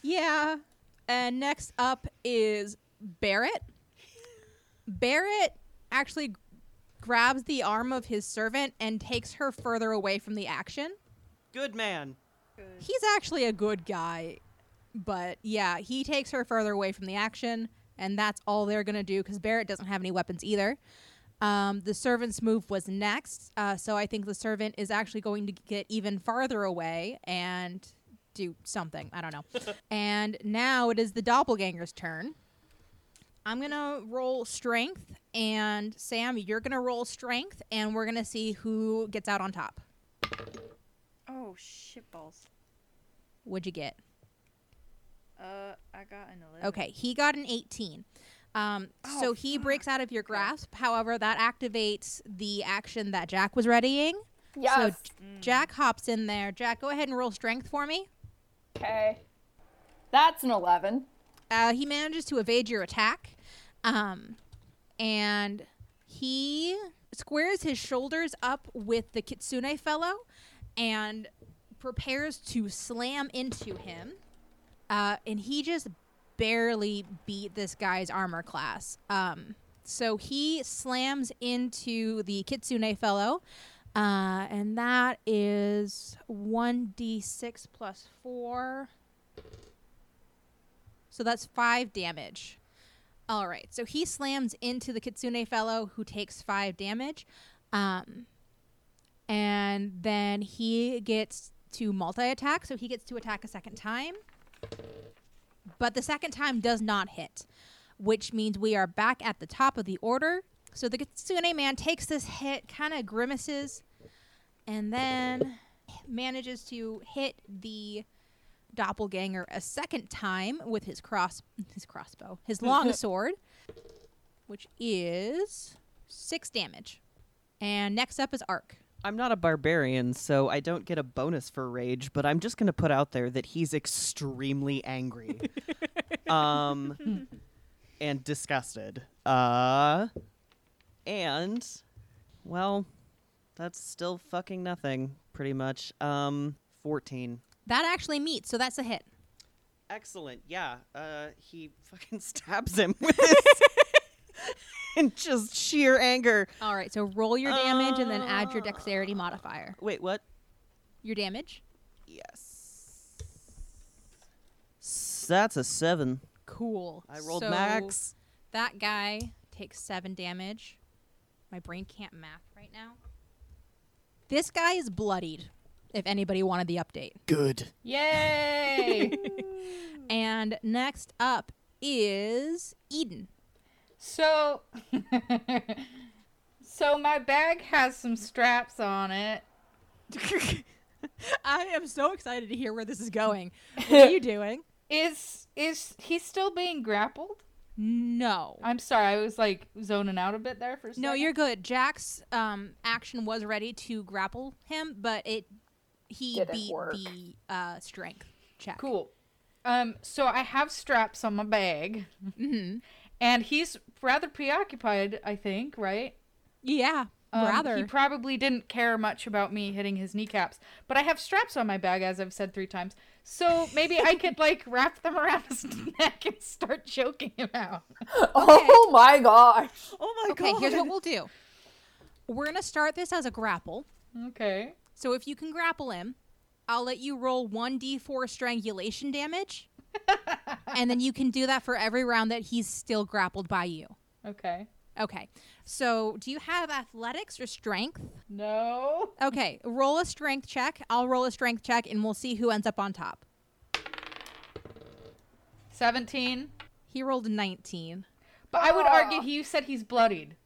Speaker 2: Yeah. And next up is Barrett. Barrett actually grabs the arm of his servant and takes her further away from the action.
Speaker 3: Good man.
Speaker 2: He's actually a good guy, but yeah, he takes her further away from the action, and that's all they're going to do because Barrett doesn't have any weapons either. Um, the servant's move was next, uh, so I think the servant is actually going to get even farther away and do something. I don't know. and now it is the doppelganger's turn. I'm going to roll strength, and Sam, you're going to roll strength, and we're going to see who gets out on top.
Speaker 6: oh shit balls.
Speaker 2: What'd you get?
Speaker 6: Uh, I got an eleven.
Speaker 2: Okay, he got an 18. Um,
Speaker 6: Oh,
Speaker 2: so he breaks out of your grasp. However, that activates the action that Jack was readying. So
Speaker 4: Yes.
Speaker 2: J- Jack hops in there. Jack, go ahead and roll strength for me.
Speaker 4: okay. That's an eleven.
Speaker 2: Uh, he manages to evade your attack. Um, and he squares his shoulders up with the Kitsune fellow and prepares to slam into him. Uh, and he just barely beat this guy's armor class. Um, so he slams into the Kitsune fellow. Uh, and that is 1d6 plus 4. So that's five damage. All right. So he slams into the Kitsune fellow who takes five damage. Um, and then he gets to multi attack. So he gets to attack a second time. But the second time does not hit, which means we are back at the top of the order. So the Kitsune man takes this hit, kind of grimaces, and then manages to hit the doppelganger a second time with his cross his crossbow, his long sword, which is six damage. And next up is Ark.
Speaker 3: I'm not a barbarian, so I don't get a bonus for rage, but I'm just going to put out there that he's extremely angry. um and disgusted. Uh and well, that's still fucking nothing pretty much. Um 14.
Speaker 2: That actually meets, so that's a hit.
Speaker 3: excellent. Yeah. Uh, he fucking stabs him with this. In just sheer anger.
Speaker 2: All right, so roll your damage and then add your dexterity modifier.
Speaker 3: Wait, what?
Speaker 2: Your damage?
Speaker 3: Yes. S- That's a seven.
Speaker 2: Cool.
Speaker 3: I rolled
Speaker 2: So
Speaker 3: max.
Speaker 2: That guy takes seven damage. My brain can't math right now. This guy is bloodied, if anybody wanted the update.
Speaker 3: Good.
Speaker 5: Yay!
Speaker 2: And next up is Eden.
Speaker 5: so
Speaker 7: So my bag has some straps on it.
Speaker 2: I am so excited to hear where this is going. What are you doing?
Speaker 7: Is is he still being grappled?
Speaker 2: No.
Speaker 7: I'm sorry, I was like zoning out a bit there for a second.
Speaker 2: No, you're good. Jack's um, action was ready to grapple him, but it he
Speaker 4: Didn't
Speaker 2: beat
Speaker 4: work.
Speaker 2: the uh, strength check.
Speaker 7: cool. Um, so I have straps on my bag,
Speaker 2: hmm
Speaker 7: and he's rather preoccupied. I think, right?
Speaker 2: Yeah,
Speaker 7: Um,
Speaker 2: rather.
Speaker 7: He probably didn't care much about me hitting his kneecaps, but I have straps on my bag, as I've said three times. So maybe I could like wrap them around his neck and start choking him out.
Speaker 4: Oh my gosh.
Speaker 3: Oh my
Speaker 2: okay,
Speaker 3: god.
Speaker 2: here's what we'll do. We're gonna start this as a grapple.
Speaker 7: Okay.
Speaker 2: So if you can grapple him, I'll let you roll one d4 strangulation damage, and then you can do that for every round that he's still grappled by you.
Speaker 7: Okay.
Speaker 2: Okay. So do you have athletics or strength?
Speaker 7: No.
Speaker 2: Okay, roll a strength check. I'll roll a strength check, and we'll see who ends up on top.
Speaker 7: Seventeen.
Speaker 2: He rolled a 19.
Speaker 7: But I would argue he, you said he's bloodied.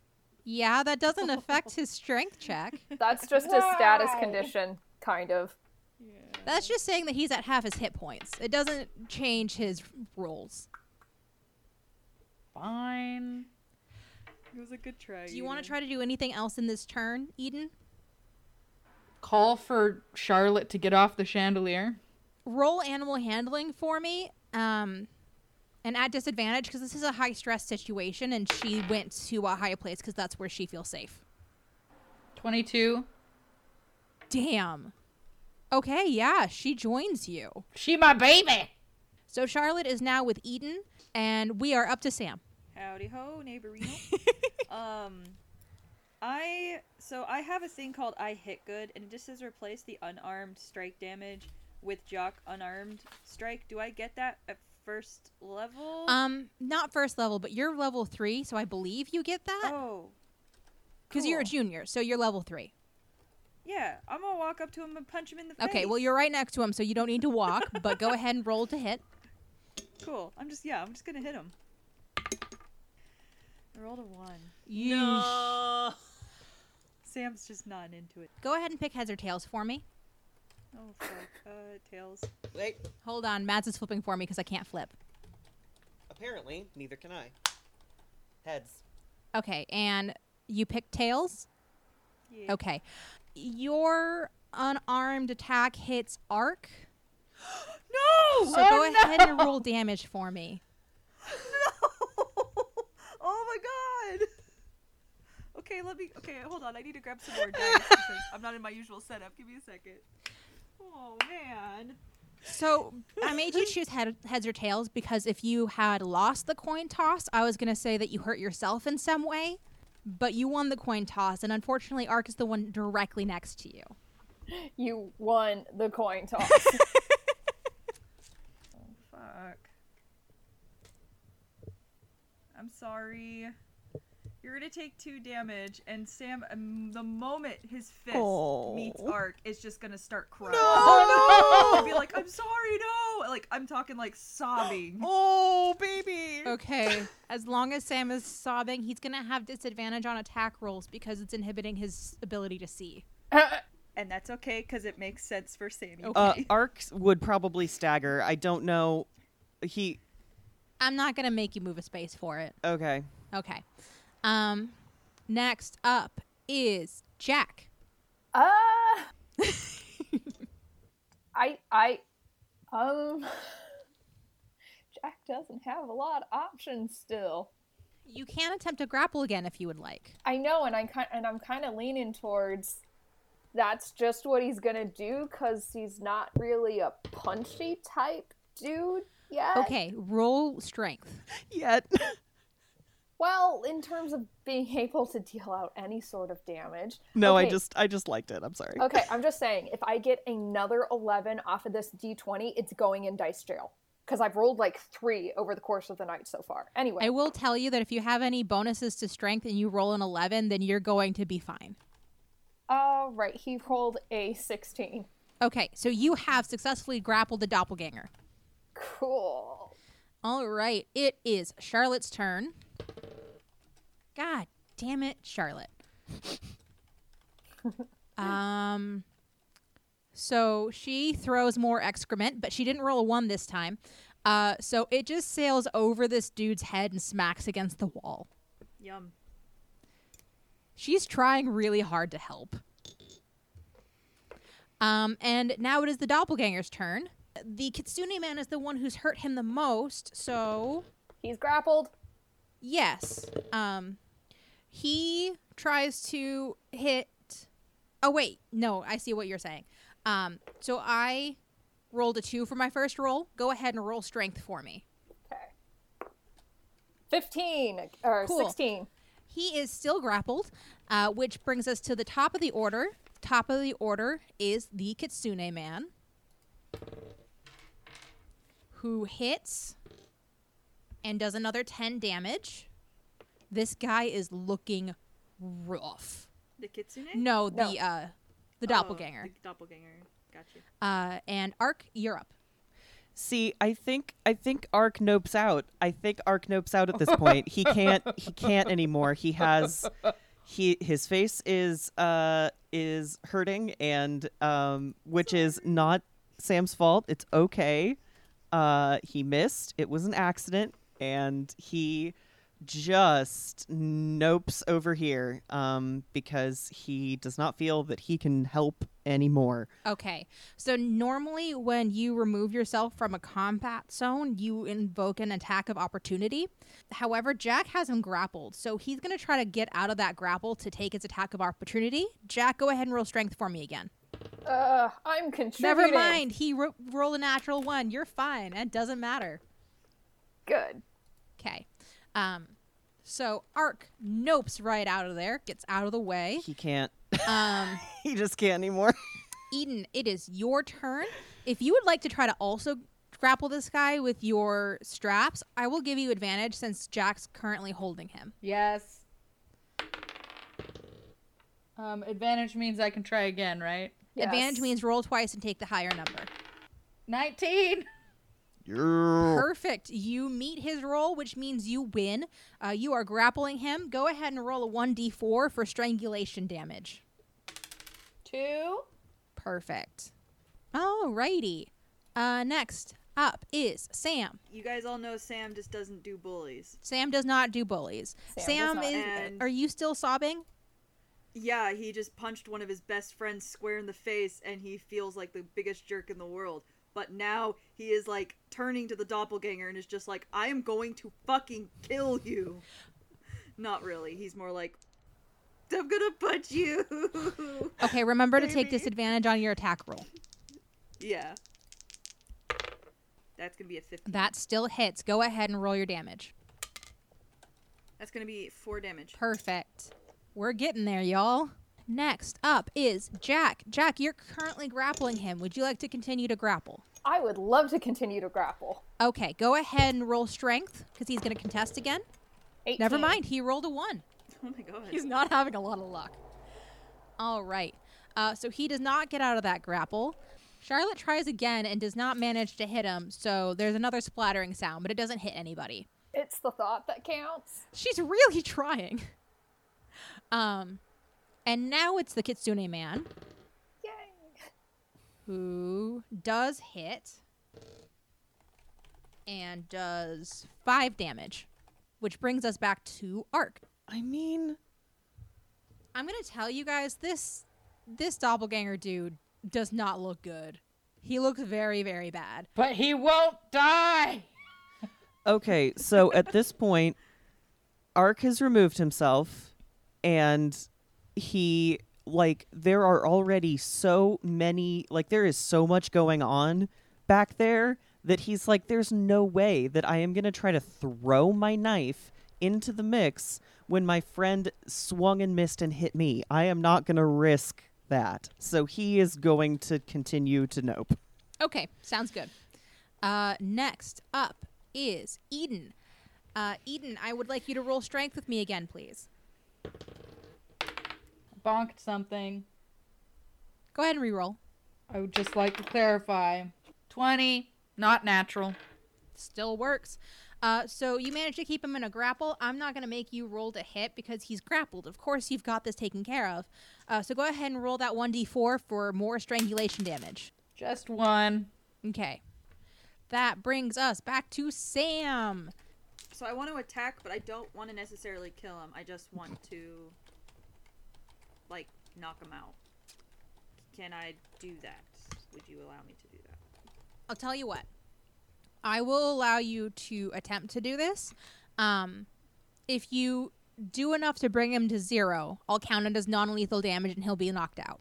Speaker 2: Yeah, that doesn't affect his strength check.
Speaker 4: That's just a status condition, kind of.
Speaker 2: That's just saying that he's at half his hit points. It doesn't change his rolls.
Speaker 7: Fine.
Speaker 5: it was a good try.
Speaker 2: Do you want to try to do anything else in this turn, Eden?
Speaker 7: Call for Charlotte to get off the chandelier.
Speaker 2: Roll animal handling for me, um, and at disadvantage because this is a high stress situation, and she went to a high place because that's where she feels safe.
Speaker 7: Twenty-two.
Speaker 2: Damn. Okay, yeah, she joins you.
Speaker 7: She my baby.
Speaker 2: So Charlotte is now with Eden, and we are up to Sam.
Speaker 6: Howdy ho, neighborino. um, I so I have a thing called I hit good, and it just says replace the unarmed strike damage with jock unarmed strike. Do I get that at first level?
Speaker 2: Um, not first level, but you're level three, so I believe you get that
Speaker 6: oh,
Speaker 2: because you're a
Speaker 6: cool.
Speaker 2: junior, so you're level three.
Speaker 6: yeah. I'm gonna walk up to him and punch him in the face.
Speaker 2: Okay, well you're right next to him, so you don't need to walk, but go ahead and roll to hit.
Speaker 6: cool. I'm just yeah. I'm just gonna hit him. I rolled a one.
Speaker 3: No.
Speaker 6: Sam's just not into it.
Speaker 2: Go ahead and pick heads or tails for me.
Speaker 6: Oh fuck. Uh, tails.
Speaker 3: Wait.
Speaker 2: Hold on, Mads is flipping for me because I can't flip.
Speaker 3: Apparently, neither can I. Heads.
Speaker 2: Okay, and you pick tails.
Speaker 6: Yeah.
Speaker 2: Okay, your unarmed attack hits arc. No. So go ahead and roll damage for me.
Speaker 6: oh my god! Okay, let me. Okay, hold on. I need to grab some more dice because I'm not in my usual setup. Give me a second. Oh man.
Speaker 2: So I made you choose head, heads or tails because if you had lost the coin toss, I was going to say that you hurt yourself in some way, but you won the coin toss, and unfortunately, Ark is the one directly next to you.
Speaker 4: You won the coin toss.
Speaker 6: Fuck. I'm sorry. You're gonna take two damage, and Sam, um, the moment his fist meets Ark, is just gonna start crying.
Speaker 3: Oh,
Speaker 6: No! be like, I'm sorry, no! Like, I'm talking like sobbing.
Speaker 3: Oh, baby.
Speaker 2: Okay. as long as Sam is sobbing, he's going to have disadvantage on attack rolls because it's inhibiting his ability to see.
Speaker 6: And that's okay, because it makes sense for Sammy.
Speaker 3: Uh, Ark would probably stagger. I don't know. He.
Speaker 2: I'm not going to make you move a space for it.
Speaker 3: Okay.
Speaker 2: Okay. Um, next up is Jack.
Speaker 4: Uh, I I um Jack doesn't have a lot of options still.
Speaker 2: You can attempt to grapple again if you would like.
Speaker 4: I know, and I kind and I'm kind of leaning towards that's just what he's gonna do because he's not really a punchy type dude. Yeah.
Speaker 2: Okay, roll strength.
Speaker 3: Yet.
Speaker 4: Well, in terms of being able to deal out any sort of damage.
Speaker 3: no, I
Speaker 4: Okay,
Speaker 3: just I just liked it. I'm sorry.
Speaker 4: Okay, I'm just saying, if I get another 11 off of this d20, it's going in dice jail. Because I've rolled like three over the course of the night so far. Anyway,
Speaker 2: I will tell you that if you have any bonuses to strength and you roll an 11, then you're going to be fine.
Speaker 4: all right, he rolled a 16.
Speaker 2: Okay, so you have successfully grappled the doppelganger.
Speaker 4: Cool.
Speaker 2: All right, it is Charlotte's turn. God damn it, Charlotte. um, so she throws more excrement, but she didn't roll a one this time. Uh, so it just sails over this dude's head and smacks against the wall.
Speaker 5: Yum.
Speaker 2: She's trying really hard to help. Um, and now it is the doppelganger's turn. The Kitsune man is the one who's hurt him the most, so
Speaker 4: He's grappled.
Speaker 2: yes. Um, he tries to hit. Oh, wait. No, I see what you're saying. Um, so I rolled a two for my first roll. Go ahead and roll strength for me.
Speaker 4: Okay. 15 or
Speaker 2: Cool.
Speaker 4: 16.
Speaker 2: He is still grappled, uh, which brings us to the top of the order. Top of the order is the Kitsune Man, who hits and does another 10 damage. This guy is looking rough.
Speaker 5: The kitsune?
Speaker 2: No,
Speaker 4: No.
Speaker 2: the uh, the
Speaker 6: Oh,
Speaker 2: doppelganger.
Speaker 5: the doppelganger. Gotcha.
Speaker 2: Uh, and Arc Europe.
Speaker 3: See, I think I think Ark nopes out. I think Ark nopes out at this point. He can't he can't anymore. He has he his face is uh is hurting and um which is not Sam's fault. It's okay. Uh he missed. It was an accident and he just nopes over here um because he does not feel that he can help anymore.
Speaker 2: Okay. So normally when you remove yourself from a combat zone, you invoke an attack of opportunity. However, Jack has him grappled, so he's going to try to get out of that grapple to take his attack of opportunity. Jack, go ahead and roll strength for me again.
Speaker 4: Uh, I'm contributing.
Speaker 2: Never mind. He ro- rolled a natural one. You're fine. It doesn't matter.
Speaker 4: Good.
Speaker 2: Okay. Um so Ark nopes right out of there, gets out of the way.
Speaker 3: He can't.
Speaker 2: Um
Speaker 3: He just can't anymore.
Speaker 2: Eden, it is your turn. If you would like to try to also grapple this guy with your straps, I will give you advantage since Jack's currently holding him.
Speaker 5: Yes. Um, advantage means I can try again, right?
Speaker 2: Advantage
Speaker 4: Yes.
Speaker 2: means roll twice and take the higher number.
Speaker 5: 19!
Speaker 2: Perfect. You meet his roll, which means you win. Uh, you are grappling him. Go ahead and roll a 1d4 for strangulation damage.
Speaker 4: Two.
Speaker 2: Perfect. Alrighty. Uh, next up is Sam.
Speaker 6: You guys all know Sam just doesn't do bullies.
Speaker 2: Sam does not do bullies. Sam,
Speaker 4: Sam does not.
Speaker 2: is.
Speaker 6: And-
Speaker 2: Are you still sobbing?
Speaker 6: Yeah, he just punched one of his best friends square in the face and he feels like the biggest jerk in the world. But now he is like turning to the doppelganger and is just like, I am going to fucking kill you. Not really. He's more like, I'm gonna punch you.
Speaker 2: Okay, remember to take disadvantage on your attack roll.
Speaker 6: yeah. That's gonna be a 15.
Speaker 2: That still hits. Go ahead and roll your damage.
Speaker 6: That's gonna be four damage.
Speaker 2: Perfect. We're getting there, y'all. Next up is Jack. Jack, you're currently grappling him. Would you like to continue to grapple?
Speaker 4: I would love to continue to grapple.
Speaker 2: Okay, go ahead and roll strength because he's going to contest again.
Speaker 4: 18.
Speaker 2: Never mind, he rolled a one.
Speaker 6: Oh my god.
Speaker 2: He's not having a lot of luck. All right. Uh, so he does not get out of that grapple. Charlotte tries again and does not manage to hit him, so there's another splattering sound, but it doesn't hit anybody.
Speaker 4: It's the thought that counts.
Speaker 2: She's really trying. Um, and now it's the Kitsune man
Speaker 4: Yay.
Speaker 2: who does hit and does five damage, which brings us back to Ark.
Speaker 3: I mean,
Speaker 2: I'm gonna tell you guys this: this doppelganger dude does not look good. He looks very, very bad.
Speaker 5: But he won't die!
Speaker 3: Okay, so at this point, Ark has removed himself, and he like there are already so many like there is so much going on back there that he's like, there's no way that I am going to try to throw my knife into the mix when my friend swung and missed and hit me. I am not going to risk that. So he is going to continue to nope.
Speaker 2: Okay, sounds good. Uh, next up is Eden. Uh, Eden, I would like you to roll strength with me again, please.
Speaker 5: Bonked something.
Speaker 2: Go ahead and re-roll.
Speaker 5: I would just like to clarify. 20, not natural.
Speaker 2: Still works. Uh, so you managed to keep him in a grapple. I'm not going to make you roll to hit because he's grappled. Of course, you've got this taken care of. Uh, so go ahead and roll that 1d4 for more strangulation damage.
Speaker 5: Just one.
Speaker 2: Okay. That brings us back to Sam.
Speaker 6: So I want to attack, but I don't want to necessarily kill him. I just want to, like, knock him out. Can I do that? Would you allow me to do that?
Speaker 2: I'll tell you what. I will allow you to attempt to do this. Um, if you do enough to bring him to zero, I'll count it as non lethal damage and he'll be knocked out.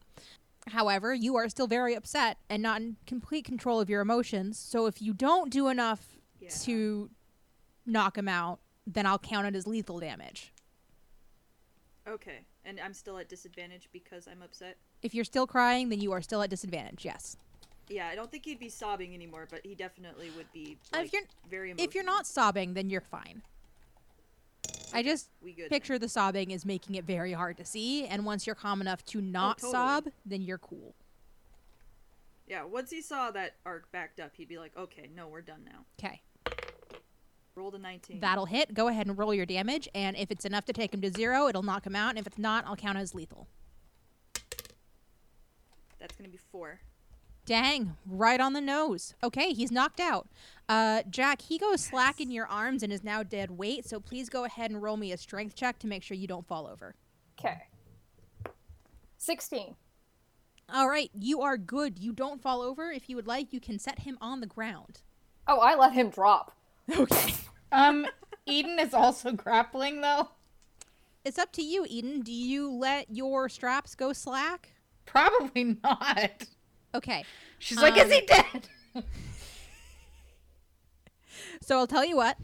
Speaker 2: However, you are still very upset and not in complete control of your emotions. So if you don't do enough
Speaker 6: Yeah.
Speaker 2: to knock him out, then I'll count it as lethal damage.
Speaker 6: Okay. And I'm still at disadvantage because I'm upset.
Speaker 2: If you're still crying, then you are still at disadvantage. Yes.
Speaker 6: Yeah, I don't think he'd be sobbing anymore, but he definitely would be
Speaker 2: Uh, if
Speaker 6: like,
Speaker 2: you're-
Speaker 6: very emotional.
Speaker 2: If you're not sobbing, then you're fine. I just
Speaker 6: we good. then.
Speaker 2: picture the sobbing is making it very hard to see, and once you're calm enough to not
Speaker 6: Oh, totally.
Speaker 2: sob, then you're cool.
Speaker 6: Yeah, once he saw that arc backed up, he'd be like, "Okay, no, we're done now."
Speaker 2: Okay.
Speaker 6: Roll a 19.
Speaker 2: That'll hit. Go ahead and roll your damage, and if it's enough to take him to zero, it'll knock him out, and if it's not, I'll count it as lethal.
Speaker 6: That's going to be 4.
Speaker 2: Dang, right on the nose. Okay, he's knocked out. Uh, Jack, he goes slack in your arms and is now dead weight, so please go ahead and roll me a strength check to make sure you don't fall over.
Speaker 4: Okay. 16.
Speaker 2: All right, you are good. You don't fall over. If you would like, you can set him on the ground.
Speaker 4: Oh, I let him drop.
Speaker 2: Okay.
Speaker 5: Um, Eden is also grappling though.
Speaker 2: It's up to you, Eden. Do you let your straps go slack?
Speaker 5: Probably not. Um,
Speaker 2: Okay.
Speaker 5: She's like, is he dead?
Speaker 2: So I'll tell you what.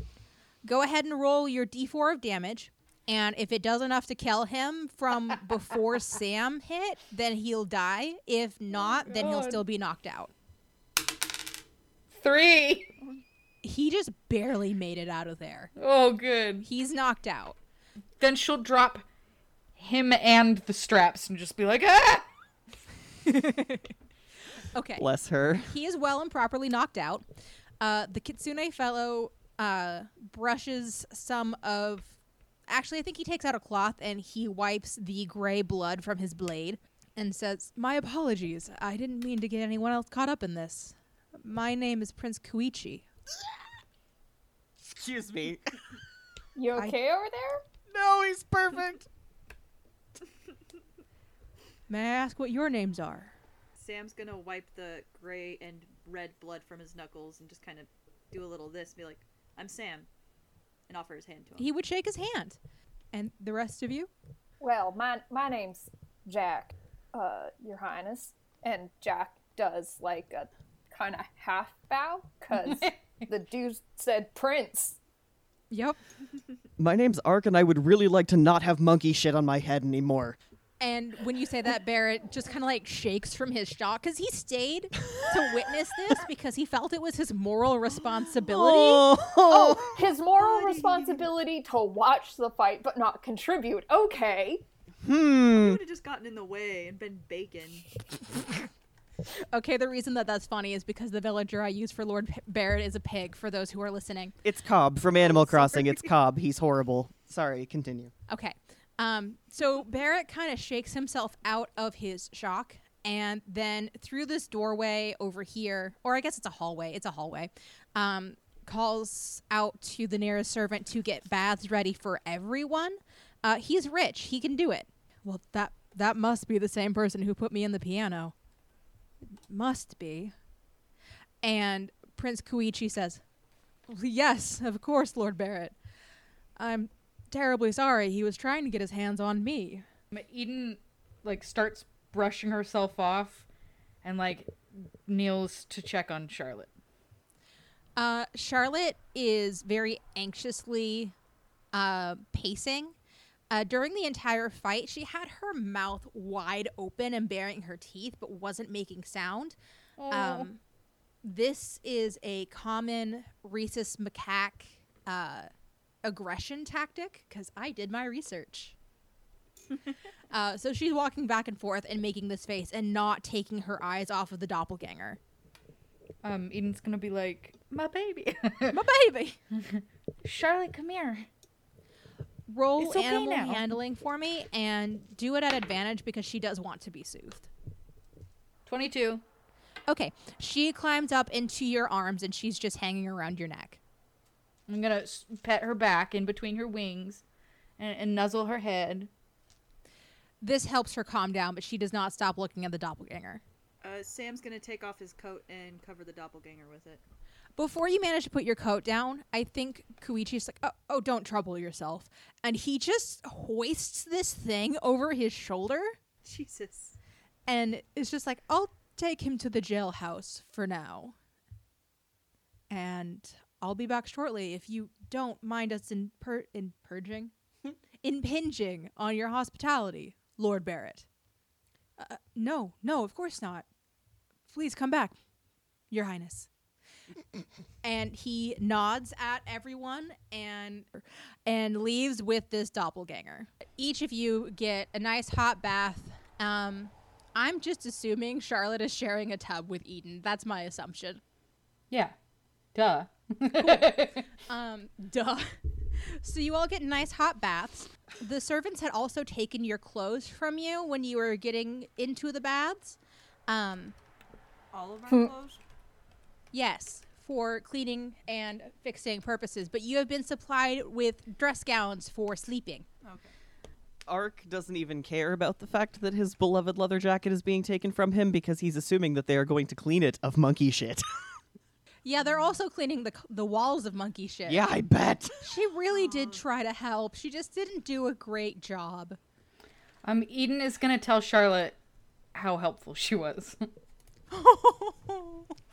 Speaker 2: Go ahead and roll your d4 of damage. And if it does enough to kill him from before Sam hit, then he'll die. If not, then he'll
Speaker 5: God.
Speaker 2: still be knocked out.
Speaker 5: Three.
Speaker 2: He just barely made it out of there.
Speaker 5: Oh, good.
Speaker 2: He's knocked out.
Speaker 5: Then she'll drop him and the straps and just be like, ah.
Speaker 2: Okay.
Speaker 3: Bless her.
Speaker 2: He is well and properly knocked out. Uh, the Kitsune fellow uh, brushes some of. Actually, I think he takes out a cloth and he wipes the gray blood from his blade and says, My apologies. I didn't mean to get anyone else caught up in this. My name is Prince Koichi.
Speaker 3: Excuse me.
Speaker 4: You
Speaker 2: I-
Speaker 4: okay over there?
Speaker 3: No, he's perfect.
Speaker 2: May I ask what your names are?
Speaker 6: Sam's going to wipe the gray and red blood from his knuckles and just kind of do a little this and be like, "I'm Sam." And offer his hand to him.
Speaker 2: He would shake his hand. And the rest of you?
Speaker 4: Well, my my name's Jack, uh, Your Highness, and Jack does like a kind of half bow because the dude said Prince.
Speaker 2: Yep.
Speaker 3: My name's Ark, and I would really like to not have monkey shit on my head anymore.
Speaker 2: And when you say that, Barrett just kind of like shakes from his shock because he stayed to witness this because he felt it was his moral responsibility.
Speaker 4: Oh, his moral responsibility to watch the fight but not contribute. Okay.
Speaker 6: He
Speaker 3: Hmm.
Speaker 6: would have just gotten in the way and been bacon.
Speaker 2: Okay, the reason that that's funny is because the villager I use for Lord P- Barrett is a pig. For those who are listening,
Speaker 3: It's Cobb from Animal Crossing. It's Cobb. He's horrible. Sorry, continue.
Speaker 2: okay. Um, so Barrett kind of shakes himself out of his shock, and then through this doorway over here, or I guess it's a hallway. It's a hallway. Um, calls out to the nearest servant to get baths ready for everyone. Uh, he's rich. He can do it. Well, that that must be the same person who put me in the piano. Must be. And Prince Kuichi says, "Yes, of course, Lord Barrett. I'm terribly sorry. He was trying to get his hands on me."
Speaker 5: Eden like starts brushing herself off and like kneels to check on Charlotte.
Speaker 2: Uh, Charlotte is very anxiously uh, pacing. Uh, during the entire fight, she had her mouth wide open and baring her teeth, but wasn't making sound. Um, this is a common rhesus macaque uh, aggression tactic because I did my research. uh, so she's walking back and forth and making this face and not taking her eyes off of the doppelganger.
Speaker 5: Um, Eden's gonna be like, my baby.
Speaker 2: My baby!
Speaker 7: Charlotte, come here.
Speaker 2: Roll
Speaker 7: It's okay
Speaker 2: animal
Speaker 7: now.
Speaker 2: handling for me and do it at advantage because she does want to be soothed.
Speaker 5: Twenty-two.
Speaker 2: Okay, she climbs up into your arms and she's just hanging around your neck.
Speaker 5: I'm gonna s- pet her back in between her wings, and, and nuzzle her head.
Speaker 2: This helps her calm down, but she does not stop looking at the doppelganger.
Speaker 6: Uh, Sam's gonna take off his coat and cover the doppelganger with it.
Speaker 2: Before you manage to put your coat down, I think Koichi's like, oh, oh, don't trouble yourself. And he just hoists this thing over his shoulder
Speaker 6: Jesus.
Speaker 2: and is just like, I'll take him to the jailhouse for now. And I'll be back shortly if you don't mind us in, pur- in purging, impinging on your hospitality, Lord Barrett. Uh, no, no, of course not. Please come back, Your Highness. and he nods at everyone and and leaves with this doppelganger. Each of you get a nice hot bath. Um, I'm just assuming Charlotte is sharing a tub with Eden. That's my assumption.
Speaker 5: Yeah, duh.
Speaker 2: Um, duh. So you all get nice hot baths. The servants had also taken your clothes from you when you were getting into the baths. Um,
Speaker 6: All of our clothes.
Speaker 2: yes, for cleaning and fixing purposes, but you have been supplied with dress gowns for sleeping.
Speaker 3: Ark doesn't even care about the fact that his beloved leather jacket is being taken from him because he's assuming that they are going to clean it of monkey shit.
Speaker 2: Yeah, they're also cleaning the the walls of monkey shit.
Speaker 3: yeah, I bet.
Speaker 2: She really did try to help. She just didn't do a great job.
Speaker 5: Um, Eden is gonna tell Charlotte how helpful she was.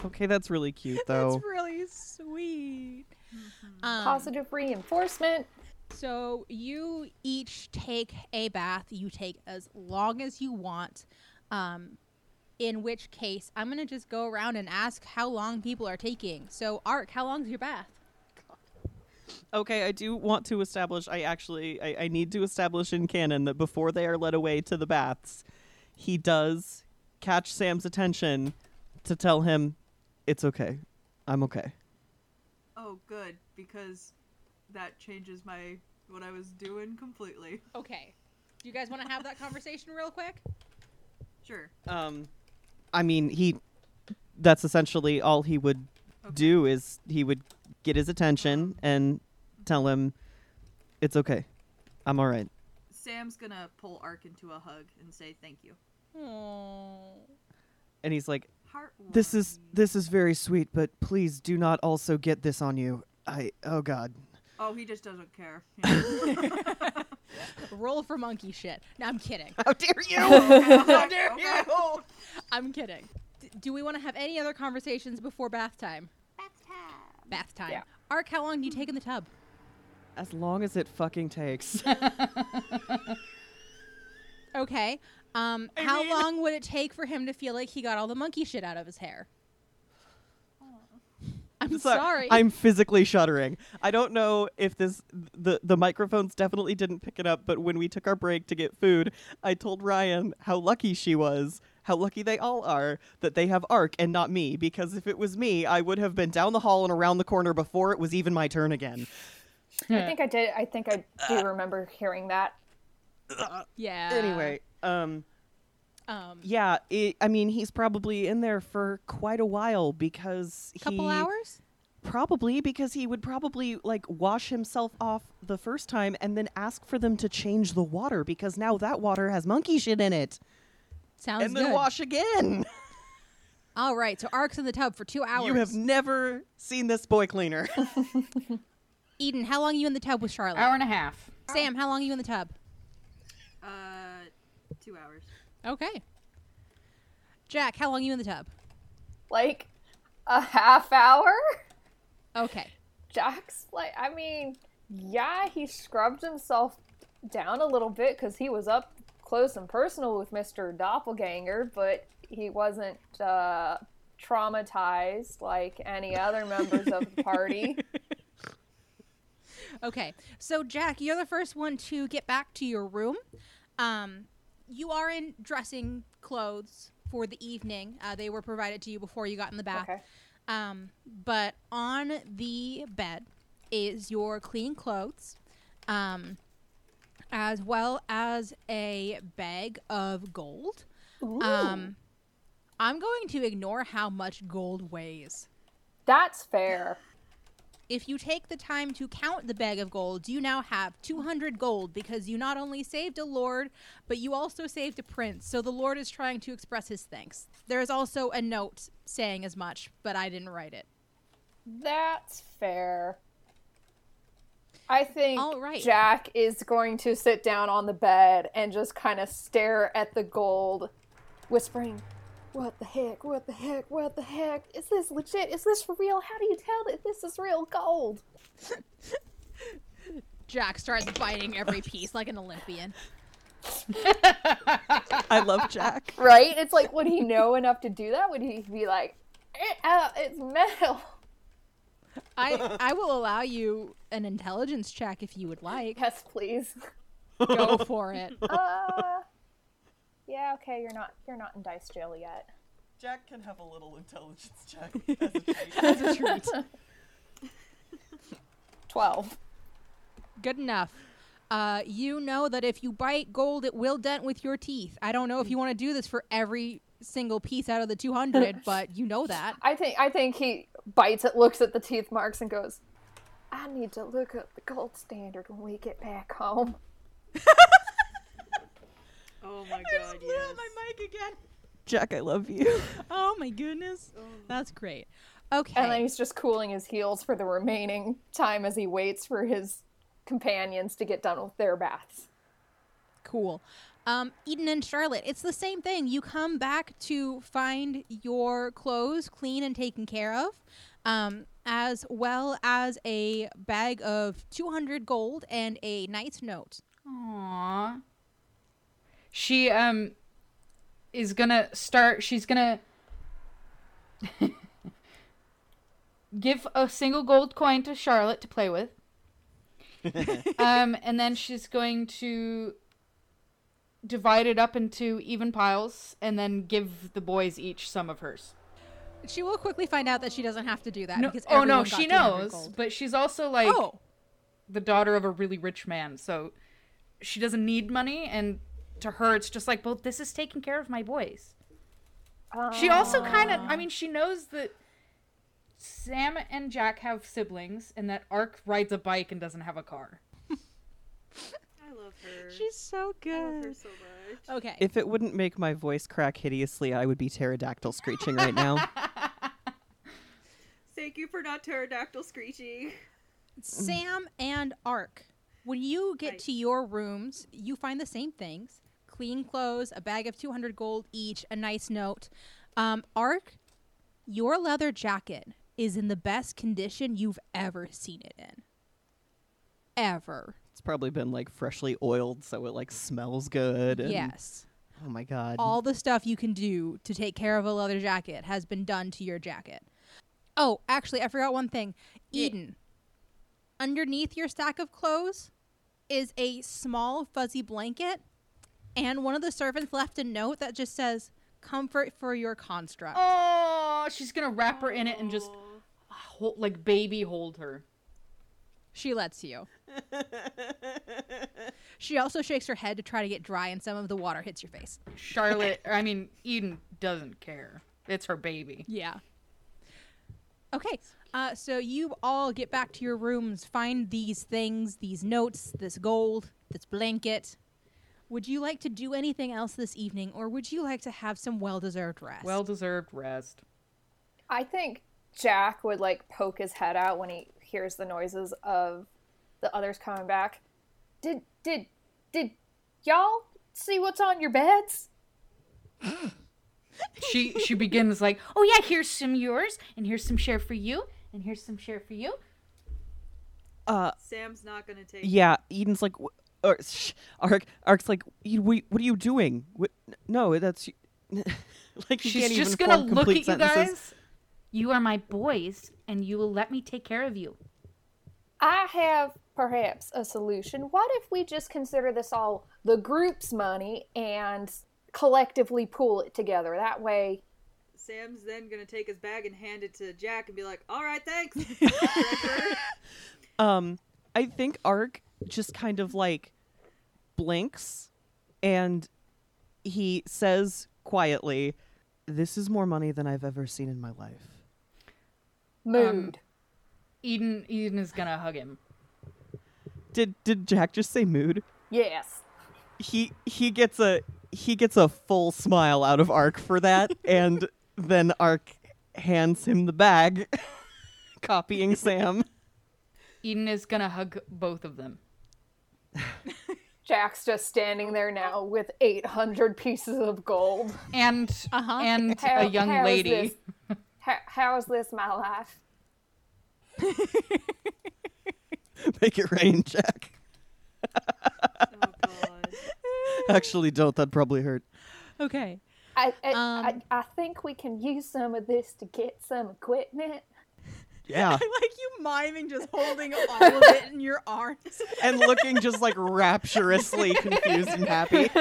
Speaker 3: Okay, that's really cute though.
Speaker 2: That's really sweet. Um,
Speaker 4: Positive reinforcement.
Speaker 2: so you each take a bath. You take as long as you want. Um, in which case, I'm gonna just go around and ask how long people are taking. So, Ark, how long's your bath?
Speaker 3: Okay, I do want to establish. I actually, I, I need to establish in canon that before they are led away to the baths, he does catch Sam's attention to tell him, "It's okay, I'm okay."
Speaker 6: Oh, good, because that changes my what I was doing completely.
Speaker 2: Okay. Do you guys want to have that conversation real quick?
Speaker 6: Sure.
Speaker 3: Um, I mean, he. That's essentially all he would do is he would get his attention and tell him, "It's okay, I'm all right."
Speaker 6: Sam's gonna pull Ark into a hug and say thank you.
Speaker 3: And he's like,
Speaker 6: Heart.
Speaker 3: This is this is very sweet, but please do not also get this on you. I oh god.
Speaker 6: Oh, he just doesn't care. Yeah.
Speaker 2: Roll for monkey shit. No, I'm kidding.
Speaker 3: How dare you?
Speaker 6: Okay.
Speaker 2: I'm kidding. D- do we want to have any other conversations before bath time? Bath time.
Speaker 7: Yeah.
Speaker 2: Ark, how long do you take in the tub?
Speaker 3: as long as it fucking takes.
Speaker 2: Okay. Um, how long would it take for him to feel like he got all the monkey shit out of his hair? I'm
Speaker 3: So-
Speaker 2: sorry.
Speaker 3: I'm physically shuddering. I don't know if this the the microphones definitely didn't pick it up, but when we took our break to get food, I told Ryan how lucky she was, how lucky they all are that they have Ark and not me, because if it was me, I would have been down the hall and around the corner before it was even my turn again.
Speaker 2: Hmm.
Speaker 4: I think I did. I think I
Speaker 2: Uh.
Speaker 4: do remember hearing that.
Speaker 2: yeah.
Speaker 3: Anyway, um
Speaker 2: Uh, um,
Speaker 3: yeah, it, I mean, he's probably in there for quite a while because
Speaker 2: couple
Speaker 3: he,
Speaker 2: hours.
Speaker 3: Probably because he would probably like wash himself off the first time and then ask for them to change the water because now that water has monkey shit in it.
Speaker 2: Sounds
Speaker 3: and then
Speaker 2: good.
Speaker 3: wash again.
Speaker 2: all right. So Ark's in the tub for two hours.
Speaker 3: You have never seen this boy cleaner.
Speaker 2: Eden, how long are you in the tub with Charlotte?
Speaker 5: Hour and a half.
Speaker 2: Sam, how long are you in the tub?
Speaker 6: Uh, two hours.
Speaker 2: Okay. Jack, how long are you in the tub?
Speaker 4: Like a half hour?
Speaker 2: Okay.
Speaker 4: Jack's like, I mean, yeah, he scrubbed himself down a little bit because he was up close and personal with Mr. Doppelganger, but he wasn't uh, traumatized like any other members of the party.
Speaker 2: Okay. So Jack, you're the first one to get back to your room. Um, you are in dressing clothes for the evening. Uh, they were provided to you before you got in the bath.
Speaker 4: Okay.
Speaker 2: Um, but on the bed is your clean clothes, um, as well as a bag of gold. Um, I'm going to ignore how much gold weighs.
Speaker 4: That's fair.
Speaker 2: If you take the time to count the bag of gold, you now have 200 gold because you not only saved a lord, but you also saved a prince. So the lord is trying to express his thanks. There is also a note saying as much, but I didn't write it.
Speaker 4: That's fair. I think
Speaker 2: All right.
Speaker 4: Jack is going to sit down on the bed and just kind of stare at the gold, whispering, What the heck? What the heck? What the heck? Is this legit? Is this for real? How do you tell that this is real gold?
Speaker 2: Jack starts biting every piece like an Olympian.
Speaker 3: I love Jack.
Speaker 4: Right? It's like, would he know enough to do that? Would he be like, "Eh, uh, It's metal?
Speaker 2: I, I will allow you an intelligence check if you would like.
Speaker 4: Yes, please.
Speaker 2: Go for it.
Speaker 4: Uh, yeah, okay, you're not you're not in dice jail yet.
Speaker 3: Jack can have a little intelligence check as a treat.
Speaker 4: Twelve.
Speaker 2: Good enough. Uh, you know that if you bite gold, it will dent with your teeth. I don't know if you want to do this for every single piece out of the 200, but you know that.
Speaker 4: I think I think he bites it, looks at the teeth marks, and goes, "I need to look up the gold standard when we get back home."
Speaker 6: Oh my god, yes.
Speaker 2: mic again.
Speaker 3: Jack, I love you.
Speaker 2: Oh my goodness. That's great. Okay.
Speaker 4: And then he's just cooling his heels for the remaining time as he waits for his companions to get done with their baths.
Speaker 2: Cool. Um, Eden and Charlotte, it's the same thing. You come back to find your clothes clean and taken care of, um, as well as a bag of 200 gold and a nice note.
Speaker 5: Aww. She um is gonna start. She's gonna give a single gold coin to Charlotte to play with. um, and then she's going to divide it up into even piles, and then give the boys each some of hers.
Speaker 2: She will quickly find out that she doesn't have to do that.
Speaker 5: No,
Speaker 2: because
Speaker 5: oh
Speaker 2: everyone
Speaker 5: no,
Speaker 2: got
Speaker 5: she
Speaker 2: 200
Speaker 5: knows,
Speaker 2: gold.
Speaker 5: but she's also like
Speaker 2: oh,
Speaker 5: the daughter of a really rich man, so she doesn't need money. And to her, it's just like, well, this is taking care of my boys. She also kind of, I mean, she knows that Sam and Jack have siblings, and that Ark rides a bike and doesn't have a car.
Speaker 6: I love her.
Speaker 2: she's so
Speaker 6: I love her
Speaker 2: good.
Speaker 6: so much.
Speaker 2: Okay.
Speaker 3: If it wouldn't make my voice crack hideously, I would be pterodactyl screeching right now.
Speaker 6: Thank you for not pterodactyl screeching.
Speaker 2: Sam and Ark, when you get
Speaker 6: I-
Speaker 2: to your rooms, you find the same things clean clothes, a bag of 200 gold each, a nice note. Um, Ark, your leather jacket is in the best condition you've ever seen it in. Ever.
Speaker 3: It's probably been like freshly oiled, so it like smells good. and-
Speaker 2: Yes.
Speaker 3: Oh my god.
Speaker 2: all the stuff you can do to take care of a leather jacket has been done to your jacket. Oh, actually, I forgot one thing. Eden, underneath your stack of clothes is a small fuzzy blanket, and one of the servants left a note that just says, Comfort for your construct.
Speaker 5: Oh, she's gonna wrap her in it and just hold, like baby hold her.
Speaker 2: She lets you. she also shakes her head to try to get dry, and some of the water hits your face.
Speaker 5: Charlotte, I mean, Eden doesn't care. It's her baby.
Speaker 2: Yeah. Okay. Uh, so you all get back to your rooms, find these things, these notes, this gold, this blanket. Would you like to do anything else this evening, or would you like to have some well deserved rest?
Speaker 5: Well deserved rest.
Speaker 4: I think Jack would like poke his head out when he hears the noises of the others coming back. Did did did y'all see what's on your beds?
Speaker 5: She she begins like,
Speaker 7: Oh yeah, here's some yours, and here's some share for you, and here's some share for you.
Speaker 3: Uh,
Speaker 6: Sam's not gonna take.
Speaker 3: yeah. Eden's like, "Wh- or, shh, Ark, Ark's like, "You- we, what are you doing? What, n- no, that's like you
Speaker 5: She's
Speaker 3: can't
Speaker 5: just
Speaker 3: even
Speaker 5: gonna
Speaker 3: form
Speaker 5: look at
Speaker 3: complete
Speaker 5: you
Speaker 3: sentences.
Speaker 5: guys.
Speaker 7: You are my boys, and you will let me take care of you.
Speaker 4: I have perhaps a solution. What if we just consider this all the group's money and collectively pool it together? That way,
Speaker 6: Sam's then gonna take his bag and hand it to Jack and be like, "All right, thanks."
Speaker 3: Um, I think Ark just kind of like blinks, and he says quietly, "This is more money than I've ever seen in my life."
Speaker 4: mood.
Speaker 5: Eden Eden is gonna hug him.
Speaker 3: Did did Jack just say mood?
Speaker 4: yes.
Speaker 3: he he gets a he gets a full smile out of Ark for that, and then Ark hands him the bag, copying Sam.
Speaker 5: Eden is gonna hug both of them.
Speaker 4: Jack's just standing there now with 800 pieces of gold.
Speaker 5: And
Speaker 2: Uh-huh.
Speaker 5: and
Speaker 4: How-
Speaker 5: a young
Speaker 4: how is
Speaker 5: lady.
Speaker 4: this- How, how is this my life?
Speaker 3: Make it rain, Jack.
Speaker 6: oh god.
Speaker 3: Actually, don't. That probably hurt.
Speaker 2: Okay.
Speaker 4: I, I,
Speaker 2: Um,
Speaker 4: I, I think we can use some of this to get some equipment.
Speaker 3: Yeah,
Speaker 2: I like you miming just holding all of it in your arms.
Speaker 3: and looking just like rapturously confused and happy.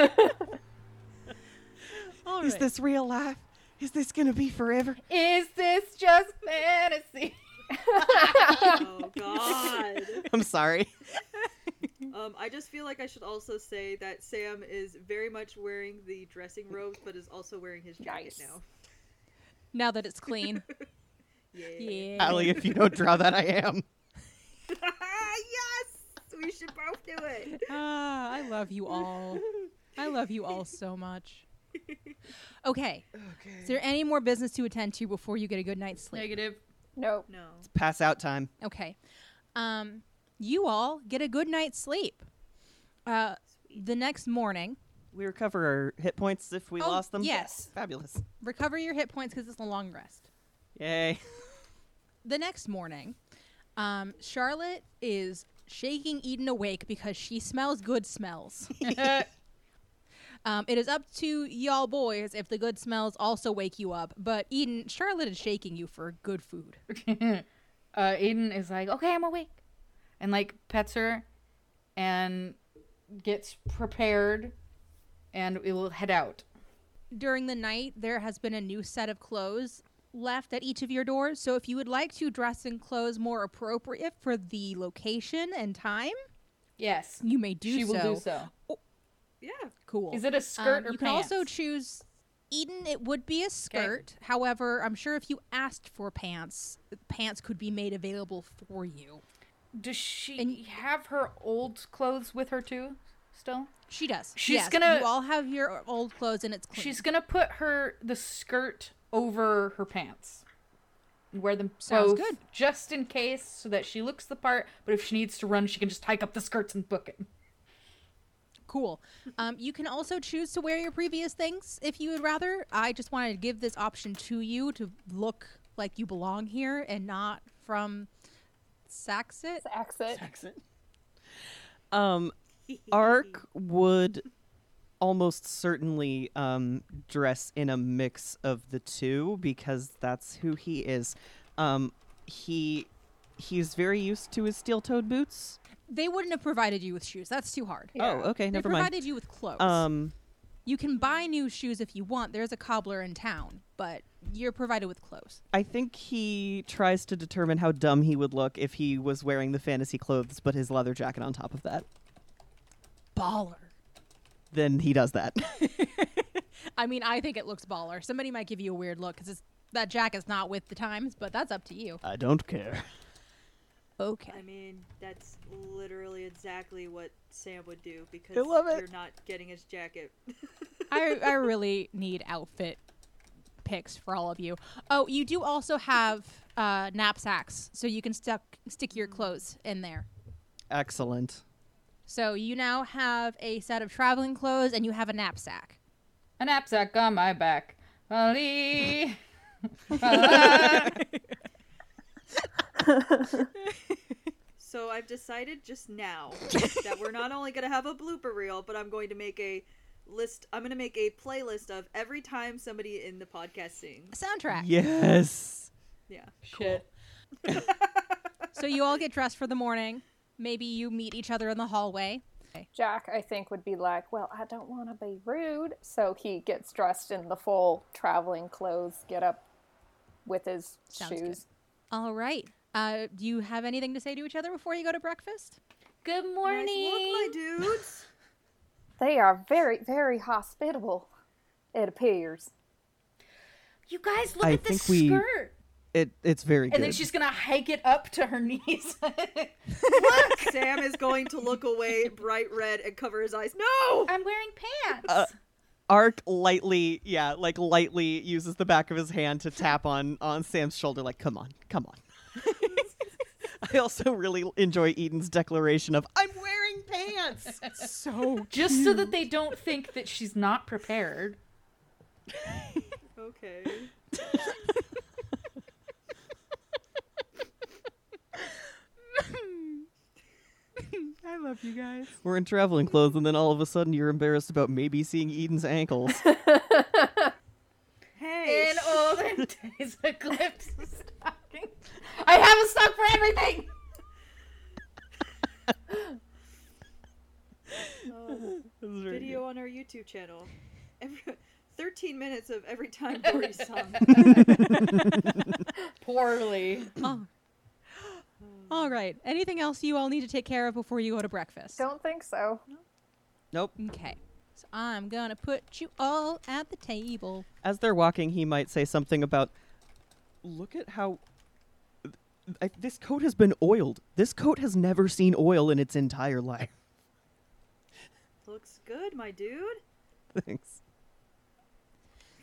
Speaker 2: All
Speaker 3: Is
Speaker 2: right.
Speaker 3: this real life? Is this gonna be forever?
Speaker 7: Is this just fantasy?
Speaker 6: Oh god.
Speaker 3: I'm sorry.
Speaker 6: Um, I just feel like I should also say that Sam is very much wearing the dressing robes, but is also wearing his jacket
Speaker 4: Nice.
Speaker 6: now.
Speaker 2: now that it's clean?
Speaker 6: Yeah.
Speaker 2: Yeah.
Speaker 3: Allie, if you don't draw that, I am.
Speaker 6: yes, we should both do it.
Speaker 2: Ah, I love you all. I love you all so much. Okay. Is there any more business to attend to before you get a good night's sleep?
Speaker 5: Negative.
Speaker 4: Nope.
Speaker 6: No.
Speaker 3: Pass out time.
Speaker 2: Okay. Um, you all get a good night's sleep. Uh, the next morning,
Speaker 3: We recover our hit points if we
Speaker 2: Oh,
Speaker 3: lost them.
Speaker 2: yes.
Speaker 3: Fabulous.
Speaker 2: recover your hit points because it's a long rest.
Speaker 3: Yay.
Speaker 2: the next morning, um, Charlotte is shaking Eden awake because she smells good smells. um, it is up to y'all boys if the good smells also wake you up, but Eden, Charlotte is shaking you for good food.
Speaker 5: uh, Eden is like, okay, I'm awake, and like pets her, and gets prepared, and we will head out.
Speaker 2: During the night, there has been a new set of clothes left at each of your doors, so if you would like to dress in clothes more appropriate for the location and time,
Speaker 5: Yes,
Speaker 2: you may do
Speaker 5: she
Speaker 2: so.
Speaker 5: will do so.
Speaker 6: Yeah.
Speaker 2: Cool.
Speaker 5: Is it a skirt
Speaker 2: Um,
Speaker 5: or
Speaker 2: you
Speaker 5: pants?
Speaker 2: can also choose Eden. It would be a skirt. However, I'm sure if you asked for pants, pants could be made available for you.
Speaker 5: Does she
Speaker 2: and-
Speaker 5: have her old clothes with her too? Still,
Speaker 2: She does.
Speaker 5: She's
Speaker 2: Yes,
Speaker 5: gonna-
Speaker 2: You all have your old clothes, and it's clean.
Speaker 5: she's gonna put her the skirt over her pants. And wear them
Speaker 2: Sounds
Speaker 5: both
Speaker 2: good.
Speaker 5: just in case, so that she looks the part. But if she needs to run, she can just hike up the skirts and book it.
Speaker 2: cool. Um, you can also choose to wear your previous things if you would rather. I just wanted to give this option to you to look like you belong here and not from Saxit.
Speaker 4: Accent.
Speaker 3: Um, Ark would almost certainly um, dress in a mix of the two because that's who he is. Um, he he's very used to his steel-toed boots.
Speaker 2: They wouldn't have provided you with shoes. That's too hard.
Speaker 3: Oh, okay,
Speaker 2: They
Speaker 3: never
Speaker 2: provided
Speaker 3: mind.
Speaker 2: you with clothes.
Speaker 3: Um,
Speaker 2: You can buy new shoes if you want. There's a cobbler in town, but you're provided with clothes.
Speaker 3: I think he tries to determine how dumb he would look if he was wearing the fantasy clothes but his leather jacket on top of that.
Speaker 2: Baller.
Speaker 3: Then he does that.
Speaker 2: I mean, I think it looks baller. Somebody might give you a weird look because that jacket's not with the times, but that's up to you.
Speaker 3: I don't care.
Speaker 2: Okay.
Speaker 6: I mean, that's literally exactly what Sam would do because
Speaker 3: I love it.
Speaker 6: you're not getting his jacket.
Speaker 2: I, I really need outfit picks for all of you. Oh, you do also have uh, knapsacks, so you can stuck, stick your clothes in there.
Speaker 3: Excellent.
Speaker 2: So you now have a set of traveling clothes and you have a knapsack.
Speaker 5: A knapsack on my back. Ali.
Speaker 6: So I've decided just now that we're not only going to have a blooper reel, but I'm going to make a list. I'm going to make a playlist of every time somebody in the podcast sings.
Speaker 2: Soundtrack.
Speaker 3: yes.
Speaker 6: Yeah.
Speaker 5: Shit.
Speaker 2: So you all get dressed for the morning. Maybe you meet each other in the hallway.
Speaker 4: Jack, I think, would be like, Well, I don't want to be rude. So he gets dressed in the full traveling clothes, get up with his
Speaker 2: Sounds
Speaker 4: shoes.
Speaker 2: All right. Uh, do you have anything to say to each other before you go to breakfast?
Speaker 7: Good
Speaker 6: Nice look,
Speaker 7: morning.
Speaker 6: my dudes.
Speaker 4: They are very, very hospitable, it appears.
Speaker 7: You guys, look
Speaker 3: I
Speaker 7: at this
Speaker 3: think we-
Speaker 7: skirt.
Speaker 3: It it's very
Speaker 7: And
Speaker 3: good.
Speaker 7: then she's gonna hike it up to her knees.
Speaker 6: Sam is going to look away, bright red, and cover his eyes. No!
Speaker 7: I'm wearing pants.
Speaker 3: Uh, Ark lightly, yeah, like lightly uses the back of his hand to tap on on Sam's shoulder, like, come on, come on. I also really enjoy Eden's declaration of I'm wearing pants.
Speaker 2: So
Speaker 7: just so that they don't think that she's not prepared.
Speaker 6: Okay.
Speaker 2: I love you guys.
Speaker 3: We're in traveling clothes, and then all of a sudden you're embarrassed about maybe seeing Eden's ankles.
Speaker 6: Hey.
Speaker 7: In olden days, Eclipse stocking. I have a stock for everything.
Speaker 6: Oh,
Speaker 3: This is very
Speaker 6: video on our YouTube channel. Every, 13 minutes of every time Dory sung.
Speaker 7: Poorly.
Speaker 2: Oh. All right. Anything else you all need to take care of before you go to breakfast?
Speaker 4: Don't think so.
Speaker 3: good. Nope.
Speaker 2: Okay. So I'm gonna put you all at the table.
Speaker 3: As they're walking, he might say something about, "Look at how." I, this coat has been oiled. This coat has never seen oil in its entire life.
Speaker 6: Looks good, my dude.
Speaker 3: Thanks.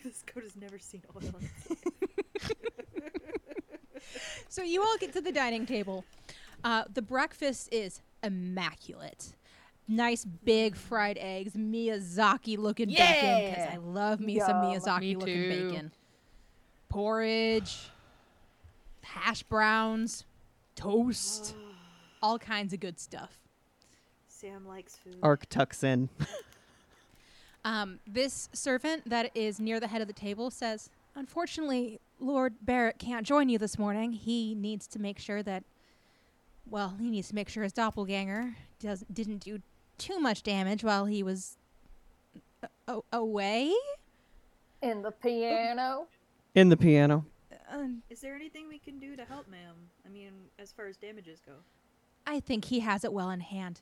Speaker 6: This coat has never seen oil. on it.
Speaker 2: So you all get to the dining table. Uh, the breakfast is immaculate. Nice big fried eggs, Miyazaki looking bacon because
Speaker 7: Yeah.
Speaker 2: I love me some
Speaker 4: Yum.
Speaker 2: Miyazaki
Speaker 5: Me
Speaker 2: looking
Speaker 5: too.
Speaker 2: bacon. Porridge, hash browns, toast, all kinds of good stuff.
Speaker 6: Sam likes food.
Speaker 4: Uh.
Speaker 3: Ark tucks in.
Speaker 2: Um, this servant that is near the head of the table says, Unfortunately, Lord Barrett can't join you this morning. He needs to make sure that, well, he needs to make sure his doppelganger does, didn't do too much damage while he was a- a- away.
Speaker 4: In the piano.
Speaker 3: In the piano.
Speaker 2: Um,
Speaker 6: Is there anything we can do to help, ma'am? I mean, as far as damages go.
Speaker 2: I think he has it well in hand.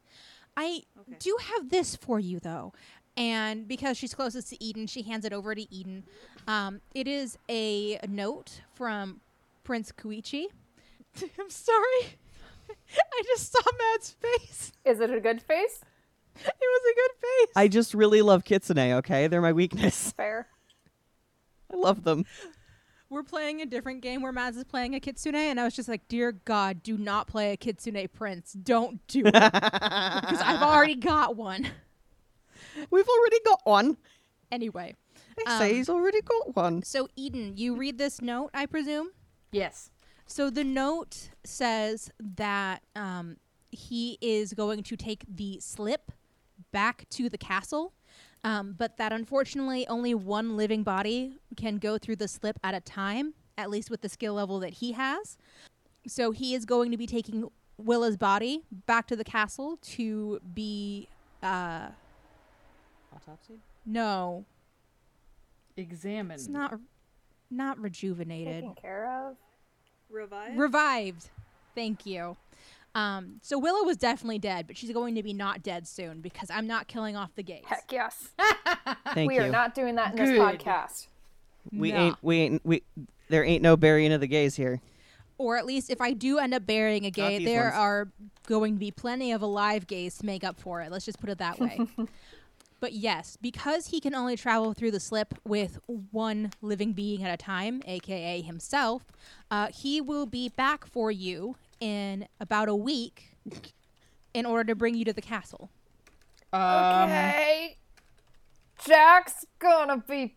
Speaker 2: I
Speaker 6: Okay.
Speaker 2: do have this for you, though. And because she's closest to Eden, she hands it over to Eden. Um, it is a note from Prince Koichi. I'm sorry. I just saw Matt's face.
Speaker 4: Is it a good face?
Speaker 2: It was a good face.
Speaker 3: I just really love kitsune, okay? They're my weakness.
Speaker 4: Fair.
Speaker 3: I love them.
Speaker 2: We're playing a different game where Mads is playing a kitsune, and I was just like, Dear God, do not play a kitsune prince. Don't do it. Because I've already got one.
Speaker 3: We've already got one.
Speaker 2: Anyway.
Speaker 3: They
Speaker 2: Um,
Speaker 3: say he's already got one.
Speaker 2: So, Eden, you read this note, I presume?
Speaker 7: Yes.
Speaker 2: So the note says that um, he is going to take the slip back to the castle, um, but that unfortunately only one living body can go through the slip at a time, at least with the skill level that he has. So he is going to be taking Willa's body back to the castle to be. Uh,
Speaker 3: Autopsy?
Speaker 2: no,
Speaker 5: Examine.
Speaker 2: it's not. Not rejuvenated.
Speaker 4: Taken care of.
Speaker 6: Revive?
Speaker 2: revived. Thank you. Um, so Willow was definitely dead, but she's going to be not dead soon because I'm not killing off the gays.
Speaker 4: Heck yes.
Speaker 3: Thank
Speaker 4: uh, we
Speaker 3: you.
Speaker 4: are not doing that in this
Speaker 5: Good.
Speaker 4: podcast.
Speaker 3: we
Speaker 2: Nah.
Speaker 3: ain't we ain't we there ain't no burying of the gays here.
Speaker 2: Or at least if I do end up burying a gay,
Speaker 3: these
Speaker 2: there
Speaker 3: ones.
Speaker 2: are going to be plenty of alive gays to make up for it. Let's just put it that way. but yes, because he can only travel through the slip with one living being at a time, aka himself, uh, he will be back for you in about a week in order to bring you to the castle.
Speaker 4: Okay. Jack's gonna be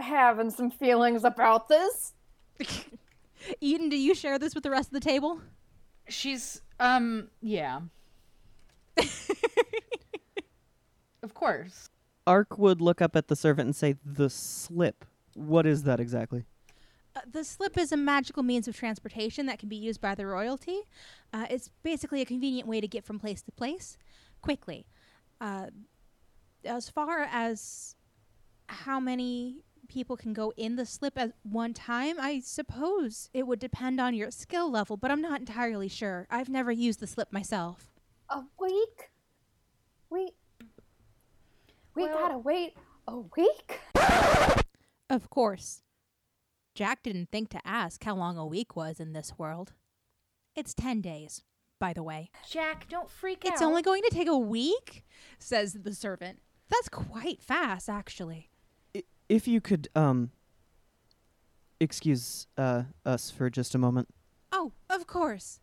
Speaker 4: having some feelings about this.
Speaker 2: Eden, do you share this with the rest of the table?
Speaker 5: She's um yeah. of course.
Speaker 3: Ark would look up at the servant and say, "The slip. What is that exactly?"
Speaker 2: Uh, the slip is a magical means of transportation that can be used by the royalty. Uh, it's basically a convenient way to get from place to place quickly. Uh, as far as how many people can go in the slip at one time, I suppose it would depend on your skill level, but I'm not entirely sure. I've never used the slip myself.
Speaker 4: A week? We we
Speaker 7: Well-
Speaker 4: gotta wait a week?
Speaker 2: Of course. Jack didn't think to ask how long a week was in this world. It's 10 days, by the way.
Speaker 7: Jack, don't freak out.
Speaker 2: It's only going to take a week, says the servant. That's quite fast, actually.
Speaker 3: I- if you could, um, excuse uh, us for just a moment.
Speaker 2: Oh, of course.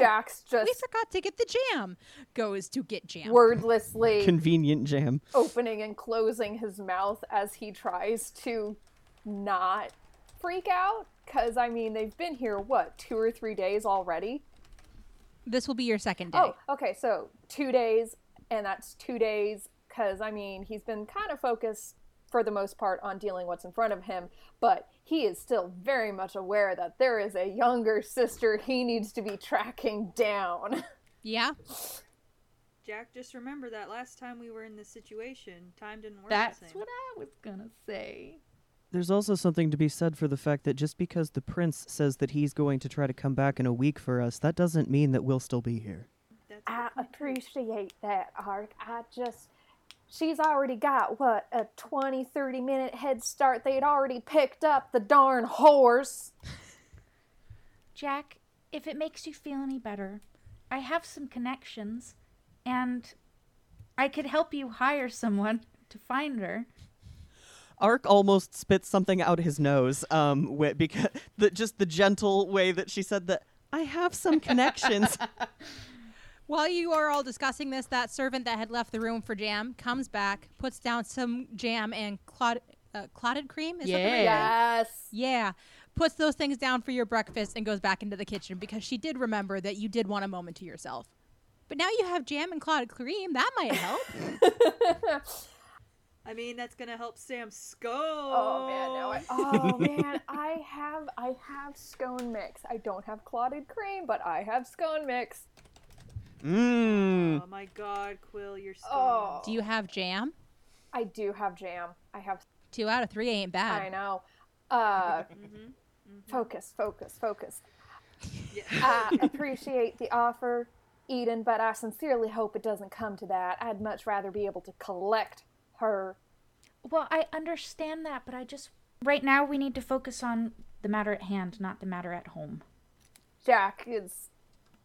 Speaker 4: Jack's
Speaker 2: We
Speaker 4: just
Speaker 2: forgot to get the jam. Goes to get jam.
Speaker 4: wordlessly
Speaker 3: Convenient jam.
Speaker 4: opening and closing his mouth as he tries to not freak out. Because, I mean, they've been here, what, two or three days already?
Speaker 2: This will be your second day.
Speaker 4: Oh, okay, so two days, and that's two days. Because, I mean, he's been kind of focused for the most part on dealing what's in front of him, but he is still very much aware that there is a younger sister he needs to be tracking down.
Speaker 2: Yeah?
Speaker 6: Jack, just remember that last time we were in this situation, time didn't work
Speaker 5: That's
Speaker 6: the same.
Speaker 5: what I was gonna say.
Speaker 3: There's also something to be said for the fact that just because the prince says that he's going to try to come back in a week for us, that doesn't mean that we'll still be here.
Speaker 6: That's
Speaker 4: I appreciate that, Ark. I just. She's already got, what, a 20, 30 minute head start. They'd already picked up the darn horse.
Speaker 7: Jack, if it makes you feel any better, I have some connections, and I could help you hire someone to find her.
Speaker 3: Ark almost spits something out his nose, um, wi- because the, just the gentle way that she said that. I have some connections.
Speaker 2: While you are all discussing this, that servant that had left the room for jam comes back, puts down some jam and clot- uh, clotted cream. Is that the right-
Speaker 5: Yeah.
Speaker 4: Yes.
Speaker 2: Yeah. Puts those things down for your breakfast and goes back into the kitchen because she did remember that you did want a moment to yourself. But now you have jam and clotted cream. That might help.
Speaker 6: I mean, that's gonna help Sam scope.
Speaker 4: Oh man, now I Oh man, I have I have scone mix. I don't have clotted cream, but I have scone mix.
Speaker 3: Mmm.
Speaker 6: Oh my God, Quill, you're so.
Speaker 4: Mm. Oh.
Speaker 2: Do you have jam?
Speaker 4: I do have jam. I have
Speaker 2: Two out of three ain't
Speaker 4: I
Speaker 2: bad.
Speaker 4: know. Uh
Speaker 2: Mm-hmm,
Speaker 4: focus, focus, focus.
Speaker 6: Yeah.
Speaker 4: I appreciate the offer, Eden, but I sincerely hope it doesn't come to that. I'd much rather be able to collect her.
Speaker 7: Well, I understand that, but I just. Right now, we need to focus on the matter at hand, not the matter at home.
Speaker 4: Jack is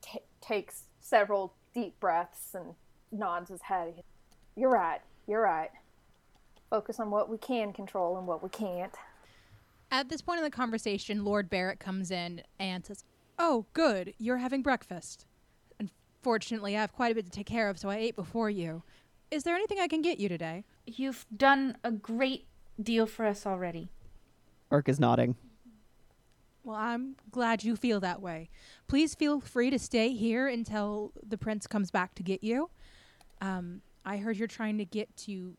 Speaker 4: t- takes several deep breaths and nods his head. You're right. You're right. Focus on what we can control and what we can't.
Speaker 2: At this point in the conversation, Lord Barrett comes in and says, Oh, good. You're having breakfast. Unfortunately, I have quite a bit to take care of, so I ate before you. Is there anything I can get you today?
Speaker 7: You've done a great deal for us already.
Speaker 3: Ark is nodding.
Speaker 2: Well, I'm glad you feel that way. Please feel free to stay here until the prince comes back to get you. Um, I heard you're trying to get to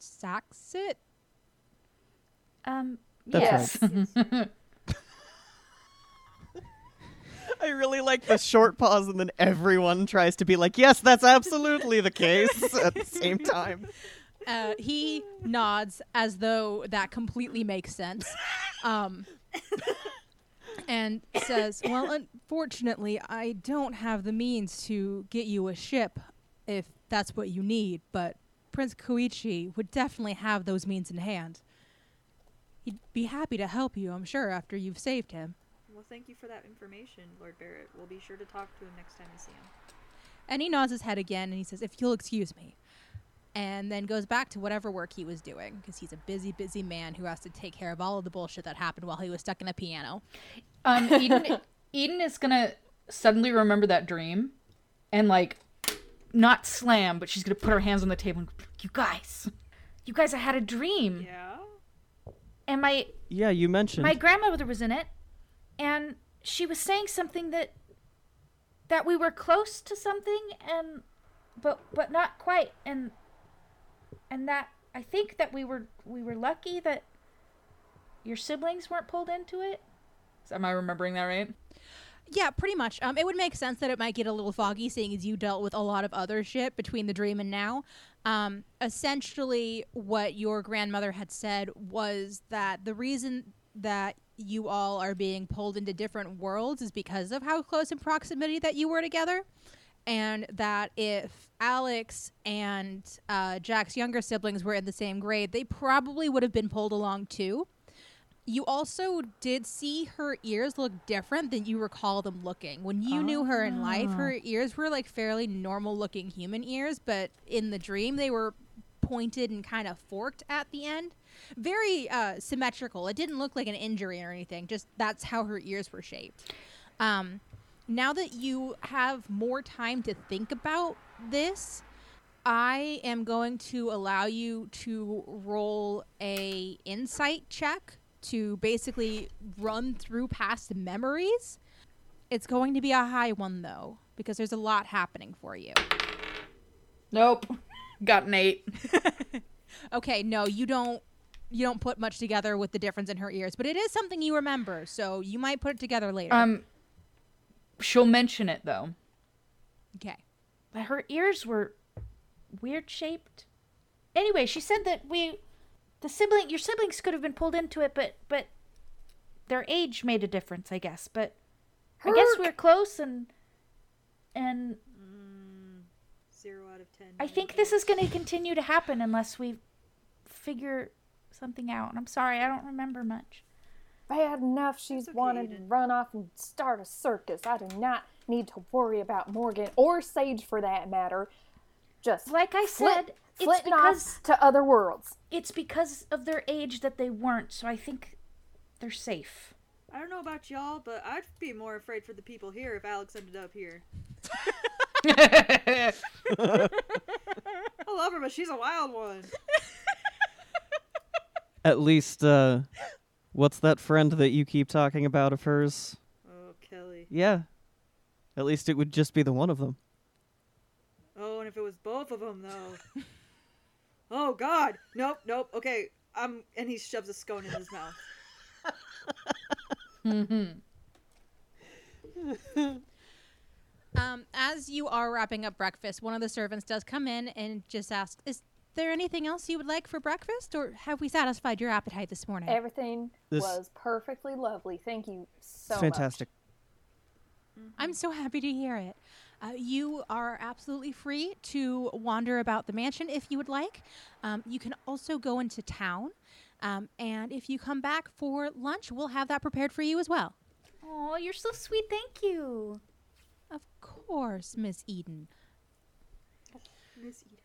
Speaker 2: Saxit.
Speaker 7: Um,
Speaker 3: That's
Speaker 7: yes.
Speaker 3: I really like the short pause, and then everyone tries to be like, "Yes, that's absolutely the case." at the same time,
Speaker 2: Uh, he nods as though that completely makes sense, um, and says, "Well, unfortunately, I don't have the means to get you a ship, if that's what you need. But Prince Koichi would definitely have those means in hand. He'd be happy to help you, I'm sure, after you've saved him."
Speaker 6: Well, thank you for that information, Lord Barrett. We'll be sure to talk to him next time we see him.
Speaker 2: And he nods his head again and he says, If you'll excuse me. And then goes back to whatever work he was doing because he's a busy, busy man who has to take care of all of the bullshit that happened while he was stuck in a piano.
Speaker 5: Um Eden Eden is gonna suddenly remember that dream and like not slam, but she's gonna put her hands on the table and go, you guys.
Speaker 7: You guys, I had a dream,
Speaker 6: Yeah.
Speaker 7: and my
Speaker 3: yeah, you mentioned
Speaker 7: my grandmother was in it, and she was saying something that that we were close to something and but but not quite and and that I think that we were we were lucky that your siblings weren't pulled into it.
Speaker 5: Am I remembering that right?
Speaker 2: Yeah, pretty much. Um, it would make sense that it might get a little foggy, seeing as you dealt with a lot of other shit between the dream and now. Um, essentially, what your grandmother had said was that the reason that you all are being pulled into different worlds is because of how close in proximity that you were together. And that if Alex and uh, Jack's younger siblings were in the same grade, they probably would have been pulled along too. You also did see her ears look different than you recall them looking. When you knew her in life, her ears were like fairly normal looking human ears, but in the dream, they were pointed and kind of forked at the end. Very uh, symmetrical. It didn't look like an injury or anything, just that's how her ears were shaped. Um, now that you have more time to think about this, I am going to allow you to roll a insight check to basically run through past memories. It's going to be a high one though because there's a lot happening for you.
Speaker 5: Nope. Got an eight.
Speaker 2: Okay, no, you don't you don't put much together with the difference in her ears, but it is something you remember, so you might put it together later.
Speaker 5: Um, she'll mention it though.
Speaker 2: okay.
Speaker 7: But her ears were weird shaped. Anyway, she said that we the sibling your siblings could have been pulled into it, but but their age made a difference, I guess. But I guess we we're close and and
Speaker 6: Zero out of ten.
Speaker 7: I think this is going to continue to happen unless we figure something out. And I'm sorry, I don't remember much.
Speaker 4: Bad enough she's wanted to run off and start a circus. I do not need to worry about Morgan or Sage for that matter. Just
Speaker 7: Like I
Speaker 4: flit-
Speaker 7: said, it's
Speaker 4: flitting
Speaker 7: because
Speaker 4: off to other worlds.
Speaker 7: it's because of their age that they weren't. So I think they're safe.
Speaker 6: I don't know about y'all, but I'd be more afraid for the people here if Alex ended up here. I love her, but she's a wild one.
Speaker 3: At least, uh, what's that friend that you keep talking about of hers?
Speaker 6: Oh, Kelly.
Speaker 3: Yeah. At least it would just be the one of them.
Speaker 6: Oh, and if it was both of them, though. oh, God. Nope, nope. Okay. I'm. And he shoves a scone in his mouth.
Speaker 2: Um, as you are wrapping up breakfast, one of the servants does come in and just asks, "Is there anything else you would like for breakfast, or have we satisfied your appetite this morning?"
Speaker 4: Everything
Speaker 3: This-
Speaker 4: was perfectly lovely. Thank you so
Speaker 3: it's
Speaker 4: much.
Speaker 3: fantastic.
Speaker 2: I'm so happy to hear it. Uh, you are absolutely free to wander about the mansion if you would like. Um, you can also go into town. Um, and if you come back for lunch, we'll have that prepared for you as well.
Speaker 7: Oh, you're so sweet. Thank you.
Speaker 2: Of course, Miss Eden.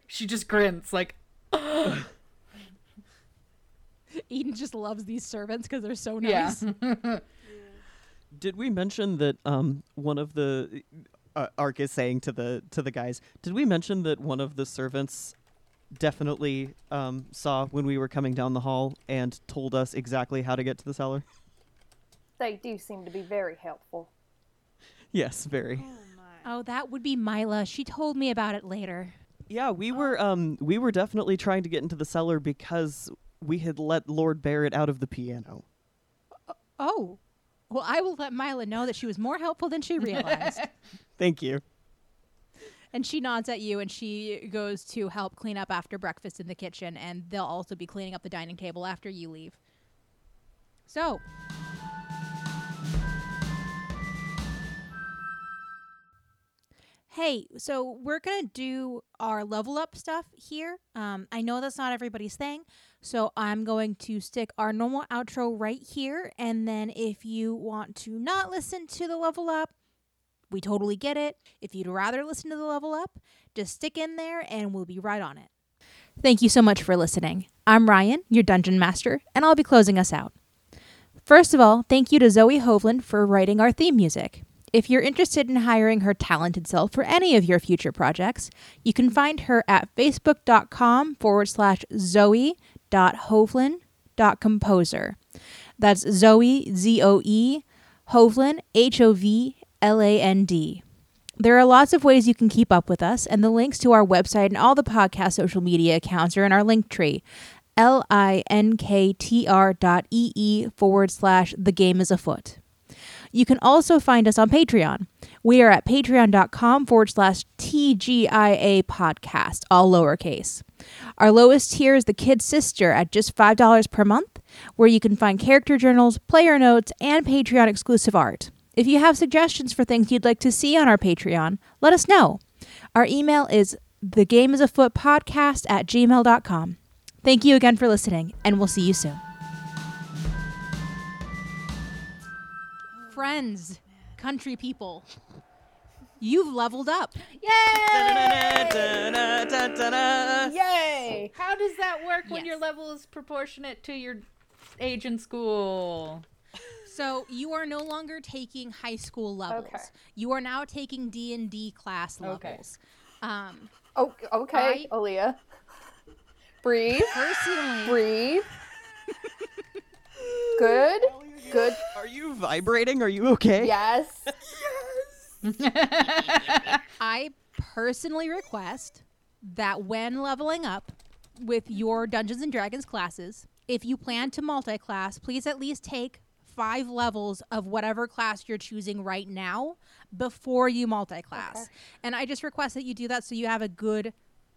Speaker 5: She just grins like
Speaker 2: Eden just loves these servants because they're so
Speaker 5: yeah.
Speaker 2: nice.
Speaker 3: Did we mention that um one of the uh, Ark is saying to the to the guys? Did we mention that one of the servants definitely um saw when we were coming down the hall and told us exactly how to get to the cellar?
Speaker 4: They do seem to be very helpful.
Speaker 3: Yes, very.
Speaker 6: Oh, my.
Speaker 2: Oh, that would be Mila. She told me about it later.
Speaker 3: Yeah, we
Speaker 4: Oh.
Speaker 3: were um we were definitely trying to get into the cellar because we had let Lord Barrett out of the piano.
Speaker 2: Oh, well, I will let Mila know that she was more helpful than she realized.
Speaker 3: Thank you.
Speaker 2: and she nods at you and she goes to help clean up after breakfast in the kitchen, and they'll also be cleaning up the dining table after you leave. So, hey, so we're going to do our level up stuff here. Um, I know that's not everybody's thing, so I'm going to stick our normal outro right here. And then if you want to not listen to the level up, we totally get it. If you'd rather listen to the level up, just stick in there and we'll be right on it. Thank you so much for listening. I'm Ryan, your dungeon master, and I'll be closing us out. First of all, thank you to Zoe Hovland for writing our theme music. If you're interested in hiring her talented self for any of your future projects, you can find her at facebook.com forward slash zoe.hovland.composer. That's Zoe, Z O E, Hovland, H O V L A N D. There are lots of ways you can keep up with us, and the links to our website and all the podcast social media accounts are in our link tree. L I N K T R dot E E forward slash the game is afoot. You can also find us on Patreon. We are at patreon.com forward slash TGIA podcast, all lowercase. Our lowest tier is the Kid Sister at just $5 per month, where you can find character journals, player notes, and Patreon exclusive art. If you have suggestions for things you'd like to see on our Patreon, let us know. Our email is thegameisafootpodcast at gmail.com. Thank you again for listening, and we'll see you soon. Friends, country people, you've leveled up.
Speaker 4: Yay!
Speaker 7: How does that work when your
Speaker 2: Yes.
Speaker 7: level is proportionate to your age in school?
Speaker 2: So you are no longer taking high school levels.
Speaker 4: Okay.
Speaker 2: You are now taking D and D class levels.
Speaker 5: Okay.
Speaker 2: Um,
Speaker 4: Oh,
Speaker 2: I-
Speaker 4: okay, Aaliyah. Breathe,
Speaker 2: personally,
Speaker 4: breathe. Good, good.
Speaker 3: Are you vibrating? Are you okay?
Speaker 4: Yes.
Speaker 2: I personally request that when leveling up with your Dungeons and Dragons classes, if you plan to multi-class, please at least take five levels of whatever class you're choosing right now before you multi-class. And I just request that you do that so you have a good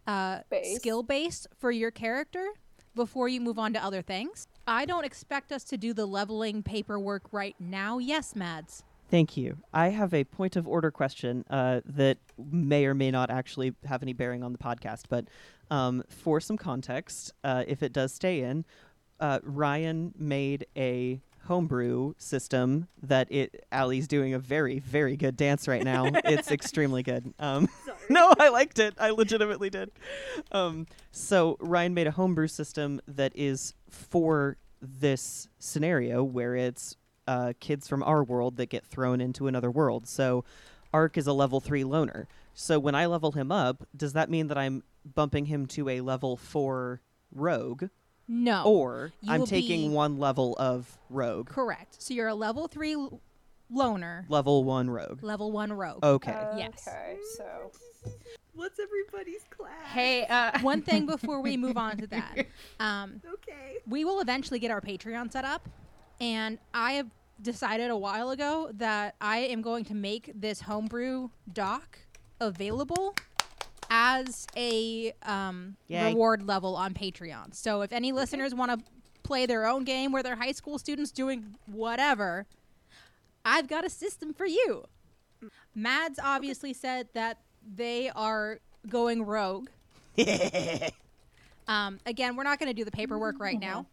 Speaker 2: uh,
Speaker 4: Base.
Speaker 2: skill base for your character before you move on to other things. I don't expect us to do the leveling paperwork right now. Yes, Mads.
Speaker 3: Thank you. I have a point of order question uh, that may or may not actually have any bearing on the podcast, but um, for some context, uh, if it does stay in, uh, Ryan made a homebrew system that it Allie's doing a very very good dance right now. it's extremely good. Um, no, I liked it. I legitimately did. Um, so Ryan made a homebrew system that is for this scenario where it's uh, kids from our world that get thrown into another world. So Ark is a level three loner. So when I level him up, does that mean that I'm bumping him to a level four rogue,
Speaker 2: No.
Speaker 3: or
Speaker 2: You
Speaker 3: I'm
Speaker 2: will
Speaker 3: taking
Speaker 2: be-
Speaker 3: one level of rogue,
Speaker 2: Correct. So you're a level three l- loner,
Speaker 3: level one rogue?
Speaker 2: level one rogue.
Speaker 3: Okay.
Speaker 2: Yes.
Speaker 4: Okay, so
Speaker 6: What's everybody's class?
Speaker 7: Hey, uh,
Speaker 2: One thing before we move on to that, um,
Speaker 6: Okay.
Speaker 2: we will eventually get our Patreon set up, and I have decided a while ago that I am going to make this homebrew doc available as a um,
Speaker 3: Yay.
Speaker 2: reward level on Patreon. So if any listeners want to play their own game where they're high school students doing whatever, I've got a system for you. Mads obviously said that they are going rogue. um, again, we're not going to do the paperwork right
Speaker 4: Mm-hmm.
Speaker 2: now,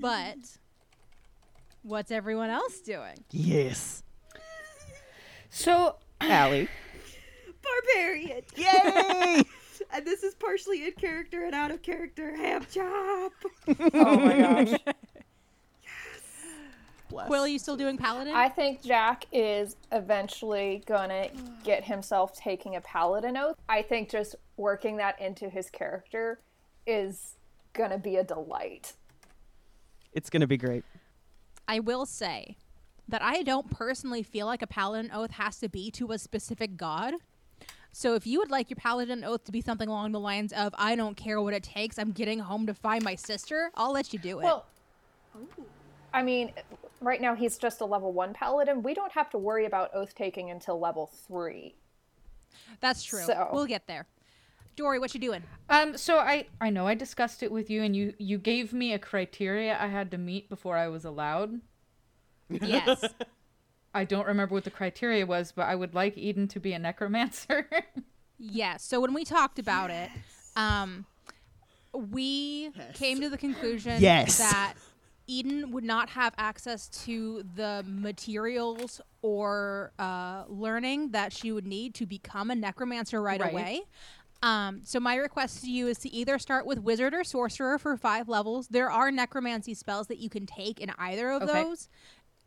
Speaker 2: but what's everyone else doing?
Speaker 3: Yes.
Speaker 7: so
Speaker 3: Allie.
Speaker 6: Barbarian.
Speaker 3: Yay!
Speaker 6: And this is partially in character and out of character. Ham chop.
Speaker 4: Oh my gosh.
Speaker 3: Bless.
Speaker 2: Quill, you still doing paladin?
Speaker 4: I think Jack is eventually gonna get himself taking a paladin oath. I think just working that into his character is gonna be a delight.
Speaker 3: it's gonna be great.
Speaker 2: I will say that I don't personally feel like a paladin oath has to be to a specific god. So if you would like your paladin oath to be something along the lines of "I don't care what it takes, I'm getting home to find my sister," I'll let you do it.
Speaker 4: Well, I mean, right now he's just a level one paladin. We don't have to worry about oath taking until level three.
Speaker 2: That's true.
Speaker 4: so-
Speaker 2: We'll get there. Dory, what you doing?
Speaker 7: um,
Speaker 5: So I I know I discussed it with you and you you gave me a criteria I had to meet before I was allowed.
Speaker 2: Yes.
Speaker 5: I don't remember what the criteria was, but I would like Eden to be a necromancer.
Speaker 2: Yes. So when we talked about it, um, we came to the conclusion
Speaker 3: Yes.
Speaker 2: that Eden would not have access to the materials or uh, learning that she would need to become a necromancer right,
Speaker 5: Right.
Speaker 2: away. Um, so my request to you is to either start with wizard or sorcerer for five levels. There are necromancy spells that you can take in either of
Speaker 5: Okay.
Speaker 2: those,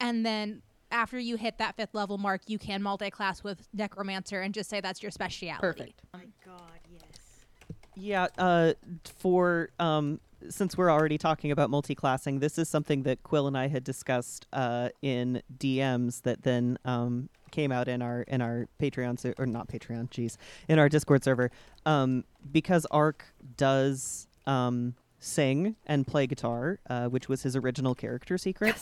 Speaker 2: and then after you hit that fifth level mark, you can multi-class with necromancer and just say that's your speciality.
Speaker 5: Perfect.
Speaker 6: My god, yes.
Speaker 3: Yeah, uh, for um, since we're already talking about multi-classing, this is something that Quill and I had discussed uh, in DMs that then um, came out in our in our Patreon ser- or not Patreon, geez, in our Discord server, um, because Ark does um, sing and play guitar, uh, which was his original character secret,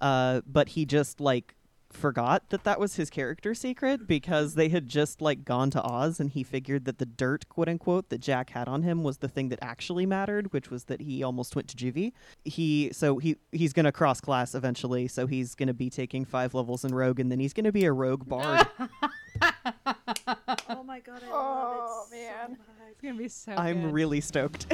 Speaker 3: uh, but he just like forgot that that was his character secret because they had just like gone to Oz and he figured that the dirt, quote unquote, that Jack had on him was the thing that actually mattered, which was that he almost went to juvie. He so he he's gonna cross class eventually, so he's gonna be taking five levels in rogue and then he's gonna be a rogue bard.
Speaker 6: Oh my god, I love
Speaker 4: Oh
Speaker 6: it so
Speaker 4: man.
Speaker 6: much.
Speaker 2: It's gonna be so.
Speaker 3: I'm
Speaker 2: good.
Speaker 3: really stoked.